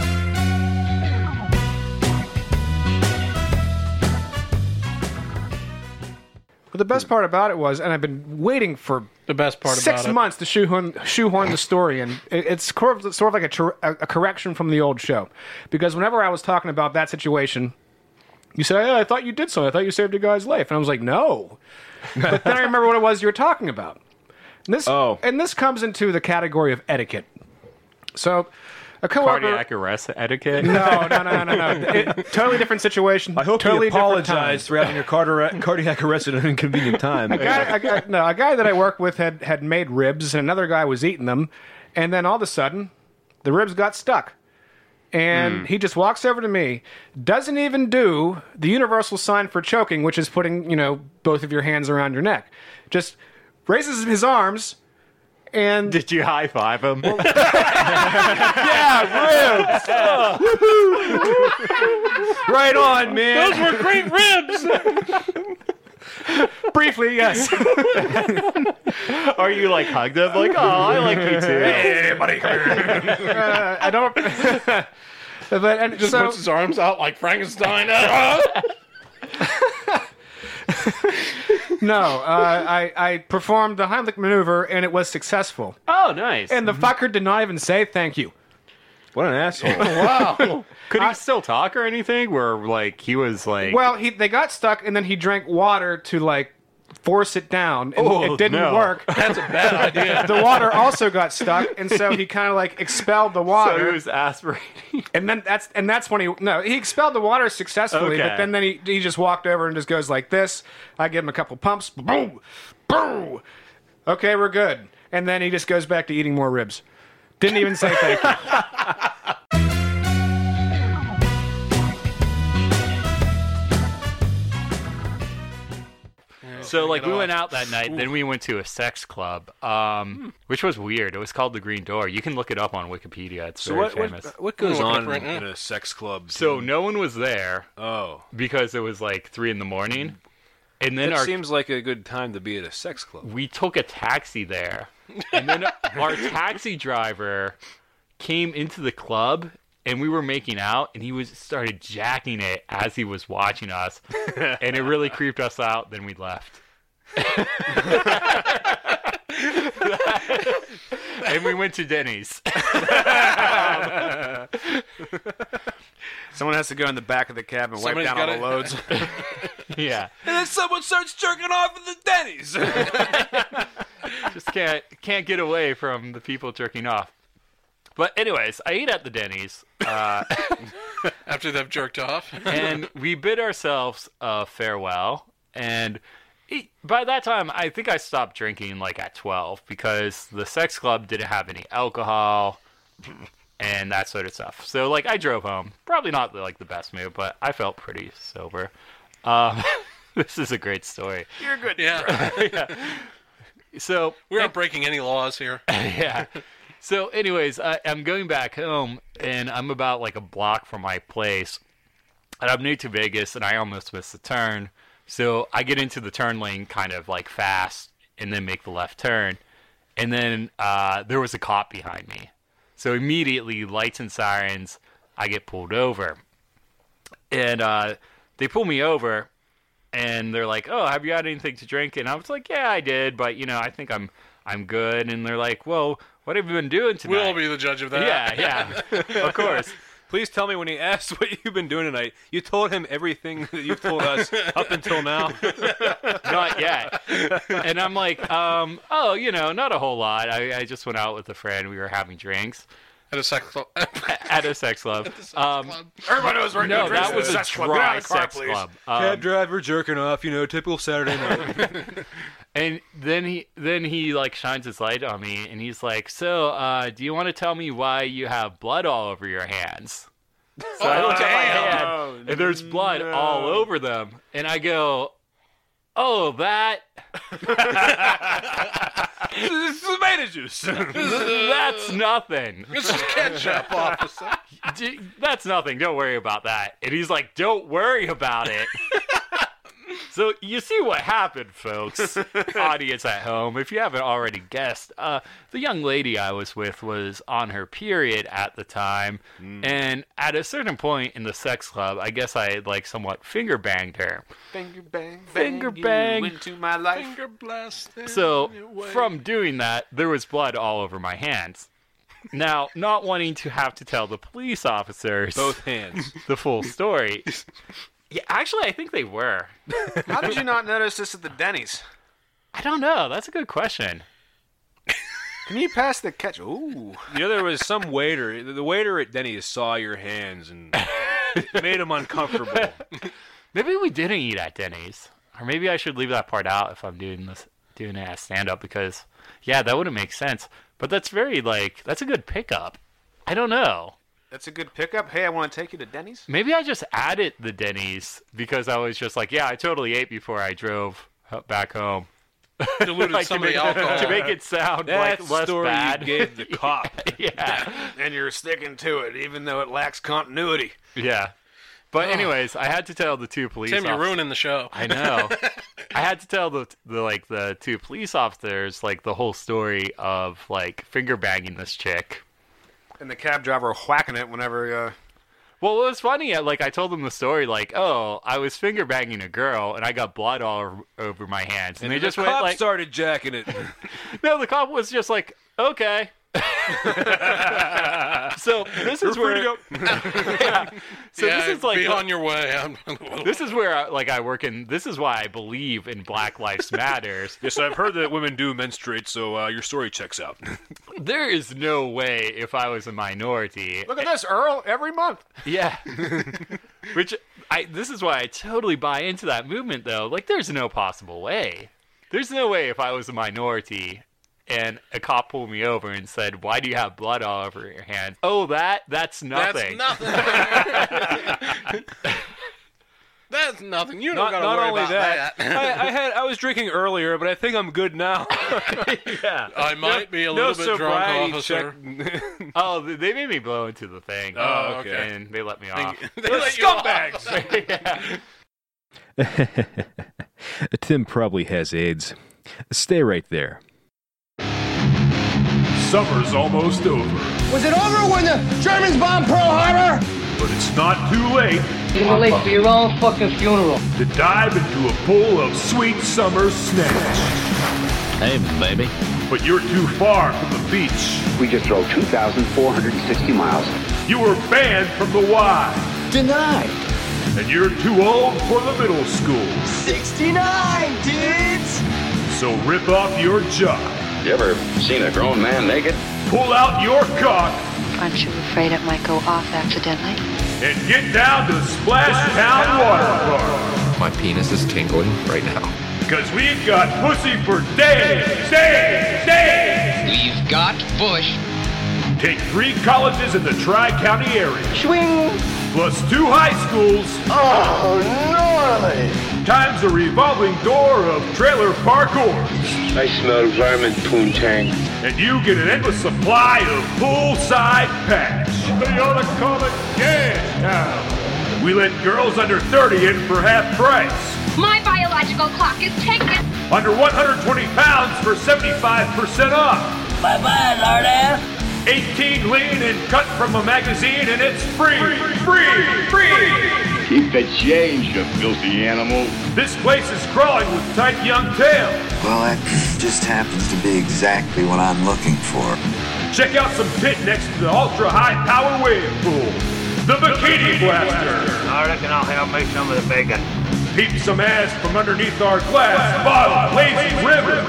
[SPEAKER 7] But the best part about it was, and I've been waiting for
[SPEAKER 9] the best part
[SPEAKER 7] six
[SPEAKER 9] about it.
[SPEAKER 7] months to shoehorn, shoehorn the story, and it- it's sort of, sort of like a, tr- a a correction from the old show, because whenever I was talking about that situation, you said, "Hey, "I thought you did something. I thought you saved a guy's life," and I was like, "No," but then I remember what it was you were talking about. And this and this comes into the category of etiquette. So, a coworker.
[SPEAKER 8] Cardiac arrest etiquette?
[SPEAKER 7] No, no, no, no, no. It, totally different situation. I hope totally
[SPEAKER 5] Totally
[SPEAKER 7] different
[SPEAKER 5] apologize for having your cardiac cardiac arrest at an inconvenient time.
[SPEAKER 7] a guy, a guy, no, a guy that I work with had had made ribs, and another guy was eating them, and then all of a sudden, the ribs got stuck,
[SPEAKER 8] Hmm.
[SPEAKER 7] and he just walks over to me, doesn't even do the universal sign for choking, which is putting you know both of your hands around your neck, just raises his arms, and
[SPEAKER 8] did you high five him?
[SPEAKER 7] yeah, ribs. right on, man.
[SPEAKER 3] Those were great
[SPEAKER 7] ribs. Briefly, yes.
[SPEAKER 8] Are you like hugged him? Like, oh, I like you too.
[SPEAKER 3] Hey,
[SPEAKER 8] buddy.
[SPEAKER 7] Uh, I don't. but and
[SPEAKER 9] Just
[SPEAKER 7] so,
[SPEAKER 9] puts his arms out like Frankenstein.
[SPEAKER 7] no, uh, I I performed the Heimlich maneuver and it was successful.
[SPEAKER 8] Oh, nice.
[SPEAKER 7] And the fucker did not even say thank you.
[SPEAKER 5] What an asshole!
[SPEAKER 8] wow. Could he still talk or anything? Where like he was like,
[SPEAKER 7] Well, he they got stuck and then he drank water to like force it down and
[SPEAKER 8] Oh,
[SPEAKER 7] it didn't
[SPEAKER 8] no.
[SPEAKER 7] work.
[SPEAKER 8] That's a bad idea.
[SPEAKER 7] the water also got stuck and so he kind of like expelled the water.
[SPEAKER 8] So he was aspirating.
[SPEAKER 7] And then that's and that's when he no he expelled the water successfully,
[SPEAKER 8] Okay.
[SPEAKER 7] but then then he he just walked over and just goes like this. I give him a couple pumps, boom, boom. Okay, we're good. And then he just goes back to eating more ribs. Didn't even say thank you.
[SPEAKER 8] So like we
[SPEAKER 9] all-
[SPEAKER 8] went out that night, then we went to a sex club,
[SPEAKER 6] Hmm.
[SPEAKER 8] um, which was weird. It was called the Green Door. You can look it up on Wikipedia. It's
[SPEAKER 6] so
[SPEAKER 8] very
[SPEAKER 6] what,
[SPEAKER 8] famous.
[SPEAKER 6] what what goes on in, a sex club?
[SPEAKER 8] So
[SPEAKER 6] dude?
[SPEAKER 8] no one was there.
[SPEAKER 6] Oh.
[SPEAKER 8] Because it was like three in the morning, and then
[SPEAKER 6] that
[SPEAKER 8] our
[SPEAKER 6] seems like a good time to be at a sex club.
[SPEAKER 8] we took a taxi there, and then our taxi driver came into the club, and we were making out, and he was started jacking it as he was watching us, and it really creeped us out. Then we left. and we went to Denny's.
[SPEAKER 7] Someone has to go in the back of the cab and
[SPEAKER 8] Somebody's
[SPEAKER 7] wipe down all the
[SPEAKER 8] gotta-
[SPEAKER 7] loads.
[SPEAKER 8] yeah,
[SPEAKER 6] And then someone starts jerking off at the Denny's.
[SPEAKER 8] just can't can't get away from the people jerking off. But anyways, I ate at the Denny's. Uh,
[SPEAKER 9] After they've jerked off.
[SPEAKER 8] and we bid ourselves a farewell. And it, by that time, I think I stopped drinking like at 12 because the sex club didn't have any alcohol and that sort of stuff. So, like, I drove home. Probably not like the best move, but I felt pretty sober. Um, this is a great story.
[SPEAKER 9] You're good. Yeah.
[SPEAKER 13] So
[SPEAKER 9] we aren't breaking any laws here.
[SPEAKER 8] yeah. So, anyways, I, I'm going back home, and I'm about like a block from my place, and I'm new to Vegas, and I almost missed the turn. So I get into the turn lane kind of like fast, and then make the left turn, and then uh, there was a cop behind me. So immediately, lights and sirens, I get pulled over, and uh, they pull me over, and they're like, "Oh, have you had anything to drink?" And I was like, "Yeah, I did, but you know, I think I'm I'm good." And they're like, "Well, what have you been doing tonight?"
[SPEAKER 9] We'll be the judge of that.
[SPEAKER 8] Yeah, yeah, of course.
[SPEAKER 6] Please tell me when he asked what you've been doing tonight. You told him everything that you've told us up until now.
[SPEAKER 8] not yet. And I'm like, um, oh, you know, not a whole lot. I, I just went out with a friend. We were having drinks.
[SPEAKER 9] At a sex club.
[SPEAKER 8] At a sex club. um,
[SPEAKER 9] Everyone knows right now
[SPEAKER 8] no,
[SPEAKER 9] drinks
[SPEAKER 8] that
[SPEAKER 9] at
[SPEAKER 8] was
[SPEAKER 9] a
[SPEAKER 8] a
[SPEAKER 9] sex club. Get out
[SPEAKER 8] dry
[SPEAKER 9] of the car,
[SPEAKER 8] sex
[SPEAKER 9] please.
[SPEAKER 8] club. Um,
[SPEAKER 6] Cab driver jerking off, you know, typical Saturday night.
[SPEAKER 8] and then he then he like shines his light on me and he's like so uh, do you want to tell me why you have blood all over your hands so I looked at my hand and there's blood all over them and i go oh that
[SPEAKER 6] this is tomato juice
[SPEAKER 8] that's nothing
[SPEAKER 9] This is ketchup, officer.
[SPEAKER 8] D- that's nothing. Don't worry about that. And he's like, don't worry about it. so you see what happened, folks, audience at home. If you haven't already guessed, uh, the young lady I was with was on her period at the time,
[SPEAKER 9] Hmm.
[SPEAKER 8] and at a certain point in the sex club, I guess I had, like somewhat finger banged her.
[SPEAKER 7] Finger bang,
[SPEAKER 8] Finger bang.
[SPEAKER 7] into my life.
[SPEAKER 9] Finger blast.
[SPEAKER 8] So from doing that, there was blood all over my hands. Now, not wanting to have to tell the police officers
[SPEAKER 6] Both hands.
[SPEAKER 8] the full story. Yeah, actually, I think they were.
[SPEAKER 7] How did you not notice this at the Denny's?
[SPEAKER 8] I don't know. That's a good question.
[SPEAKER 7] Can you pass the catch? Ooh,
[SPEAKER 6] You know, there was some waiter. The waiter at Denny's saw your hands and made him uncomfortable.
[SPEAKER 8] Maybe we didn't eat at Denny's, or maybe I should leave that part out if I'm doing this, doing it as stand up because, yeah, that wouldn't make sense. But that's very like that's a good pickup. I don't know.
[SPEAKER 7] that's a good pickup. Hey, I want to take you to Denny's.
[SPEAKER 8] Maybe I just added the Denny's because I was just like, yeah, I totally ate before I drove h- back home.
[SPEAKER 9] Diluted
[SPEAKER 8] Like,
[SPEAKER 9] some
[SPEAKER 8] to
[SPEAKER 9] of the
[SPEAKER 8] make-
[SPEAKER 9] alcohol.
[SPEAKER 8] to make it sound
[SPEAKER 6] That
[SPEAKER 8] like less
[SPEAKER 6] story
[SPEAKER 8] bad.
[SPEAKER 6] you gave the cop.
[SPEAKER 8] yeah,
[SPEAKER 7] And you're sticking to it, even though it lacks continuity.
[SPEAKER 8] yeah. But anyways, I had to tell the two police.
[SPEAKER 9] Tim, you're
[SPEAKER 8] officers-
[SPEAKER 9] ruining the show.
[SPEAKER 8] I know. I had to tell the, the like the two police officers like the whole story of like finger banging this chick.
[SPEAKER 7] And the cab driver whacking it whenever. Uh,
[SPEAKER 8] Well, it was funny. uh, Like I told them the story. Like, oh, I was finger banging a girl and I got blood all over- over my hands, and, they
[SPEAKER 6] the
[SPEAKER 8] just
[SPEAKER 6] cop
[SPEAKER 8] went like,
[SPEAKER 6] started jacking it.
[SPEAKER 8] no. The cop was just like, okay. so this is where Yeah. So
[SPEAKER 9] yeah,
[SPEAKER 8] this is like
[SPEAKER 9] be on your way. I'm,
[SPEAKER 8] this is where I, like I work in. This is why I believe in Black Lives Matters.
[SPEAKER 6] yes, I've heard that women do menstruate, so uh, your story checks out.
[SPEAKER 8] There is no way if I was a minority.
[SPEAKER 7] Look at this, Earl. Every month.
[SPEAKER 8] Yeah. Which I this is why I totally buy into that movement though. Like there's no possible way. There's no way if I was a minority and a cop pulled me over and said, "Why do you have blood all over your hands?" Oh, that that's
[SPEAKER 9] that's
[SPEAKER 8] nothing.
[SPEAKER 9] nothing. that's nothing. You don't
[SPEAKER 6] Not,
[SPEAKER 9] got to
[SPEAKER 6] not
[SPEAKER 9] worry
[SPEAKER 6] only
[SPEAKER 9] about
[SPEAKER 6] that,
[SPEAKER 9] that.
[SPEAKER 6] I, I had I was drinking earlier, but I think I'm good now.
[SPEAKER 8] yeah.
[SPEAKER 9] I might be a little bit drunk, officer.
[SPEAKER 8] Oh, th- they made me blow into the thing.
[SPEAKER 6] Oh, okay.
[SPEAKER 8] And they let me off.
[SPEAKER 9] They let you off.
[SPEAKER 8] yeah.
[SPEAKER 5] Tim probably has AIDS. Stay right there.
[SPEAKER 25] Summer's almost over,
[SPEAKER 3] Was it over when the Germans bombed Pearl Harbor?
[SPEAKER 25] but it's not too late
[SPEAKER 3] You're late for your own fucking funeral.
[SPEAKER 25] to dive into a pool of sweet summer snacks.
[SPEAKER 4] Hey, baby.
[SPEAKER 25] But you're too far from the beach.
[SPEAKER 26] We just drove 2,460 miles.
[SPEAKER 25] You were banned from the Y,
[SPEAKER 26] Denied.
[SPEAKER 25] and you're too old for the middle school.
[SPEAKER 3] 69, dudes!
[SPEAKER 25] So rip off your jock,
[SPEAKER 4] You ever seen a grown man naked?
[SPEAKER 25] pull out your cock,
[SPEAKER 27] Aren't you afraid it might go off accidentally?
[SPEAKER 25] and get down to Splash Town Water Park.
[SPEAKER 28] My penis is tingling right now.
[SPEAKER 25] Cause we've got pussy for days, days, days. We've got bush. Take three colleges in the Tri-County area. Swing. Plus two high schools. Oh, gnarly.
[SPEAKER 10] times the revolving door of trailer parkour. I smell vermin poontang. And you get an endless supply of poolside patch. They ought to call it gas now. We let girls under 30 in for half price.
[SPEAKER 29] My biological clock is ticking.
[SPEAKER 10] Under 120 pounds for 75% off. Bye bye, lard 18 lean and cut from a magazine and it's free, free, free,
[SPEAKER 3] Keep the change, you filthy animal.
[SPEAKER 10] This place is crawling with tight young tails.
[SPEAKER 3] Well, that just happens to be exactly what I'm looking for.
[SPEAKER 10] Check out some tit next to the ultra high power wave pool. The Bikini Blaster. I reckon I'll help make some of the bacon. Peep some ass from underneath our glass bottle, lazy river.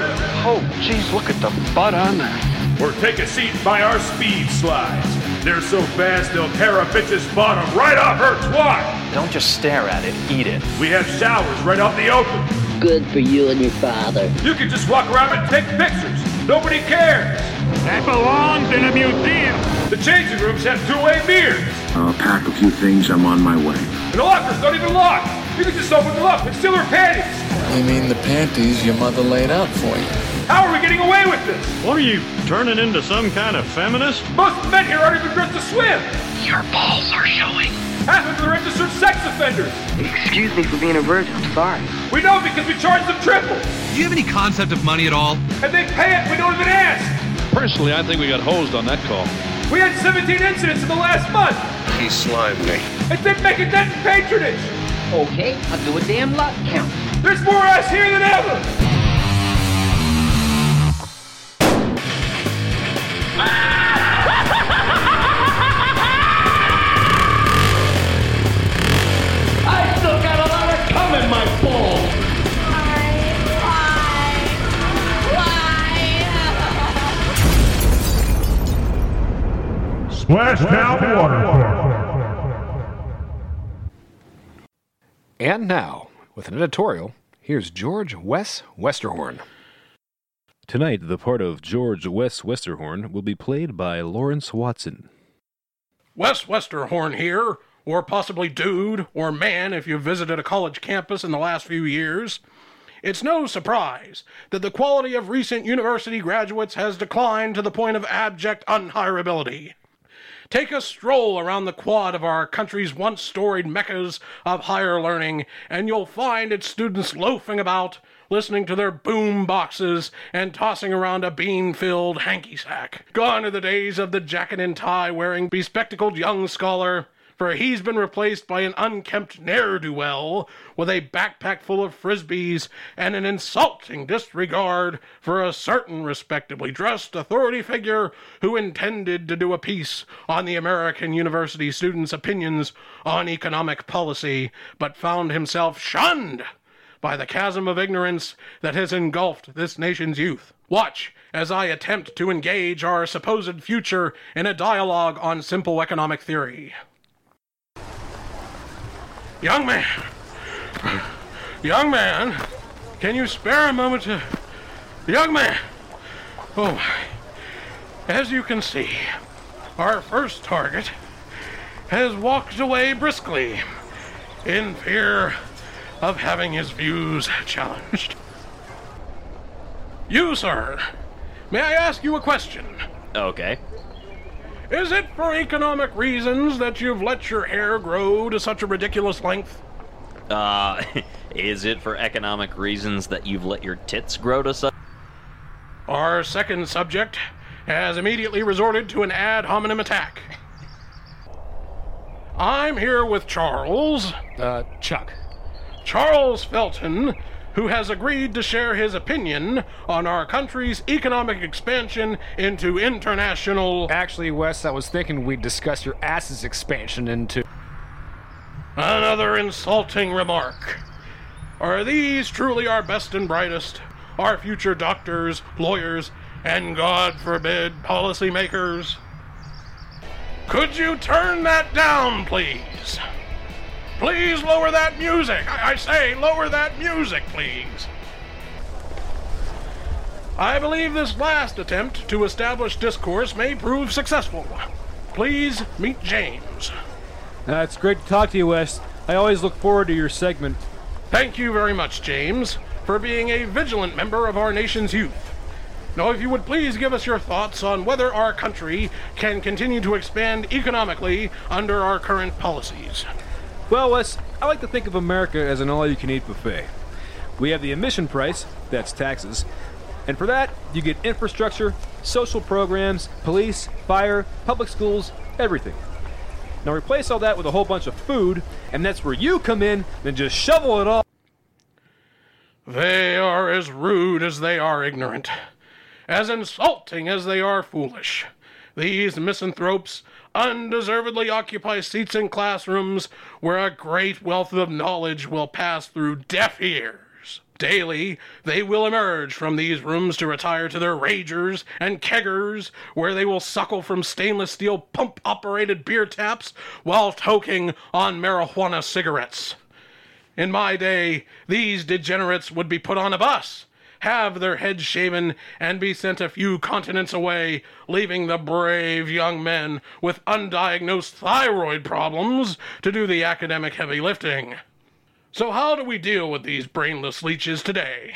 [SPEAKER 10] Oh, jeez, look at the butt on there. Or take a seat by our speed slides. They're so fast they'll tear a bitch's bottom right off her twat.
[SPEAKER 30] Don't just stare at it, eat it.
[SPEAKER 10] We have showers right out in the open.
[SPEAKER 30] Good for you and your father.
[SPEAKER 10] You can just walk around and take pictures. Nobody cares. That belongs in a museum. The changing rooms have two-way mirrors.
[SPEAKER 3] I'll pack a few things. I'm on my way.
[SPEAKER 10] And the lockers don't even lock. You can just open them up and steal her panties.
[SPEAKER 3] You mean the panties your mother laid out for you?
[SPEAKER 10] How are we getting away with this? What are you, turning into some kind of feminist? Most men here aren't even dressed to swim. Your balls are showing. Half of them are registered sex offenders.
[SPEAKER 31] Excuse me for being a virgin. I'm sorry.
[SPEAKER 10] We know because we charge them triple.
[SPEAKER 32] Do you have any concept of money at all?
[SPEAKER 10] And they pay it, we don't even ask.
[SPEAKER 32] Personally, I think we got hosed on that call.
[SPEAKER 10] We had 17 incidents in the last month.
[SPEAKER 32] He slimed me.
[SPEAKER 10] It didn't make a dent in patronage. Okay, I'll do a damn lot count. There's more ass here than ever.
[SPEAKER 33] I still got a lot of cum in my balls.
[SPEAKER 10] Splashdown Waterfall.
[SPEAKER 7] And now, with an editorial, here's George Wes Westerhorn.
[SPEAKER 6] Tonight, the part of George Wes Westerhorn will be played by Lawrence Watson.
[SPEAKER 9] Wes Westerhorn here, or possibly dude or man if you've visited a college campus in the last few years. It's no surprise that the quality of recent university graduates has declined to the point of abject unhirability. Take a stroll around the quad of our country's once storied meccas of higher learning, and you'll find its students loafing about, listening to their boom boxes, and tossing around a bean filled hanky sack. Gone are the days of the jacket and tie wearing, bespectacled young scholar. For he's been replaced by an unkempt ne'er do well with a backpack full of frisbees and an insulting disregard for a certain respectably dressed authority figure who intended to do a piece on the American university students' opinions on economic policy, but found himself shunned by the chasm of ignorance that has engulfed this nation's youth. Watch as I attempt to engage our supposed future in a dialogue on simple economic theory. Young man, young man, can you spare a moment to. Young man! Oh, my. as you can see, our first target has walked away briskly in fear of having his views challenged. You, sir, may I ask you a question?
[SPEAKER 20] Okay.
[SPEAKER 9] Is it for economic reasons that you've let your hair grow to such a ridiculous length?
[SPEAKER 20] Uh, is it for economic reasons that you've let your tits grow to such?
[SPEAKER 9] Our second subject has immediately resorted to an ad hominem attack. I'm here with Charles. Uh, Chuck. Charles Felton, who has agreed to share his opinion on our country's economic expansion into international.
[SPEAKER 7] Actually, Wes, I was thinking we'd discuss your ass's expansion into.
[SPEAKER 9] Another insulting remark. Are these truly our best and brightest? Our future doctors, lawyers, and God forbid, policymakers? Could you turn that down, please? Please lower that music. I, I say, lower that music, please. I believe this last attempt to establish discourse may prove successful. Please meet James.
[SPEAKER 34] Uh, it's great to talk to you, Wes. I always look forward to your segment.
[SPEAKER 9] Thank you very much, James, for being a vigilant member of our nation's youth. Now, if you would please give us your thoughts on whether our country can continue to expand economically under our current policies.
[SPEAKER 6] Well, Wes, I like to think of America as an all you can eat buffet. We have the admission price, that's taxes, and for that, you get infrastructure, social programs, police, fire, public schools, everything. Now replace all that with a whole bunch of food, and that's where you come in, then just shovel it all.
[SPEAKER 9] They are as rude as they are ignorant, as insulting as they are foolish. These misanthropes undeservedly occupy seats in classrooms where a great wealth of knowledge will pass through deaf ears. Daily, they will emerge from these rooms to retire to their ragers and keggers, where they will suckle from stainless steel pump operated beer taps while toking on marijuana cigarettes. In my day, these degenerates would be put on a bus, have their heads shaven, and be sent a few continents away, leaving the brave young men with undiagnosed thyroid problems to do the academic heavy lifting. So, how do we deal with these brainless leeches today?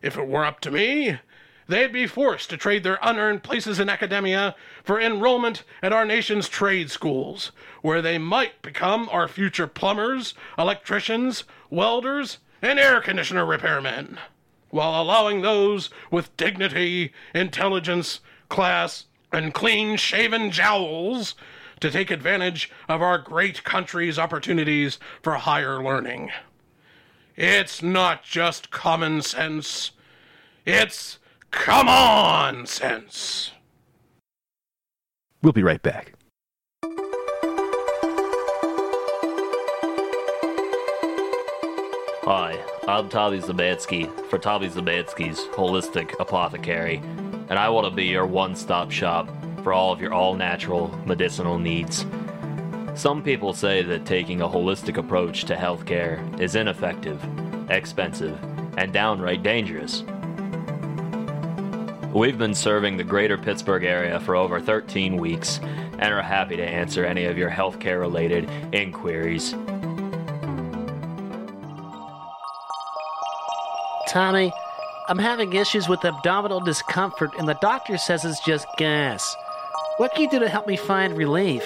[SPEAKER 9] If it were up to me, they'd be forced to trade their unearned places in academia for enrollment at our nation's trade schools, where they might become our future plumbers, electricians, welders, and air conditioner repairmen, while allowing those with dignity, intelligence, class, and clean shaven jowls to take advantage of our great country's opportunities for higher learning. It's not just common sense. It's come on sense.
[SPEAKER 5] We'll be right back.
[SPEAKER 20] Hi, I'm Tommy Zamansky for Tommy Zamansky's Holistic Apothecary, and I want to be your one stop shop for all of your all natural medicinal needs. Some people say that taking a holistic approach to healthcare is ineffective, expensive, and downright dangerous. We've been serving the greater Pittsburgh area for over 13 weeks and are happy to answer any of your healthcare related inquiries.
[SPEAKER 1] Tommy, I'm having issues with abdominal discomfort, and the doctor says it's just gas. What can you do to help me find relief?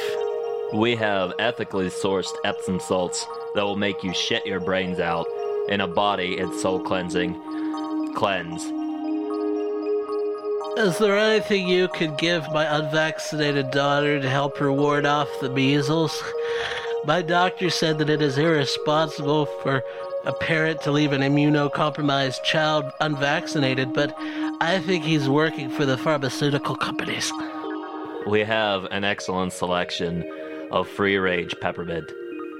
[SPEAKER 20] We have ethically sourced Epsom salts that will make you shit your brains out in a body and soul cleansing cleanse.
[SPEAKER 1] Is there anything you could give my unvaccinated daughter to help her ward off the measles? My doctor said that it is irresponsible for a parent to leave an immunocompromised child unvaccinated, but I think he's working for the pharmaceutical companies.
[SPEAKER 20] We have an excellent selection of free range peppermint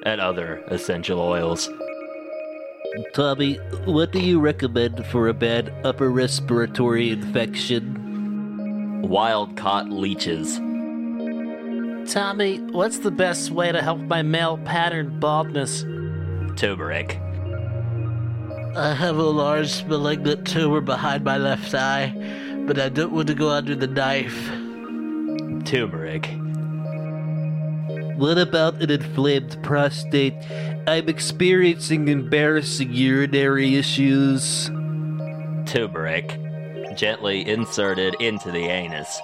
[SPEAKER 20] and other essential oils.
[SPEAKER 1] Tommy, what do you recommend for a bad upper respiratory infection?
[SPEAKER 20] Wild caught leeches.
[SPEAKER 1] Tommy, what's the best way to help my male pattern baldness?
[SPEAKER 20] Turmeric.
[SPEAKER 1] I have a large malignant tumor behind my left eye, but I don't want to go under the knife.
[SPEAKER 20] Turmeric.
[SPEAKER 1] What about an inflamed prostate? I'm experiencing embarrassing urinary issues.
[SPEAKER 20] Turmeric. Gently inserted into the anus.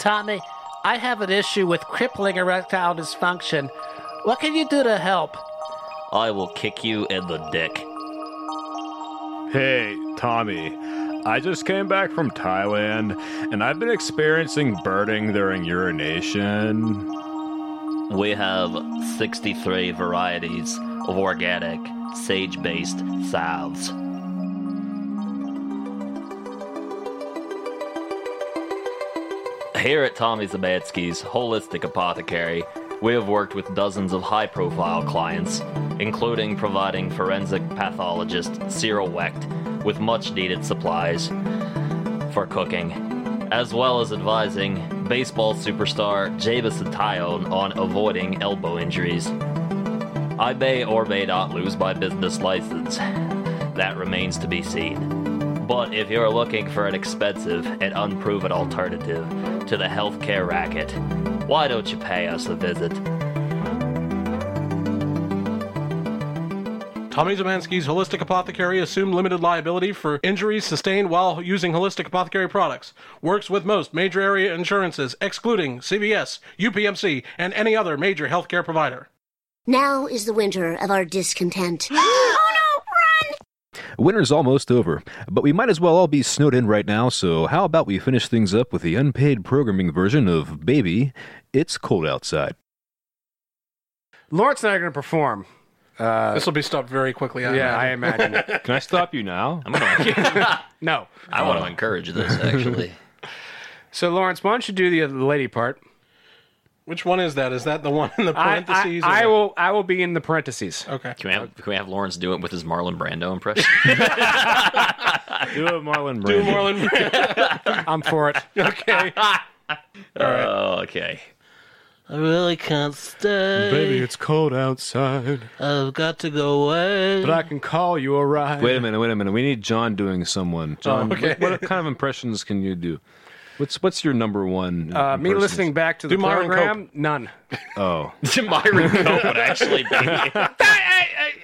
[SPEAKER 1] Tommy, I have an issue with crippling erectile dysfunction. What can you do to help?
[SPEAKER 20] I will kick you in the dick.
[SPEAKER 10] Hey, Tommy. I just came back from Thailand and I've been experiencing burning during urination.
[SPEAKER 20] We have 63 varieties of organic, sage based salves. Here at Tommy Zabadsky's Holistic Apothecary, we have worked with dozens of high profile clients, including providing forensic pathologist Cyril Wecht with much needed supplies for cooking, as well as advising baseball superstar Javis Attione on avoiding elbow injuries. I may or may not lose my business license. That remains to be seen. But if you're looking for an expensive and unproven alternative to the healthcare racket, why don't you pay us a visit?
[SPEAKER 9] Tommy Zemansky's Holistic Apothecary assumed limited liability for injuries sustained while using Holistic Apothecary products. Works with most major area insurances, excluding CVS, UPMC, and any other major healthcare provider.
[SPEAKER 13] Now is the winter of our discontent.
[SPEAKER 6] Winter's almost over, but we might as well all be snowed in right now, so how about we finish things up with the unpaid programming version of Baby, It's Cold Outside.
[SPEAKER 7] Lawrence and I are going to perform. Uh,
[SPEAKER 9] This will be stopped very quickly. I
[SPEAKER 7] yeah,
[SPEAKER 9] imagine.
[SPEAKER 7] I imagine.
[SPEAKER 6] Can I stop you now?
[SPEAKER 20] I'm gonna,
[SPEAKER 7] no.
[SPEAKER 20] I want to encourage this actually.
[SPEAKER 7] So, Lawrence, why don't you do the the lady part?
[SPEAKER 9] Which one is that? Is that the one in the
[SPEAKER 7] I-
[SPEAKER 9] parentheses?
[SPEAKER 7] I, I
[SPEAKER 9] or-
[SPEAKER 7] will. I will be in the parentheses.
[SPEAKER 9] Okay.
[SPEAKER 20] Can we have can we have Lawrence do it with his Marlon Brando impression?
[SPEAKER 6] Do a Marlon
[SPEAKER 9] Do
[SPEAKER 6] Brando.
[SPEAKER 9] Marlon
[SPEAKER 7] I'm for it.
[SPEAKER 9] okay.
[SPEAKER 20] Oh, okay.
[SPEAKER 5] I really can't stay.
[SPEAKER 7] it's cold outside,
[SPEAKER 5] I've got to go away.
[SPEAKER 7] can call you a ride.
[SPEAKER 6] Wait a minute, wait a minute. We need John doing someone. John,
[SPEAKER 9] Oh, okay.
[SPEAKER 6] what, what kind of impressions can you do? What's what's your number one?
[SPEAKER 7] Uh, me
[SPEAKER 6] impersonation?
[SPEAKER 7] listening back to the
[SPEAKER 9] Do Myron
[SPEAKER 7] program, none.
[SPEAKER 6] Oh,
[SPEAKER 20] Myron Cope would actually be.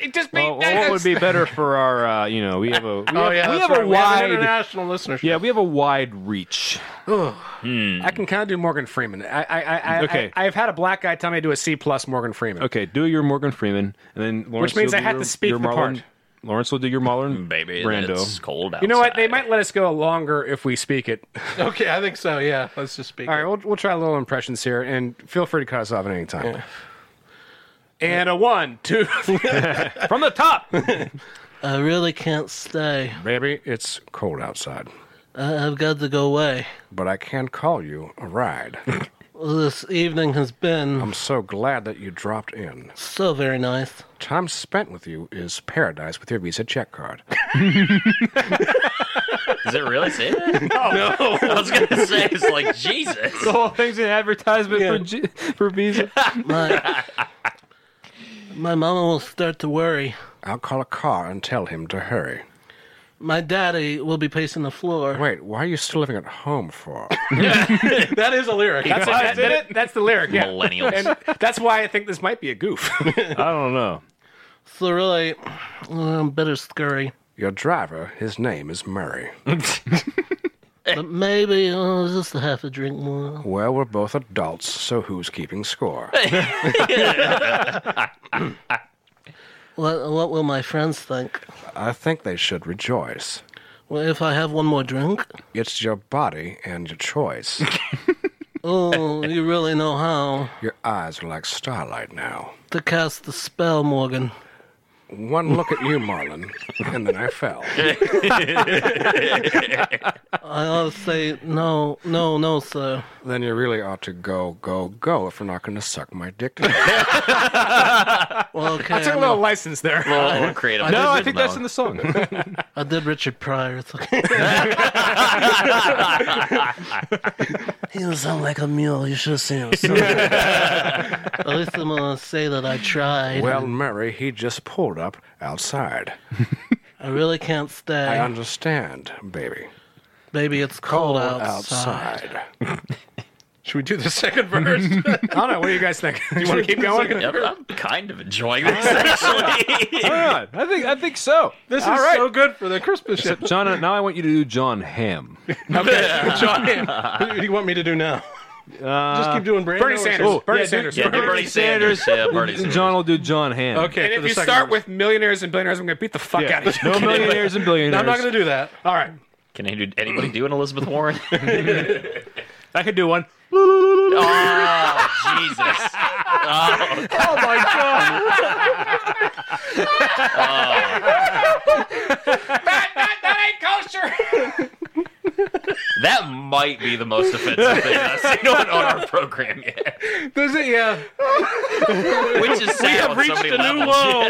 [SPEAKER 7] it just
[SPEAKER 6] well, what would be better for our? Uh, you know, we have a we have,
[SPEAKER 9] Oh yeah,
[SPEAKER 6] we
[SPEAKER 9] that's
[SPEAKER 6] have
[SPEAKER 9] right.
[SPEAKER 6] a
[SPEAKER 9] we have an
[SPEAKER 6] wide
[SPEAKER 9] international listenership.
[SPEAKER 6] yeah we have a wide reach.
[SPEAKER 20] Hmm.
[SPEAKER 7] I can kind of do Morgan Freeman. I, I, I, I,
[SPEAKER 6] Okay.
[SPEAKER 7] I, have had a black guy tell me to do a C plus Morgan Freeman.
[SPEAKER 6] Okay, do your Morgan Freeman, and then Lawrence
[SPEAKER 7] Which means
[SPEAKER 6] you'll
[SPEAKER 7] I
[SPEAKER 6] do
[SPEAKER 7] had
[SPEAKER 6] your-
[SPEAKER 7] to speak
[SPEAKER 6] your
[SPEAKER 7] the
[SPEAKER 6] Marlon-
[SPEAKER 7] part.
[SPEAKER 6] Lawrence will do your Marlon
[SPEAKER 20] Baby,
[SPEAKER 6] Brando.
[SPEAKER 20] it's cold outside.
[SPEAKER 7] You know what? They might let us go longer if we speak it.
[SPEAKER 9] Okay, I think so. Yeah, let's just speak.
[SPEAKER 7] All right, we'll, we'll try little impressions here, and feel free to cut us off at any time. And a
[SPEAKER 9] uh,
[SPEAKER 7] one, two, from the top.
[SPEAKER 5] I really can't stay.
[SPEAKER 7] Baby, it's cold outside,
[SPEAKER 5] I- I've got to go away.
[SPEAKER 7] but I can call you a ride.
[SPEAKER 5] Well, this evening has been
[SPEAKER 7] I'm so glad that you dropped in.
[SPEAKER 5] so very nice.
[SPEAKER 7] Time spent with you is paradise with your Visa check card.
[SPEAKER 20] Does it really say that? No. I was gonna say it's like Jesus.
[SPEAKER 6] whole thing's an advertisement for G- for Visa.
[SPEAKER 5] My, my mama will start to worry.
[SPEAKER 7] I'll call a car and tell him to hurry.
[SPEAKER 5] My daddy will be pacing the floor.
[SPEAKER 7] Wait, why are you still living at home for?
[SPEAKER 9] That is a lyric. That's
[SPEAKER 7] That's, it, that- that's the lyric. Yeah.
[SPEAKER 20] Millennials.
[SPEAKER 7] And that's why I think this might be a goof.
[SPEAKER 6] I don't know.
[SPEAKER 5] So really, I'm better scurry.
[SPEAKER 7] Your driver, his name is Murray.
[SPEAKER 5] But maybe uh, just a half a drink more.
[SPEAKER 7] Well, we're both adults, so who's keeping score?
[SPEAKER 5] What, what will my friends think?
[SPEAKER 7] I think they should rejoice.
[SPEAKER 5] Well, if I have one more drink?
[SPEAKER 7] It's your body and your choice.
[SPEAKER 5] Oh, you really know how
[SPEAKER 7] Your eyes are like starlight now.
[SPEAKER 5] to cast the spell, Morgan.
[SPEAKER 7] One look at you, Marlon, and then I fell.
[SPEAKER 5] I always say, no, no, no, sir.
[SPEAKER 7] Then you really ought to go, go, go if you're not going to suck my dick.
[SPEAKER 5] Well, okay,
[SPEAKER 7] I took a
[SPEAKER 5] I'm a-
[SPEAKER 7] little license there.
[SPEAKER 20] Well, creative.
[SPEAKER 6] No, I think that's in the song.
[SPEAKER 5] I did Richard Pryor. It's okay. he doesn't sound like a mule. You should have seen him. So- At least I'm gonna say that I tried.
[SPEAKER 7] Well, Murray, he just pulled up outside.
[SPEAKER 5] I really can't
[SPEAKER 7] I
[SPEAKER 5] stay.
[SPEAKER 7] understand, baby.
[SPEAKER 5] Baby, it's cold, outside.
[SPEAKER 7] Outside.
[SPEAKER 9] Should we do the second verse?
[SPEAKER 7] I don't know. What do you guys think? Do you want to keep going?
[SPEAKER 20] Yep, I'm kind of enjoying this actually.
[SPEAKER 6] Why not? I think I think so.
[SPEAKER 9] this is so good for the Christmas show.
[SPEAKER 6] John, now I want you to do John Ham.
[SPEAKER 9] Okay, John, who do you want me to do now? Just
[SPEAKER 6] Uh,
[SPEAKER 9] keep doing Brando.
[SPEAKER 7] Bernie
[SPEAKER 9] or
[SPEAKER 7] Sanders.
[SPEAKER 9] something?
[SPEAKER 7] Bernie
[SPEAKER 9] Yeah, do-
[SPEAKER 7] Sanders.
[SPEAKER 20] yeah, do Bernie Sanders. Yeah, Bernie Sanders.
[SPEAKER 6] John will do John Ham.
[SPEAKER 9] Okay,
[SPEAKER 7] And
[SPEAKER 9] for
[SPEAKER 7] if
[SPEAKER 9] the
[SPEAKER 7] you
[SPEAKER 9] second
[SPEAKER 7] start
[SPEAKER 9] verse.
[SPEAKER 7] with millionaires and billionaires, I'm going to beat the fuck
[SPEAKER 6] Yeah.
[SPEAKER 7] out of you.
[SPEAKER 6] No millionaires and billionaires.
[SPEAKER 9] I'm not going to do that.
[SPEAKER 7] All right.
[SPEAKER 20] Can any- anybody do an Elizabeth Warren?
[SPEAKER 6] I could do one.
[SPEAKER 20] oh, Jesus.
[SPEAKER 9] Oh my god!
[SPEAKER 20] That might be the most offensive thing I've seen on, on our program yet.
[SPEAKER 9] Does it? Yeah.
[SPEAKER 20] Which is sad
[SPEAKER 9] have
[SPEAKER 20] on so
[SPEAKER 9] reached
[SPEAKER 20] many
[SPEAKER 9] a new
[SPEAKER 20] levels.
[SPEAKER 9] low.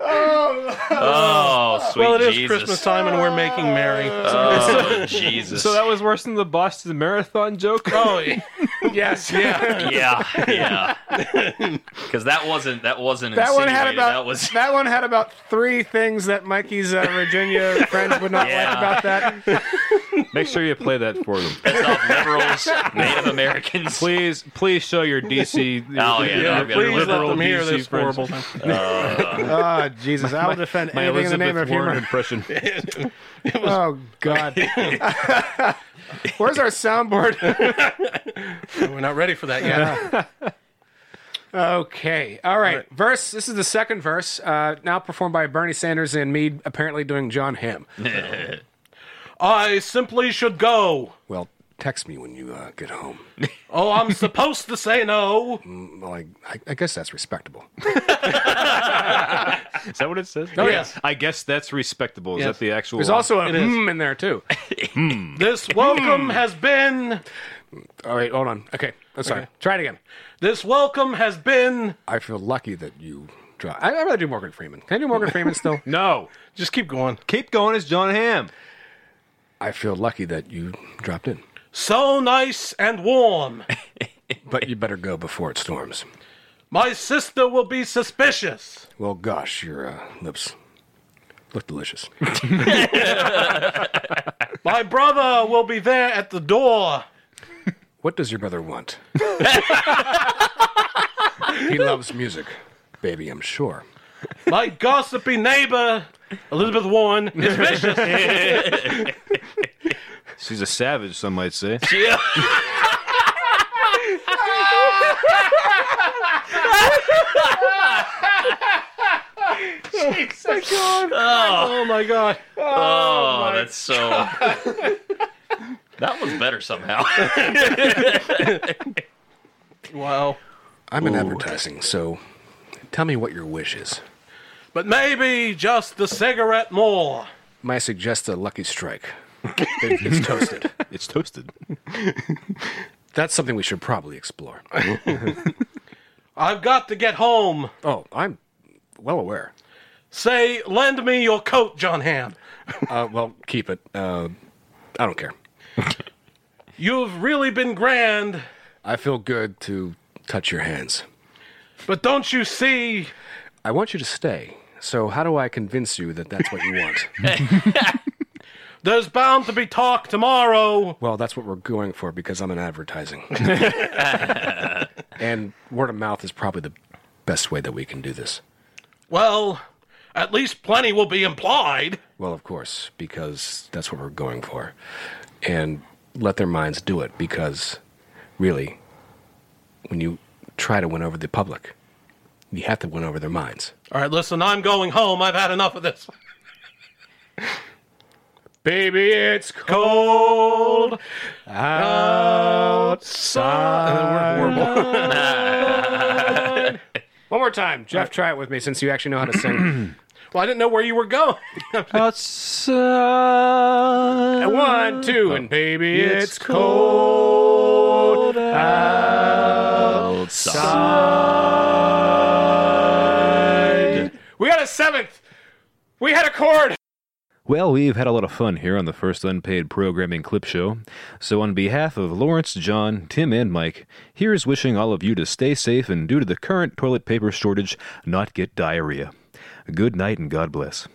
[SPEAKER 20] Yeah. oh, sweet
[SPEAKER 9] Well, it is
[SPEAKER 20] Jesus.
[SPEAKER 9] Christmas time, and we're making merry.
[SPEAKER 20] Oh, Jesus.
[SPEAKER 6] So that was worse than the Boston Marathon joke.
[SPEAKER 9] oh, yeah.
[SPEAKER 7] Yes. Yeah.
[SPEAKER 20] yeah, yeah. Because that wasn't that wasn't
[SPEAKER 7] That one had
[SPEAKER 20] insinuated,
[SPEAKER 7] about
[SPEAKER 20] that was
[SPEAKER 7] that one had about three things that Mikey's uh, Virginia friends would not
[SPEAKER 20] Yeah.
[SPEAKER 7] like about that.
[SPEAKER 6] Make sure you play that for them.
[SPEAKER 3] liberals, Native Americans.
[SPEAKER 6] Please, please show your DC.
[SPEAKER 3] Oh, yeah, no, I've got it.
[SPEAKER 6] liberal
[SPEAKER 3] Let them hear
[SPEAKER 6] DC
[SPEAKER 3] this
[SPEAKER 6] friends.
[SPEAKER 3] horrible
[SPEAKER 9] thing.
[SPEAKER 20] Uh,
[SPEAKER 7] Ah, Jesus, I will defend
[SPEAKER 6] my
[SPEAKER 7] anything in the name
[SPEAKER 6] Elizabeth
[SPEAKER 7] of humor.
[SPEAKER 6] Warren impression.
[SPEAKER 7] Oh God! Where's our soundboard?
[SPEAKER 9] We're not ready for that yet.
[SPEAKER 7] okay, all right. Verse. This is the second verse, uh, now performed by Bernie Sanders and me, apparently doing John Hamm.
[SPEAKER 9] I simply should go.
[SPEAKER 7] Well, text me when you uh, get home.
[SPEAKER 9] Oh, I'm supposed to say no.
[SPEAKER 7] Mm, Well, I, I, I guess that's respectable.
[SPEAKER 6] Is that what it says?
[SPEAKER 7] Oh, yes.
[SPEAKER 6] I guess that's respectable. Is
[SPEAKER 7] Yes.
[SPEAKER 6] that the actual? Hmm.
[SPEAKER 7] There's also a hmm.
[SPEAKER 9] It is.
[SPEAKER 7] mm in there too. Hmm.
[SPEAKER 9] This welcome has been.
[SPEAKER 7] All right, hold on. Okay, I'm sorry.
[SPEAKER 9] Okay.
[SPEAKER 7] Try it again.
[SPEAKER 9] This welcome has been.
[SPEAKER 7] I feel lucky that you draw. I, I'd rather do Morgan Freeman. Can I do Morgan Freeman still?
[SPEAKER 6] no.
[SPEAKER 9] Just keep going.
[SPEAKER 6] Keep going. It's John Hamm.
[SPEAKER 7] I feel lucky that you dropped in.
[SPEAKER 9] So nice and warm.
[SPEAKER 7] But you better go before it storms.
[SPEAKER 9] My sister will be suspicious.
[SPEAKER 7] Well, gosh, your uh, lips look delicious.
[SPEAKER 9] My brother will be there at the door.
[SPEAKER 7] What does your brother want? he loves music, baby, I'm sure.
[SPEAKER 9] My gossipy neighbor, Elizabeth Warren, is vicious.
[SPEAKER 6] She's a savage. Some might say.
[SPEAKER 3] Oh,
[SPEAKER 9] oh my god.
[SPEAKER 3] oh, that's so. that was better somehow.
[SPEAKER 9] Wow.
[SPEAKER 7] I'm in advertising, so tell me what your wish is.
[SPEAKER 9] But maybe just a cigarette more.
[SPEAKER 7] Might suggest a lucky strike. it's toasted.
[SPEAKER 6] It's toasted.
[SPEAKER 7] That's something we should probably explore.
[SPEAKER 9] I've got to get home.
[SPEAKER 7] Oh, I'm well aware.
[SPEAKER 9] Say, lend me your coat, John Ham.
[SPEAKER 7] Uh, well, keep it. Uh, I don't care.
[SPEAKER 9] You've really been grand,
[SPEAKER 7] I feel good to touch your hands.
[SPEAKER 9] but don't you see?
[SPEAKER 7] I want you to stay. So how do I convince you that that's what you want?
[SPEAKER 9] There's bound to be talk tomorrow.
[SPEAKER 7] well, that's what we're going for because I'm in advertising. and word of mouth is probably the best way that we can do this.
[SPEAKER 9] Well, at least plenty will be implied.
[SPEAKER 7] Well, of course, because that's what we're going for. And let their minds do it because really when you try to win over the public, you have to win over their minds.
[SPEAKER 9] All right, listen, I'm going home. I've had enough of this.
[SPEAKER 7] Baby, it's cold outside. One more time, Jeff. Try it with me, since you actually know how to sing. well, I didn't know where you were going.
[SPEAKER 6] Outside.
[SPEAKER 7] One, two, and baby, it's, cold outside. We got a seventh. We had a chord.
[SPEAKER 6] Well, we've had a lot of fun here on the first unpaid programming clip show. So, on behalf of Lawrence, John, Tim, and Mike, here's wishing all of you to stay safe and, due to the current toilet paper shortage, not get diarrhea. Good night and God bless.